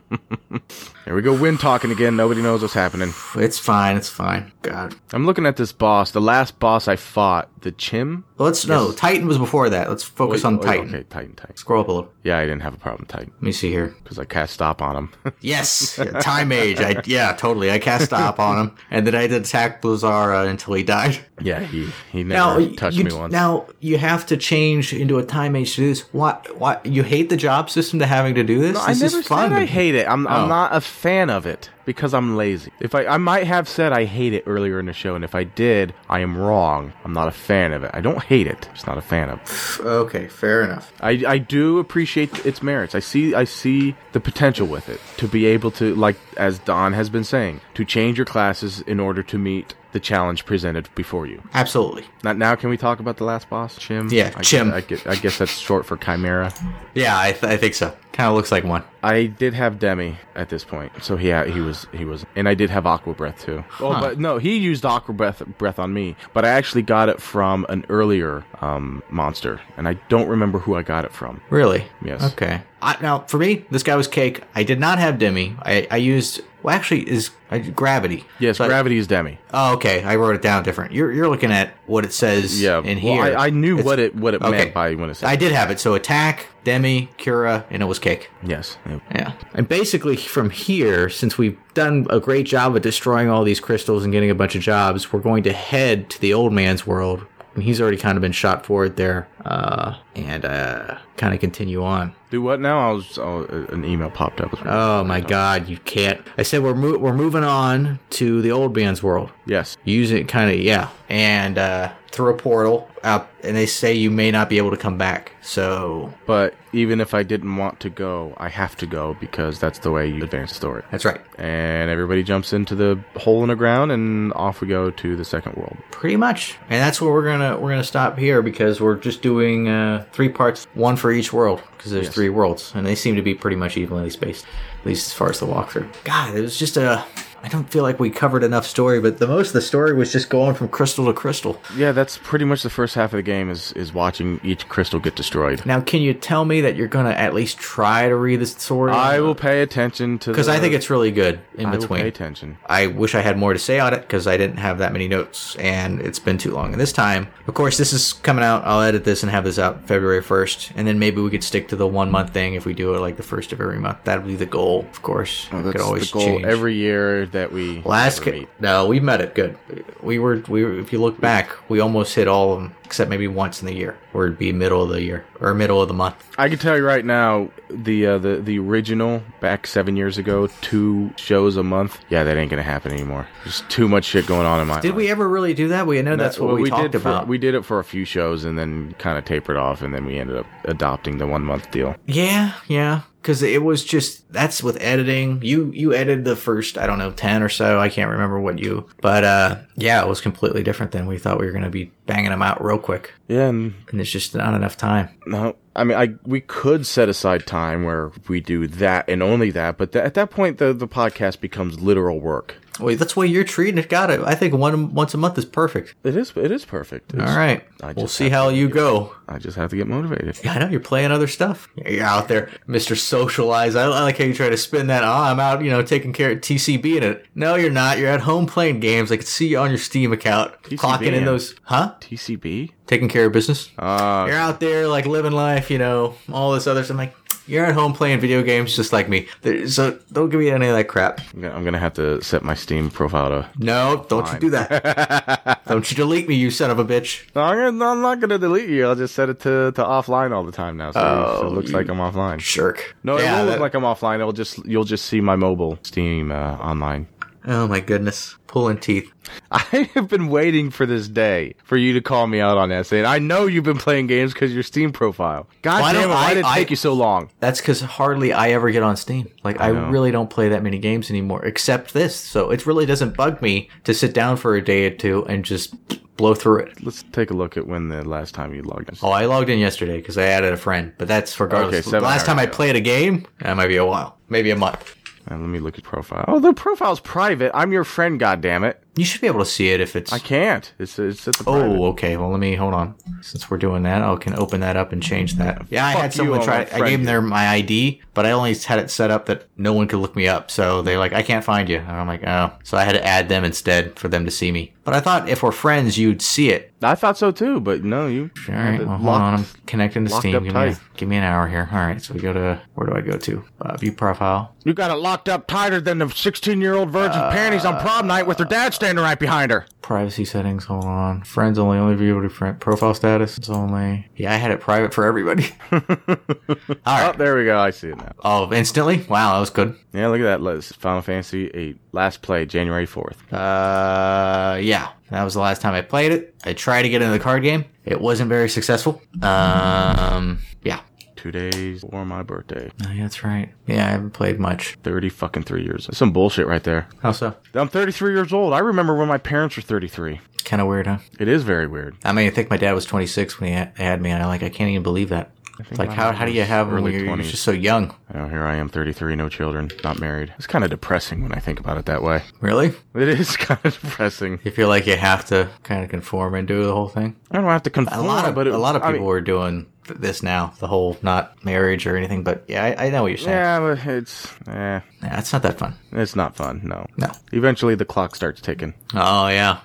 [SPEAKER 1] Here we go, wind talking again. Nobody knows what's happening.
[SPEAKER 2] it's fine. It's fine. God.
[SPEAKER 1] I'm looking at this boss. The last boss I fought, the Chim.
[SPEAKER 2] Let's no. Titan was before that. Let's focus on
[SPEAKER 1] Oh,
[SPEAKER 2] Titan.
[SPEAKER 1] Okay, Titan, Titan.
[SPEAKER 2] Scroll up a little.
[SPEAKER 1] Yeah, I didn't have a problem with Titan
[SPEAKER 2] Let me see here.
[SPEAKER 1] because I cast stop on him.
[SPEAKER 2] Yes, yeah, time age. I yeah, totally. I cast stop on him, and then I did attack Blazara until he died.
[SPEAKER 1] yeah, he he
[SPEAKER 2] Now
[SPEAKER 1] never touched
[SPEAKER 2] you,
[SPEAKER 1] me once.
[SPEAKER 2] now you have to change into a time age to do this. Why? Why you hate the job system to having to do this?
[SPEAKER 1] I
[SPEAKER 2] this
[SPEAKER 1] never
[SPEAKER 2] is fun.
[SPEAKER 1] said I hate it. I'm,
[SPEAKER 2] Oh.
[SPEAKER 1] I'm not a fan of it because I'm lazy. If I, I might have said I hate it earlier in the show, and if I did, I am wrong. I'm not a fan of it. I don't hate it. Just not a fan of. It.
[SPEAKER 2] okay, fair enough.
[SPEAKER 1] I I do appreciate its merits. I see I see the potential with it to be able to like as Don has been saying to change your classes in order to meet the challenge presented before you.
[SPEAKER 2] Absolutely.
[SPEAKER 1] Now, now can we talk about the last boss, Chim?
[SPEAKER 2] Yeah,
[SPEAKER 1] I,
[SPEAKER 2] Chim.
[SPEAKER 1] I, gue- I guess that's short for Chimera.
[SPEAKER 2] Yeah, I, th- I think so. Kind of looks like one.
[SPEAKER 1] I did have Demi at this point, so yeah, he was he was, and I did have Aqua Breath too. Oh, but no, he used Aqua Breath breath on me, but I actually got it from an earlier um, monster, and I don't remember who I got it from.
[SPEAKER 2] Really?
[SPEAKER 1] Yes.
[SPEAKER 2] Okay. I, now, for me, this guy was cake. I did not have Demi. I, I used. Well, actually, is I, gravity.
[SPEAKER 1] Yes,
[SPEAKER 2] So I-
[SPEAKER 1] Gravity is Demi.
[SPEAKER 2] oh, okay. I wrote it down different. You're you're looking at what it says.
[SPEAKER 1] Yeah,
[SPEAKER 2] In
[SPEAKER 1] well,
[SPEAKER 2] here,
[SPEAKER 1] I, I knew
[SPEAKER 2] It's-
[SPEAKER 1] what it what it
[SPEAKER 2] okay.
[SPEAKER 1] meant by when it said
[SPEAKER 2] I did have it. So attack, Demi, Cura, and it was cake.
[SPEAKER 1] yes.
[SPEAKER 2] Yeah. And basically, from here, since we've done a great job at destroying all these crystals and getting a bunch of jobs, we're going to head to the old man's world. And he's already kind of been shot forward there, uh, and uh, kind of continue on.
[SPEAKER 1] Do what now? I was oh, an email popped up.
[SPEAKER 2] Oh my God, you can't! I said we're mo- we're moving on to the old man's world.
[SPEAKER 1] yes.
[SPEAKER 2] Use it, kind of, yeah. And uh, through a portal up, and they say you may not be able to come back. So
[SPEAKER 1] But even if I didn't want to go, I have to go because that's the way you advance the story.
[SPEAKER 2] that's right.
[SPEAKER 1] and everybody jumps into the hole in the ground and off we go to the second world
[SPEAKER 2] pretty much and that's where we're gonna we're gonna stop here because we're just doing uh, three parts one for each world because there's three worlds and they seem to be pretty much evenly spaced at least as far as the walkthrough god it was just a i don't feel like we covered enough story but the most of the story was just going from crystal to crystal
[SPEAKER 1] yeah that's pretty much the first half of the game is is watching each crystal get destroyed
[SPEAKER 2] now can you tell me that you're gonna at least try to read the story
[SPEAKER 1] i will pay attention to
[SPEAKER 2] because i think it's really good in
[SPEAKER 1] I will pay
[SPEAKER 2] between
[SPEAKER 1] attention
[SPEAKER 2] I wish I had more to say on it because I didn't have that many notes and it's been too long. And this time, of course, this is coming out. I'll edit this and have this out February 1st. And then maybe we could stick to the one month thing if we do it like the first of every month. That would be the goal, of course. It
[SPEAKER 1] Oh, that's the goal every year that we
[SPEAKER 2] Last
[SPEAKER 1] ever
[SPEAKER 2] ca-
[SPEAKER 1] meet.
[SPEAKER 2] no, we met it good. We were we were, if you look back, we almost hit all of them except maybe once in the year, or it'd be middle of the year or middle of the month.
[SPEAKER 1] i can tell you right now the uh, the the original back seven years ago two shows a month yeah that ain't gonna happen anymore there's too much shit going on in my
[SPEAKER 2] Did we ever really do that? We I know that's what
[SPEAKER 1] Well,
[SPEAKER 2] we, talked
[SPEAKER 1] did for-
[SPEAKER 2] about.
[SPEAKER 1] we did it for a few shows and then kind of tapered off, and then we ended up adopting the one month deal.
[SPEAKER 2] Yeah, yeah. Because it was just that's with editing. You you edited the first I don't know ten or so. I can't remember what you. But uh, yeah, it was completely different than we thought we were gonna be banging them out real quick.
[SPEAKER 1] Yeah, and
[SPEAKER 2] And it's just not enough time.
[SPEAKER 1] No, I mean, I we could set aside time where we do that and only that, but tha- at that point, the the podcast becomes literal work.
[SPEAKER 2] Wait, that's the way you're treating it. Got it. I think one once a month is perfect.
[SPEAKER 1] It is, it is perfect. It's-
[SPEAKER 2] All right,
[SPEAKER 1] I
[SPEAKER 2] we'll
[SPEAKER 1] just
[SPEAKER 2] see
[SPEAKER 1] have
[SPEAKER 2] how you go.
[SPEAKER 1] I just have to get motivated.
[SPEAKER 2] Yeah, I know you're playing other stuff. You're out there, Mister Socialize. I, I like how you try to spin that. Oh, I'm out, you know, taking care of TCB in it. No, you're not. You're at home playing games. I can see you on your Steam account, clocking in
[SPEAKER 1] TCBing.
[SPEAKER 2] those. Huh?
[SPEAKER 1] TCB.
[SPEAKER 2] taking care of business.
[SPEAKER 1] Uh,
[SPEAKER 2] You're out there like living life, you know, all this other stuff. I'm like, you're at home playing video games just like me. There- So don't give me any of that crap.
[SPEAKER 1] I'm gonna- I'm gonna have to set my Steam profile to.
[SPEAKER 2] No, don't you do that. don't you delete me, you son of a bitch.
[SPEAKER 1] No, I'm, gonna, I'm not gonna delete you. I'll just set it to, to offline all the time now, so, so
[SPEAKER 2] Oh,
[SPEAKER 1] it looks
[SPEAKER 2] you-
[SPEAKER 1] like I'm offline.
[SPEAKER 2] Jerk.
[SPEAKER 1] No, it
[SPEAKER 2] Yeah,
[SPEAKER 1] won't
[SPEAKER 2] that-
[SPEAKER 1] look like I'm offline. It'll just you'll just see my mobile Steam uh, online.
[SPEAKER 2] Oh my goodness. Pulling teeth.
[SPEAKER 1] I have been waiting for this day for you to call me out on that. Saying I know you've been playing games because your Steam profile. God
[SPEAKER 2] Why
[SPEAKER 1] damn it!
[SPEAKER 2] don't
[SPEAKER 1] Why
[SPEAKER 2] I-
[SPEAKER 1] did it
[SPEAKER 2] I-
[SPEAKER 1] take you so long?
[SPEAKER 2] That's because hardly I ever get on Steam. Like, I,
[SPEAKER 1] know.
[SPEAKER 2] really don't play that many games anymore, except this. So it really doesn't bug me to sit down for a day or two and just blow through it.
[SPEAKER 1] Let's take a look at when the last time you logged in.
[SPEAKER 2] Oh, I logged in yesterday because I added a friend, but that's regardless.
[SPEAKER 1] Okay, seven
[SPEAKER 2] Last
[SPEAKER 1] hours
[SPEAKER 2] time I
[SPEAKER 1] ago.
[SPEAKER 2] played a game, that might be a while, maybe a month.
[SPEAKER 1] Uh, let me look at profile. Oh, the profile's private. I'm your friend, goddammit.
[SPEAKER 2] You should be able to see it if it's.
[SPEAKER 1] I can't. It's it's at the private.
[SPEAKER 2] Oh, okay. Well, let me hold on. Since we're doing that, I can open that up and change that. Yeah, I
[SPEAKER 1] Fuck
[SPEAKER 2] had someone
[SPEAKER 1] you,
[SPEAKER 2] try.
[SPEAKER 1] I'm
[SPEAKER 2] I gave them their my ID, but I only had it set up that no one could look me up. So they like, I can't find you. And I'm like, oh. So I had to add them instead for them to see me. But I thought if we're friends, you'd see it.
[SPEAKER 1] I thought so too, but no, you.
[SPEAKER 2] All right. Well, hold on. I'm connecting to
[SPEAKER 1] locked
[SPEAKER 2] Steam.
[SPEAKER 1] up
[SPEAKER 2] Give me, a,
[SPEAKER 1] tight.
[SPEAKER 2] give me an hour here. All right. So we go to where do I go to? Uh, view profile.
[SPEAKER 1] You got it locked up tighter than the 16 year old virgin panties on prom night with her dad standing right behind her.
[SPEAKER 2] Privacy settings. Hold on. Friends only. Only view to friend. Profile status. It's only. Yeah, I had it private for everybody. All right.
[SPEAKER 1] Oh, there we go. I see it now.
[SPEAKER 2] Oh, instantly? Wow, that was good.
[SPEAKER 1] Yeah, look at that list. Final Fantasy VIII, last play, January 4th.
[SPEAKER 2] Uh, yeah, that was the last time I played it. I tried to get into the card game. It wasn't very successful. Um, yeah.
[SPEAKER 1] Two days before my birthday.
[SPEAKER 2] Oh, yeah, that's right. Yeah, I haven't played much.
[SPEAKER 1] 30 fucking three years. That's some bullshit right there.
[SPEAKER 2] How so?
[SPEAKER 1] I'm 33 years old. I remember when my parents were 33.
[SPEAKER 2] Kind of weird, huh?
[SPEAKER 1] It is very weird.
[SPEAKER 2] I mean, I think my dad was 26 when he had, they had me, and I like I can't even believe that. It's like
[SPEAKER 1] mine
[SPEAKER 2] how, how do you
[SPEAKER 1] was
[SPEAKER 2] have when
[SPEAKER 1] early
[SPEAKER 2] you're, you're
[SPEAKER 1] 20s.
[SPEAKER 2] just so young?
[SPEAKER 1] Oh, here I am, 33, no children, not married. It's kind of depressing when I think about it that way.
[SPEAKER 2] Really?
[SPEAKER 1] It is kind of depressing.
[SPEAKER 2] You feel like you have to kind of conform and do the whole thing.
[SPEAKER 1] I don't have to conform,
[SPEAKER 2] A lot of
[SPEAKER 1] but it,
[SPEAKER 2] a lot of
[SPEAKER 1] I
[SPEAKER 2] people
[SPEAKER 1] mean,
[SPEAKER 2] are doing th- this now. The whole not marriage or anything, but yeah, I, I know what you're saying.
[SPEAKER 1] yeah, but it's eh,
[SPEAKER 2] yeah, it's not that fun.
[SPEAKER 1] it's not fun. No.
[SPEAKER 2] No.
[SPEAKER 1] Eventually, the clock starts ticking.
[SPEAKER 2] Oh yeah.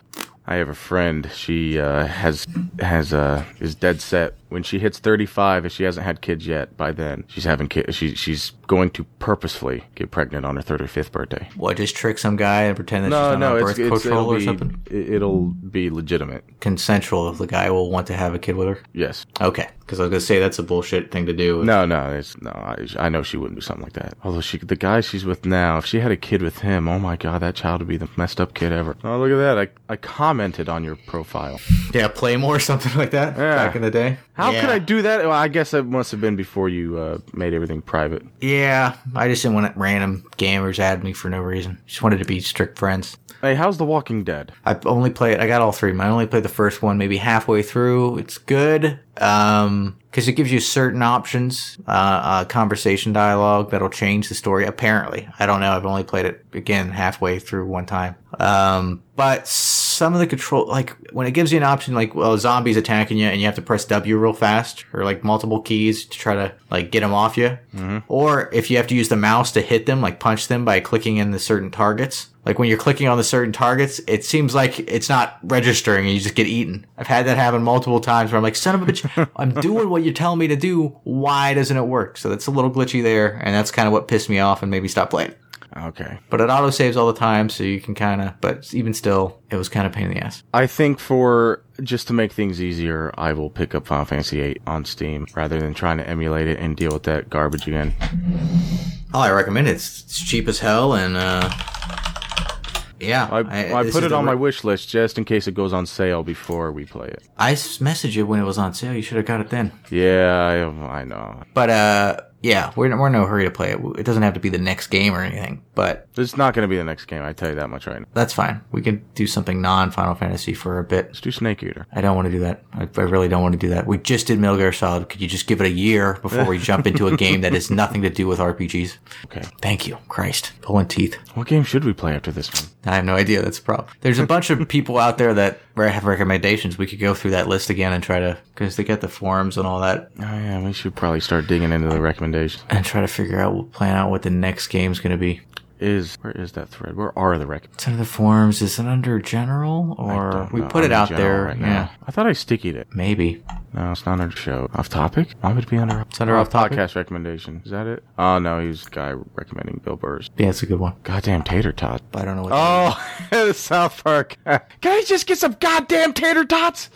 [SPEAKER 1] I have a friend. She uh, has has uh, is dead set when she hits thirty five. If she hasn't had kids yet, by then she's having kids. She, she's going to purposefully get pregnant on her thirty fifth birthday.
[SPEAKER 2] What, just trick some guy and pretend that she's
[SPEAKER 1] No,
[SPEAKER 2] not
[SPEAKER 1] no,
[SPEAKER 2] on
[SPEAKER 1] it's,
[SPEAKER 2] birth
[SPEAKER 1] it's
[SPEAKER 2] control
[SPEAKER 1] it'll,
[SPEAKER 2] or
[SPEAKER 1] be,
[SPEAKER 2] something?
[SPEAKER 1] it- it'll be legitimate.
[SPEAKER 2] Consensual if the guy will want to have a kid with her?
[SPEAKER 1] Yes.
[SPEAKER 2] Okay. Because I was going to say that's a bullshit thing to do.
[SPEAKER 1] No, no, it's no. I, I know she wouldn't do something like that. Although she, the guy she's with now, if she had a kid with him, oh my god, that child would be the messed up kid ever. Oh, look at that! I, I commented on your profile.
[SPEAKER 2] Yeah, play more or something like that
[SPEAKER 1] Yeah.
[SPEAKER 2] back in the day.
[SPEAKER 1] How
[SPEAKER 2] yeah.
[SPEAKER 1] could I do that? Well, I guess it must have been before you uh, made everything private.
[SPEAKER 2] Yeah. I just didn't want random gamers add me for no reason. Just wanted to be strict friends.
[SPEAKER 1] Hey, how's The Walking Dead?
[SPEAKER 2] I only played. I got all three. I only played the first one, maybe halfway through. It's good um, because it gives you certain options, uh, uh, conversation dialogue that'll change the story. Apparently, I don't know. I've only played it again halfway through one time. Um, but some of the control, like when it gives you an option, like well, a zombies attacking you, and you have to press W real fast, or like multiple keys to try to like get them off you, or if you have to use the mouse to hit them, like punch them by clicking in the certain targets. Like when you're clicking on the certain targets, it seems like it's not registering and you just get eaten. I've had that happen multiple times where I'm like, son of a bitch, I'm doing what you're telling me to do. Why doesn't it work? So that's a little glitchy there. And that's kind of what pissed me off and made me stop playing.
[SPEAKER 1] Okay.
[SPEAKER 2] But it auto saves all the time. So you can kind of, but even still, it was kind of a pain in the ass.
[SPEAKER 1] I think for just to make things easier, I will pick up Final Fantasy VIII on Steam rather than trying to emulate it and deal with that garbage again.
[SPEAKER 2] Oh, I recommend it. It's it's cheap as hell. And, uh, yeah.
[SPEAKER 1] I, I,
[SPEAKER 2] this
[SPEAKER 1] put
[SPEAKER 2] is
[SPEAKER 1] it
[SPEAKER 2] the
[SPEAKER 1] on
[SPEAKER 2] re-
[SPEAKER 1] my wish list just in case it goes on sale before we play it.
[SPEAKER 2] I s- messaged you when it was on sale. You should have got it then.
[SPEAKER 1] Yeah, I, I know.
[SPEAKER 2] But uh, yeah, we're we're in no hurry to play it. It doesn't have to be the next game or anything, but
[SPEAKER 1] It's not going to be the next game. I tell you that much right now.
[SPEAKER 2] that's fine. We can do something non Final Fantasy for a bit.
[SPEAKER 1] Let's do Snake Eater.
[SPEAKER 2] I don't want to do that. I, I really don't want to do that. We just did Metal Gear Solid. Could you just give it a year before we jump into a game that has nothing to do with RPGs?
[SPEAKER 1] Okay.
[SPEAKER 2] Thank you, Christ. Pulling teeth.
[SPEAKER 1] What game should we play after this one?
[SPEAKER 2] I have no idea. That's a problem. There's a bunch of people out there that re- have recommendations. We could go through that list again and try to, because they got the forums and all that,
[SPEAKER 1] Oh, yeah, we should probably start digging into the recommendations.
[SPEAKER 2] and try to figure out, plan out what the next game's going to be.
[SPEAKER 1] Is where is that thread? Where are the rec?
[SPEAKER 2] It's under the forums. Is it under general or
[SPEAKER 1] Don't
[SPEAKER 2] we
[SPEAKER 1] know.
[SPEAKER 2] put
[SPEAKER 1] I'm
[SPEAKER 2] it
[SPEAKER 1] in
[SPEAKER 2] out
[SPEAKER 1] general
[SPEAKER 2] there?
[SPEAKER 1] right
[SPEAKER 2] yeah,
[SPEAKER 1] now. I thought I stickied it.
[SPEAKER 2] maybe.
[SPEAKER 1] No, it's not under show. Off topic? Why would it be under?
[SPEAKER 2] It's under off topic.
[SPEAKER 1] podcast recommendation. Is that it? Oh no, he's the guy recommending Bill Burr's.
[SPEAKER 2] Yeah, it's a good one.
[SPEAKER 1] Goddamn tater tot.
[SPEAKER 2] But I don't know what.
[SPEAKER 1] Oh, South Park. Can I just get some goddamn tater tots?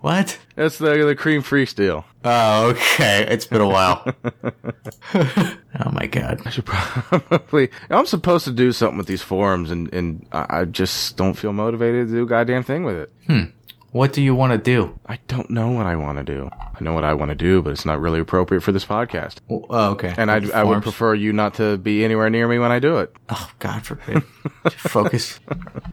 [SPEAKER 2] what?
[SPEAKER 1] That's the the cream freestyle.
[SPEAKER 2] Oh, okay. It's been a while. oh my god.
[SPEAKER 1] I should probably. I'm supposed to do something with these forums, and and I I just don't feel motivated to do a goddamn thing with it.
[SPEAKER 2] What do you want to do?
[SPEAKER 1] I don't know what I want to do. I know what I want to do, but it's not really appropriate for this podcast.
[SPEAKER 2] Oh, okay.
[SPEAKER 1] And I, I would
[SPEAKER 2] Forms?
[SPEAKER 1] prefer you not to be anywhere near me when I do it.
[SPEAKER 2] Oh, God forbid. Focus.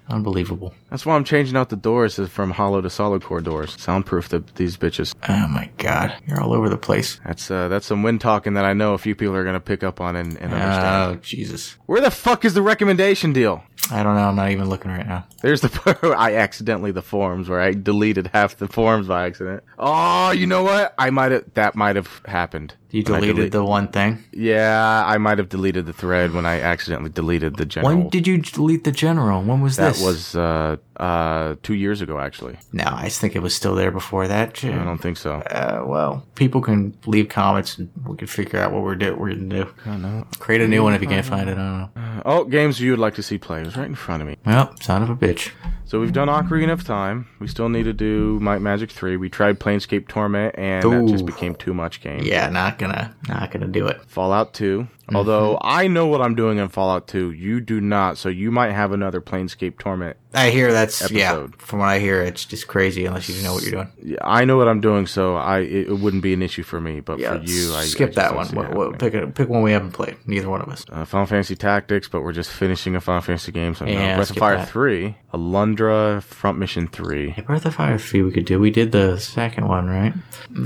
[SPEAKER 2] Unbelievable.
[SPEAKER 1] That's why I'm changing out the doors to- from hollow to solid core doors. Soundproof the, these bitches.
[SPEAKER 2] Oh my God, you're all over the place.
[SPEAKER 1] That's uh, that's some wind talking that I know a few people are gonna pick up on and, and understand.
[SPEAKER 2] Oh Jesus.
[SPEAKER 1] Where the fuck is the recommendation deal?
[SPEAKER 2] I don't know. I'm not even looking right now.
[SPEAKER 1] There's the part where I accidentally the forms where I deleted half the forms by accident. Oh, you know what? I might have that might have happened.
[SPEAKER 2] You
[SPEAKER 1] When I
[SPEAKER 2] deleted
[SPEAKER 1] delete-
[SPEAKER 2] the one thing.
[SPEAKER 1] Yeah, I might have deleted the thread when I accidentally deleted the general.
[SPEAKER 2] When did you delete the general? When was
[SPEAKER 1] that
[SPEAKER 2] this?
[SPEAKER 1] was uh uh 2 years ago actually.
[SPEAKER 2] no. I just think it was still there before that. Shit.
[SPEAKER 1] I don't think so.
[SPEAKER 2] Uh, well, people can leave comments and we can figure out what we're do- we're gonna do.
[SPEAKER 1] I don't know.
[SPEAKER 2] Create a new one if you can't find it. I don't know.
[SPEAKER 1] Oh, games you would like to see played. It was right in front of me.
[SPEAKER 2] Well, son of a bitch.
[SPEAKER 1] So we've done Ocarina of Time. We still need to do Might Magic 3. We tried Planescape Torment, and that just
[SPEAKER 2] Ooh.
[SPEAKER 1] became too much game.
[SPEAKER 2] Yeah, Mm-hmm. not gonna, not gonna do it.
[SPEAKER 1] Fallout 2. Although I know what I'm doing in Fallout 2. You do not, so you might have another Planescape Torment.
[SPEAKER 2] I hear that's yeah.
[SPEAKER 1] Episode.
[SPEAKER 2] From what I hear, it's just crazy unless you know what you're doing.
[SPEAKER 1] Yeah, I know what I'm doing, so I it, it wouldn't be an issue for me. But
[SPEAKER 2] Yeah,
[SPEAKER 1] for you, I I
[SPEAKER 2] skip
[SPEAKER 1] just
[SPEAKER 2] that
[SPEAKER 1] don't
[SPEAKER 2] one.
[SPEAKER 1] see it
[SPEAKER 2] What, what,
[SPEAKER 1] happening.
[SPEAKER 2] pick a, pick one we haven't played. Neither one of us.
[SPEAKER 1] uh, Final Fantasy Tactics, but we're just finishing a Final Fantasy game. So no.
[SPEAKER 2] Yeah,
[SPEAKER 1] Breath of
[SPEAKER 2] skip
[SPEAKER 1] Fire
[SPEAKER 2] that.
[SPEAKER 1] 3, Alundra, Front Mission 3.
[SPEAKER 2] Hey, Breath of Fire 3 we could do. We did the second one, right?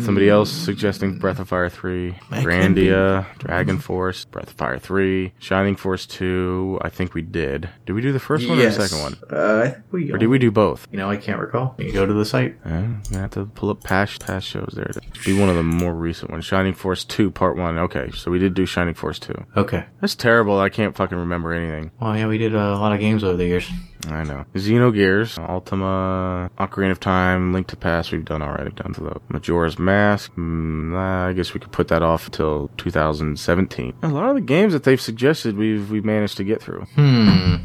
[SPEAKER 1] Somebody else suggesting Breath of Fire 3,
[SPEAKER 2] Hmm. That could be.
[SPEAKER 1] Grandia, Dragon Force, Breath of Fire 3, Shining Force 2. I think we did. Did we do the first one or the second one?
[SPEAKER 2] Uh, we,
[SPEAKER 1] Or did we do both?
[SPEAKER 2] You know, I can't recall. You go to the site.
[SPEAKER 1] Uh, I'm gonna have to pull up past past shows. There, it is. be one of the more recent ones. Shining Force Two, Part One. Okay, so we did do Shining Force Two.
[SPEAKER 2] Okay.
[SPEAKER 1] That's terrible. I can't fucking remember anything.
[SPEAKER 2] Well, yeah, we did uh, a lot of games over the years.
[SPEAKER 1] I know. Xenogears, Ultima, Ocarina of Time, Link to Past. We've done already. Done to the Majora's Mask. Mm, nah, I guess we could put that off until 2017. A lot of the games that they've suggested, we've we have managed to get through.
[SPEAKER 2] Hmm.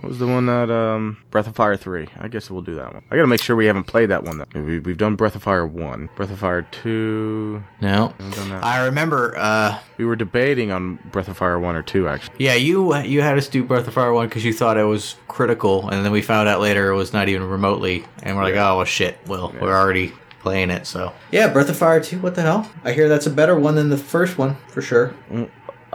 [SPEAKER 1] What was the one that um Breath of Fire three? I guess we'll do that one. I gotta make sure we haven't played that one though. We, we've done Breath of Fire one, Breath of Fire two.
[SPEAKER 2] No.
[SPEAKER 1] done that.
[SPEAKER 2] I remember. Uh,
[SPEAKER 1] We were debating on Breath of Fire one or two actually.
[SPEAKER 2] yeah, you you had us do Breath of Fire one because you thought it was critical, and then we found out later it was not even remotely, and we're like, oh well, shit. Well, we're already playing it, so yeah, Breath of Fire two. What the hell? I hear that's a better one than the first one for sure.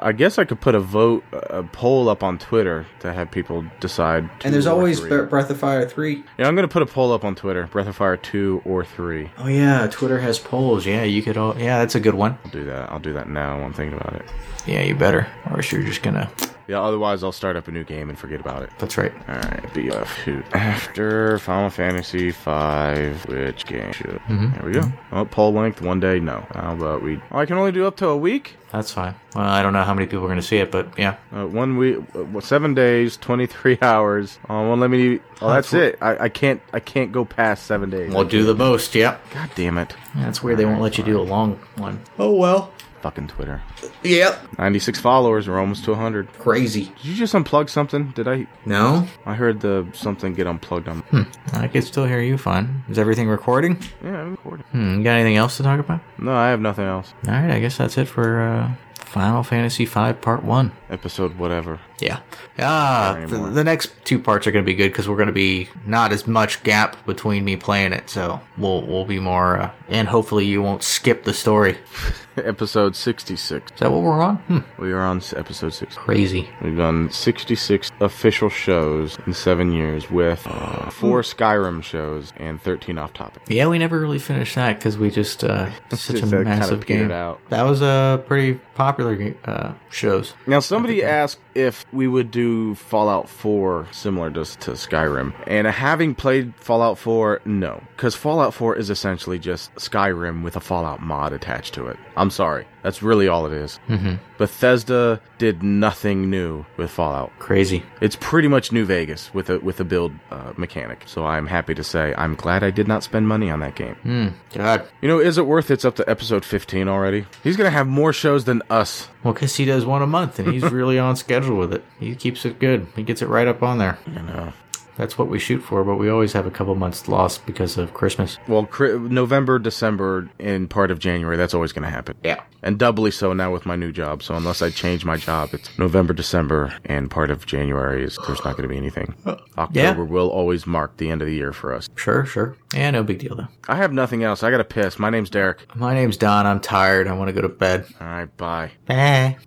[SPEAKER 1] I guess I could put a vote, a poll up on Twitter to have people decide. two
[SPEAKER 2] And there's
[SPEAKER 1] or
[SPEAKER 2] always
[SPEAKER 1] three.
[SPEAKER 2] Bre- Breath of Fire three.
[SPEAKER 1] Yeah, I'm gonna put a poll up on Twitter. Breath of Fire two or three.
[SPEAKER 2] Oh yeah, Twitter has polls. Yeah, you could all. Yeah, that's a good one.
[SPEAKER 1] I'll do that. I'll do that now. while I'm thinking about it.
[SPEAKER 2] Yeah, you better, or else you're just gonna.
[SPEAKER 1] Yeah. Otherwise, I'll start up a new game and forget about it.
[SPEAKER 2] That's right.
[SPEAKER 1] All right, BF two. After Final Fantasy Five, which game should?
[SPEAKER 2] Mm-hmm.
[SPEAKER 1] There we go. Oh, poll length one day. No. How about we? Oh, I can only do up to a week.
[SPEAKER 2] That's fine. Well, I don't know how many people are gonna see it, but yeah.
[SPEAKER 1] Uh, one week, uh, seven days, twenty three hours. Uh, one let me. Oh, that's, it. I, I can't. I can't go past seven days.
[SPEAKER 2] We'll do the most. Yep.
[SPEAKER 1] God damn it.
[SPEAKER 2] Yeah, that's weird. They won't let you do a long one. Oh well.
[SPEAKER 1] Fucking Twitter.
[SPEAKER 2] Yep.
[SPEAKER 1] Ninety six followers. We're almost to hundred.
[SPEAKER 2] Crazy.
[SPEAKER 1] Did you just unplug something? Did I?
[SPEAKER 2] No.
[SPEAKER 1] I heard the something get unplugged. On.
[SPEAKER 2] I can still hear you fine. Is everything recording?
[SPEAKER 1] Yeah, I'm recording.
[SPEAKER 2] Hmm. You got anything else to talk about?
[SPEAKER 1] No, I have nothing else.
[SPEAKER 2] All right. I guess that's it for uh, Final Fantasy V Part One.
[SPEAKER 1] Episode whatever.
[SPEAKER 2] Yeah. Ah,
[SPEAKER 1] Not
[SPEAKER 2] the,
[SPEAKER 1] anymore.
[SPEAKER 2] the next two parts are going to be good because we're going to be not as much gap between me playing it, so we'll we'll be more. Uh, and hopefully, you won't skip the story. Is
[SPEAKER 1] Episode sixty six.
[SPEAKER 2] that what we're on? Hmm.
[SPEAKER 1] We are on s- episode six.
[SPEAKER 2] Crazy.
[SPEAKER 1] We've done 66 official shows in seven years with uh, four Skyrim shows and 13 off topic.
[SPEAKER 2] Yeah, we never really finished that because we just uh, such
[SPEAKER 1] Just, uh,
[SPEAKER 2] a
[SPEAKER 1] kinda
[SPEAKER 2] massive
[SPEAKER 1] petered
[SPEAKER 2] game.
[SPEAKER 1] out.
[SPEAKER 2] That was a uh, pretty popular ga- uh, shows.
[SPEAKER 1] Now, somebody asked if we would do Fallout 4 similar to, to Skyrim. And having played Fallout 4, no. Because Fallout 4 is essentially just Skyrim with a Fallout mod attached to it. I'm sorry. That's really all it is. Bethesda did nothing new with Fallout.
[SPEAKER 2] Crazy.
[SPEAKER 1] It's pretty much New Vegas with a with a build uh, mechanic. So I'm happy to say I'm glad I did not spend money on that game.
[SPEAKER 2] Hmm. God.
[SPEAKER 1] You know, is it worth it's up to episode 15 already? He's gonna have more shows than us.
[SPEAKER 2] Well, because he does one a month, and he's really on schedule with it. He keeps it good. He gets it right up on there.
[SPEAKER 1] You know,
[SPEAKER 2] That's what we shoot for, but we always have a couple months lost because of Christmas.
[SPEAKER 1] Well, cri- November, December, and part of January, that's always going to happen.
[SPEAKER 2] Yeah.
[SPEAKER 1] And doubly so now with my new job. So unless I change my job, it's November, December, and part of January is there's not going to be anything. October will always mark the end of the year for us.
[SPEAKER 2] Sure, sure. Yeah, no big deal though.
[SPEAKER 1] I have nothing else. I got to piss. My name's Derek.
[SPEAKER 2] My name's Don. I'm tired. I want to go to bed.
[SPEAKER 1] All right, bye.
[SPEAKER 2] Bye.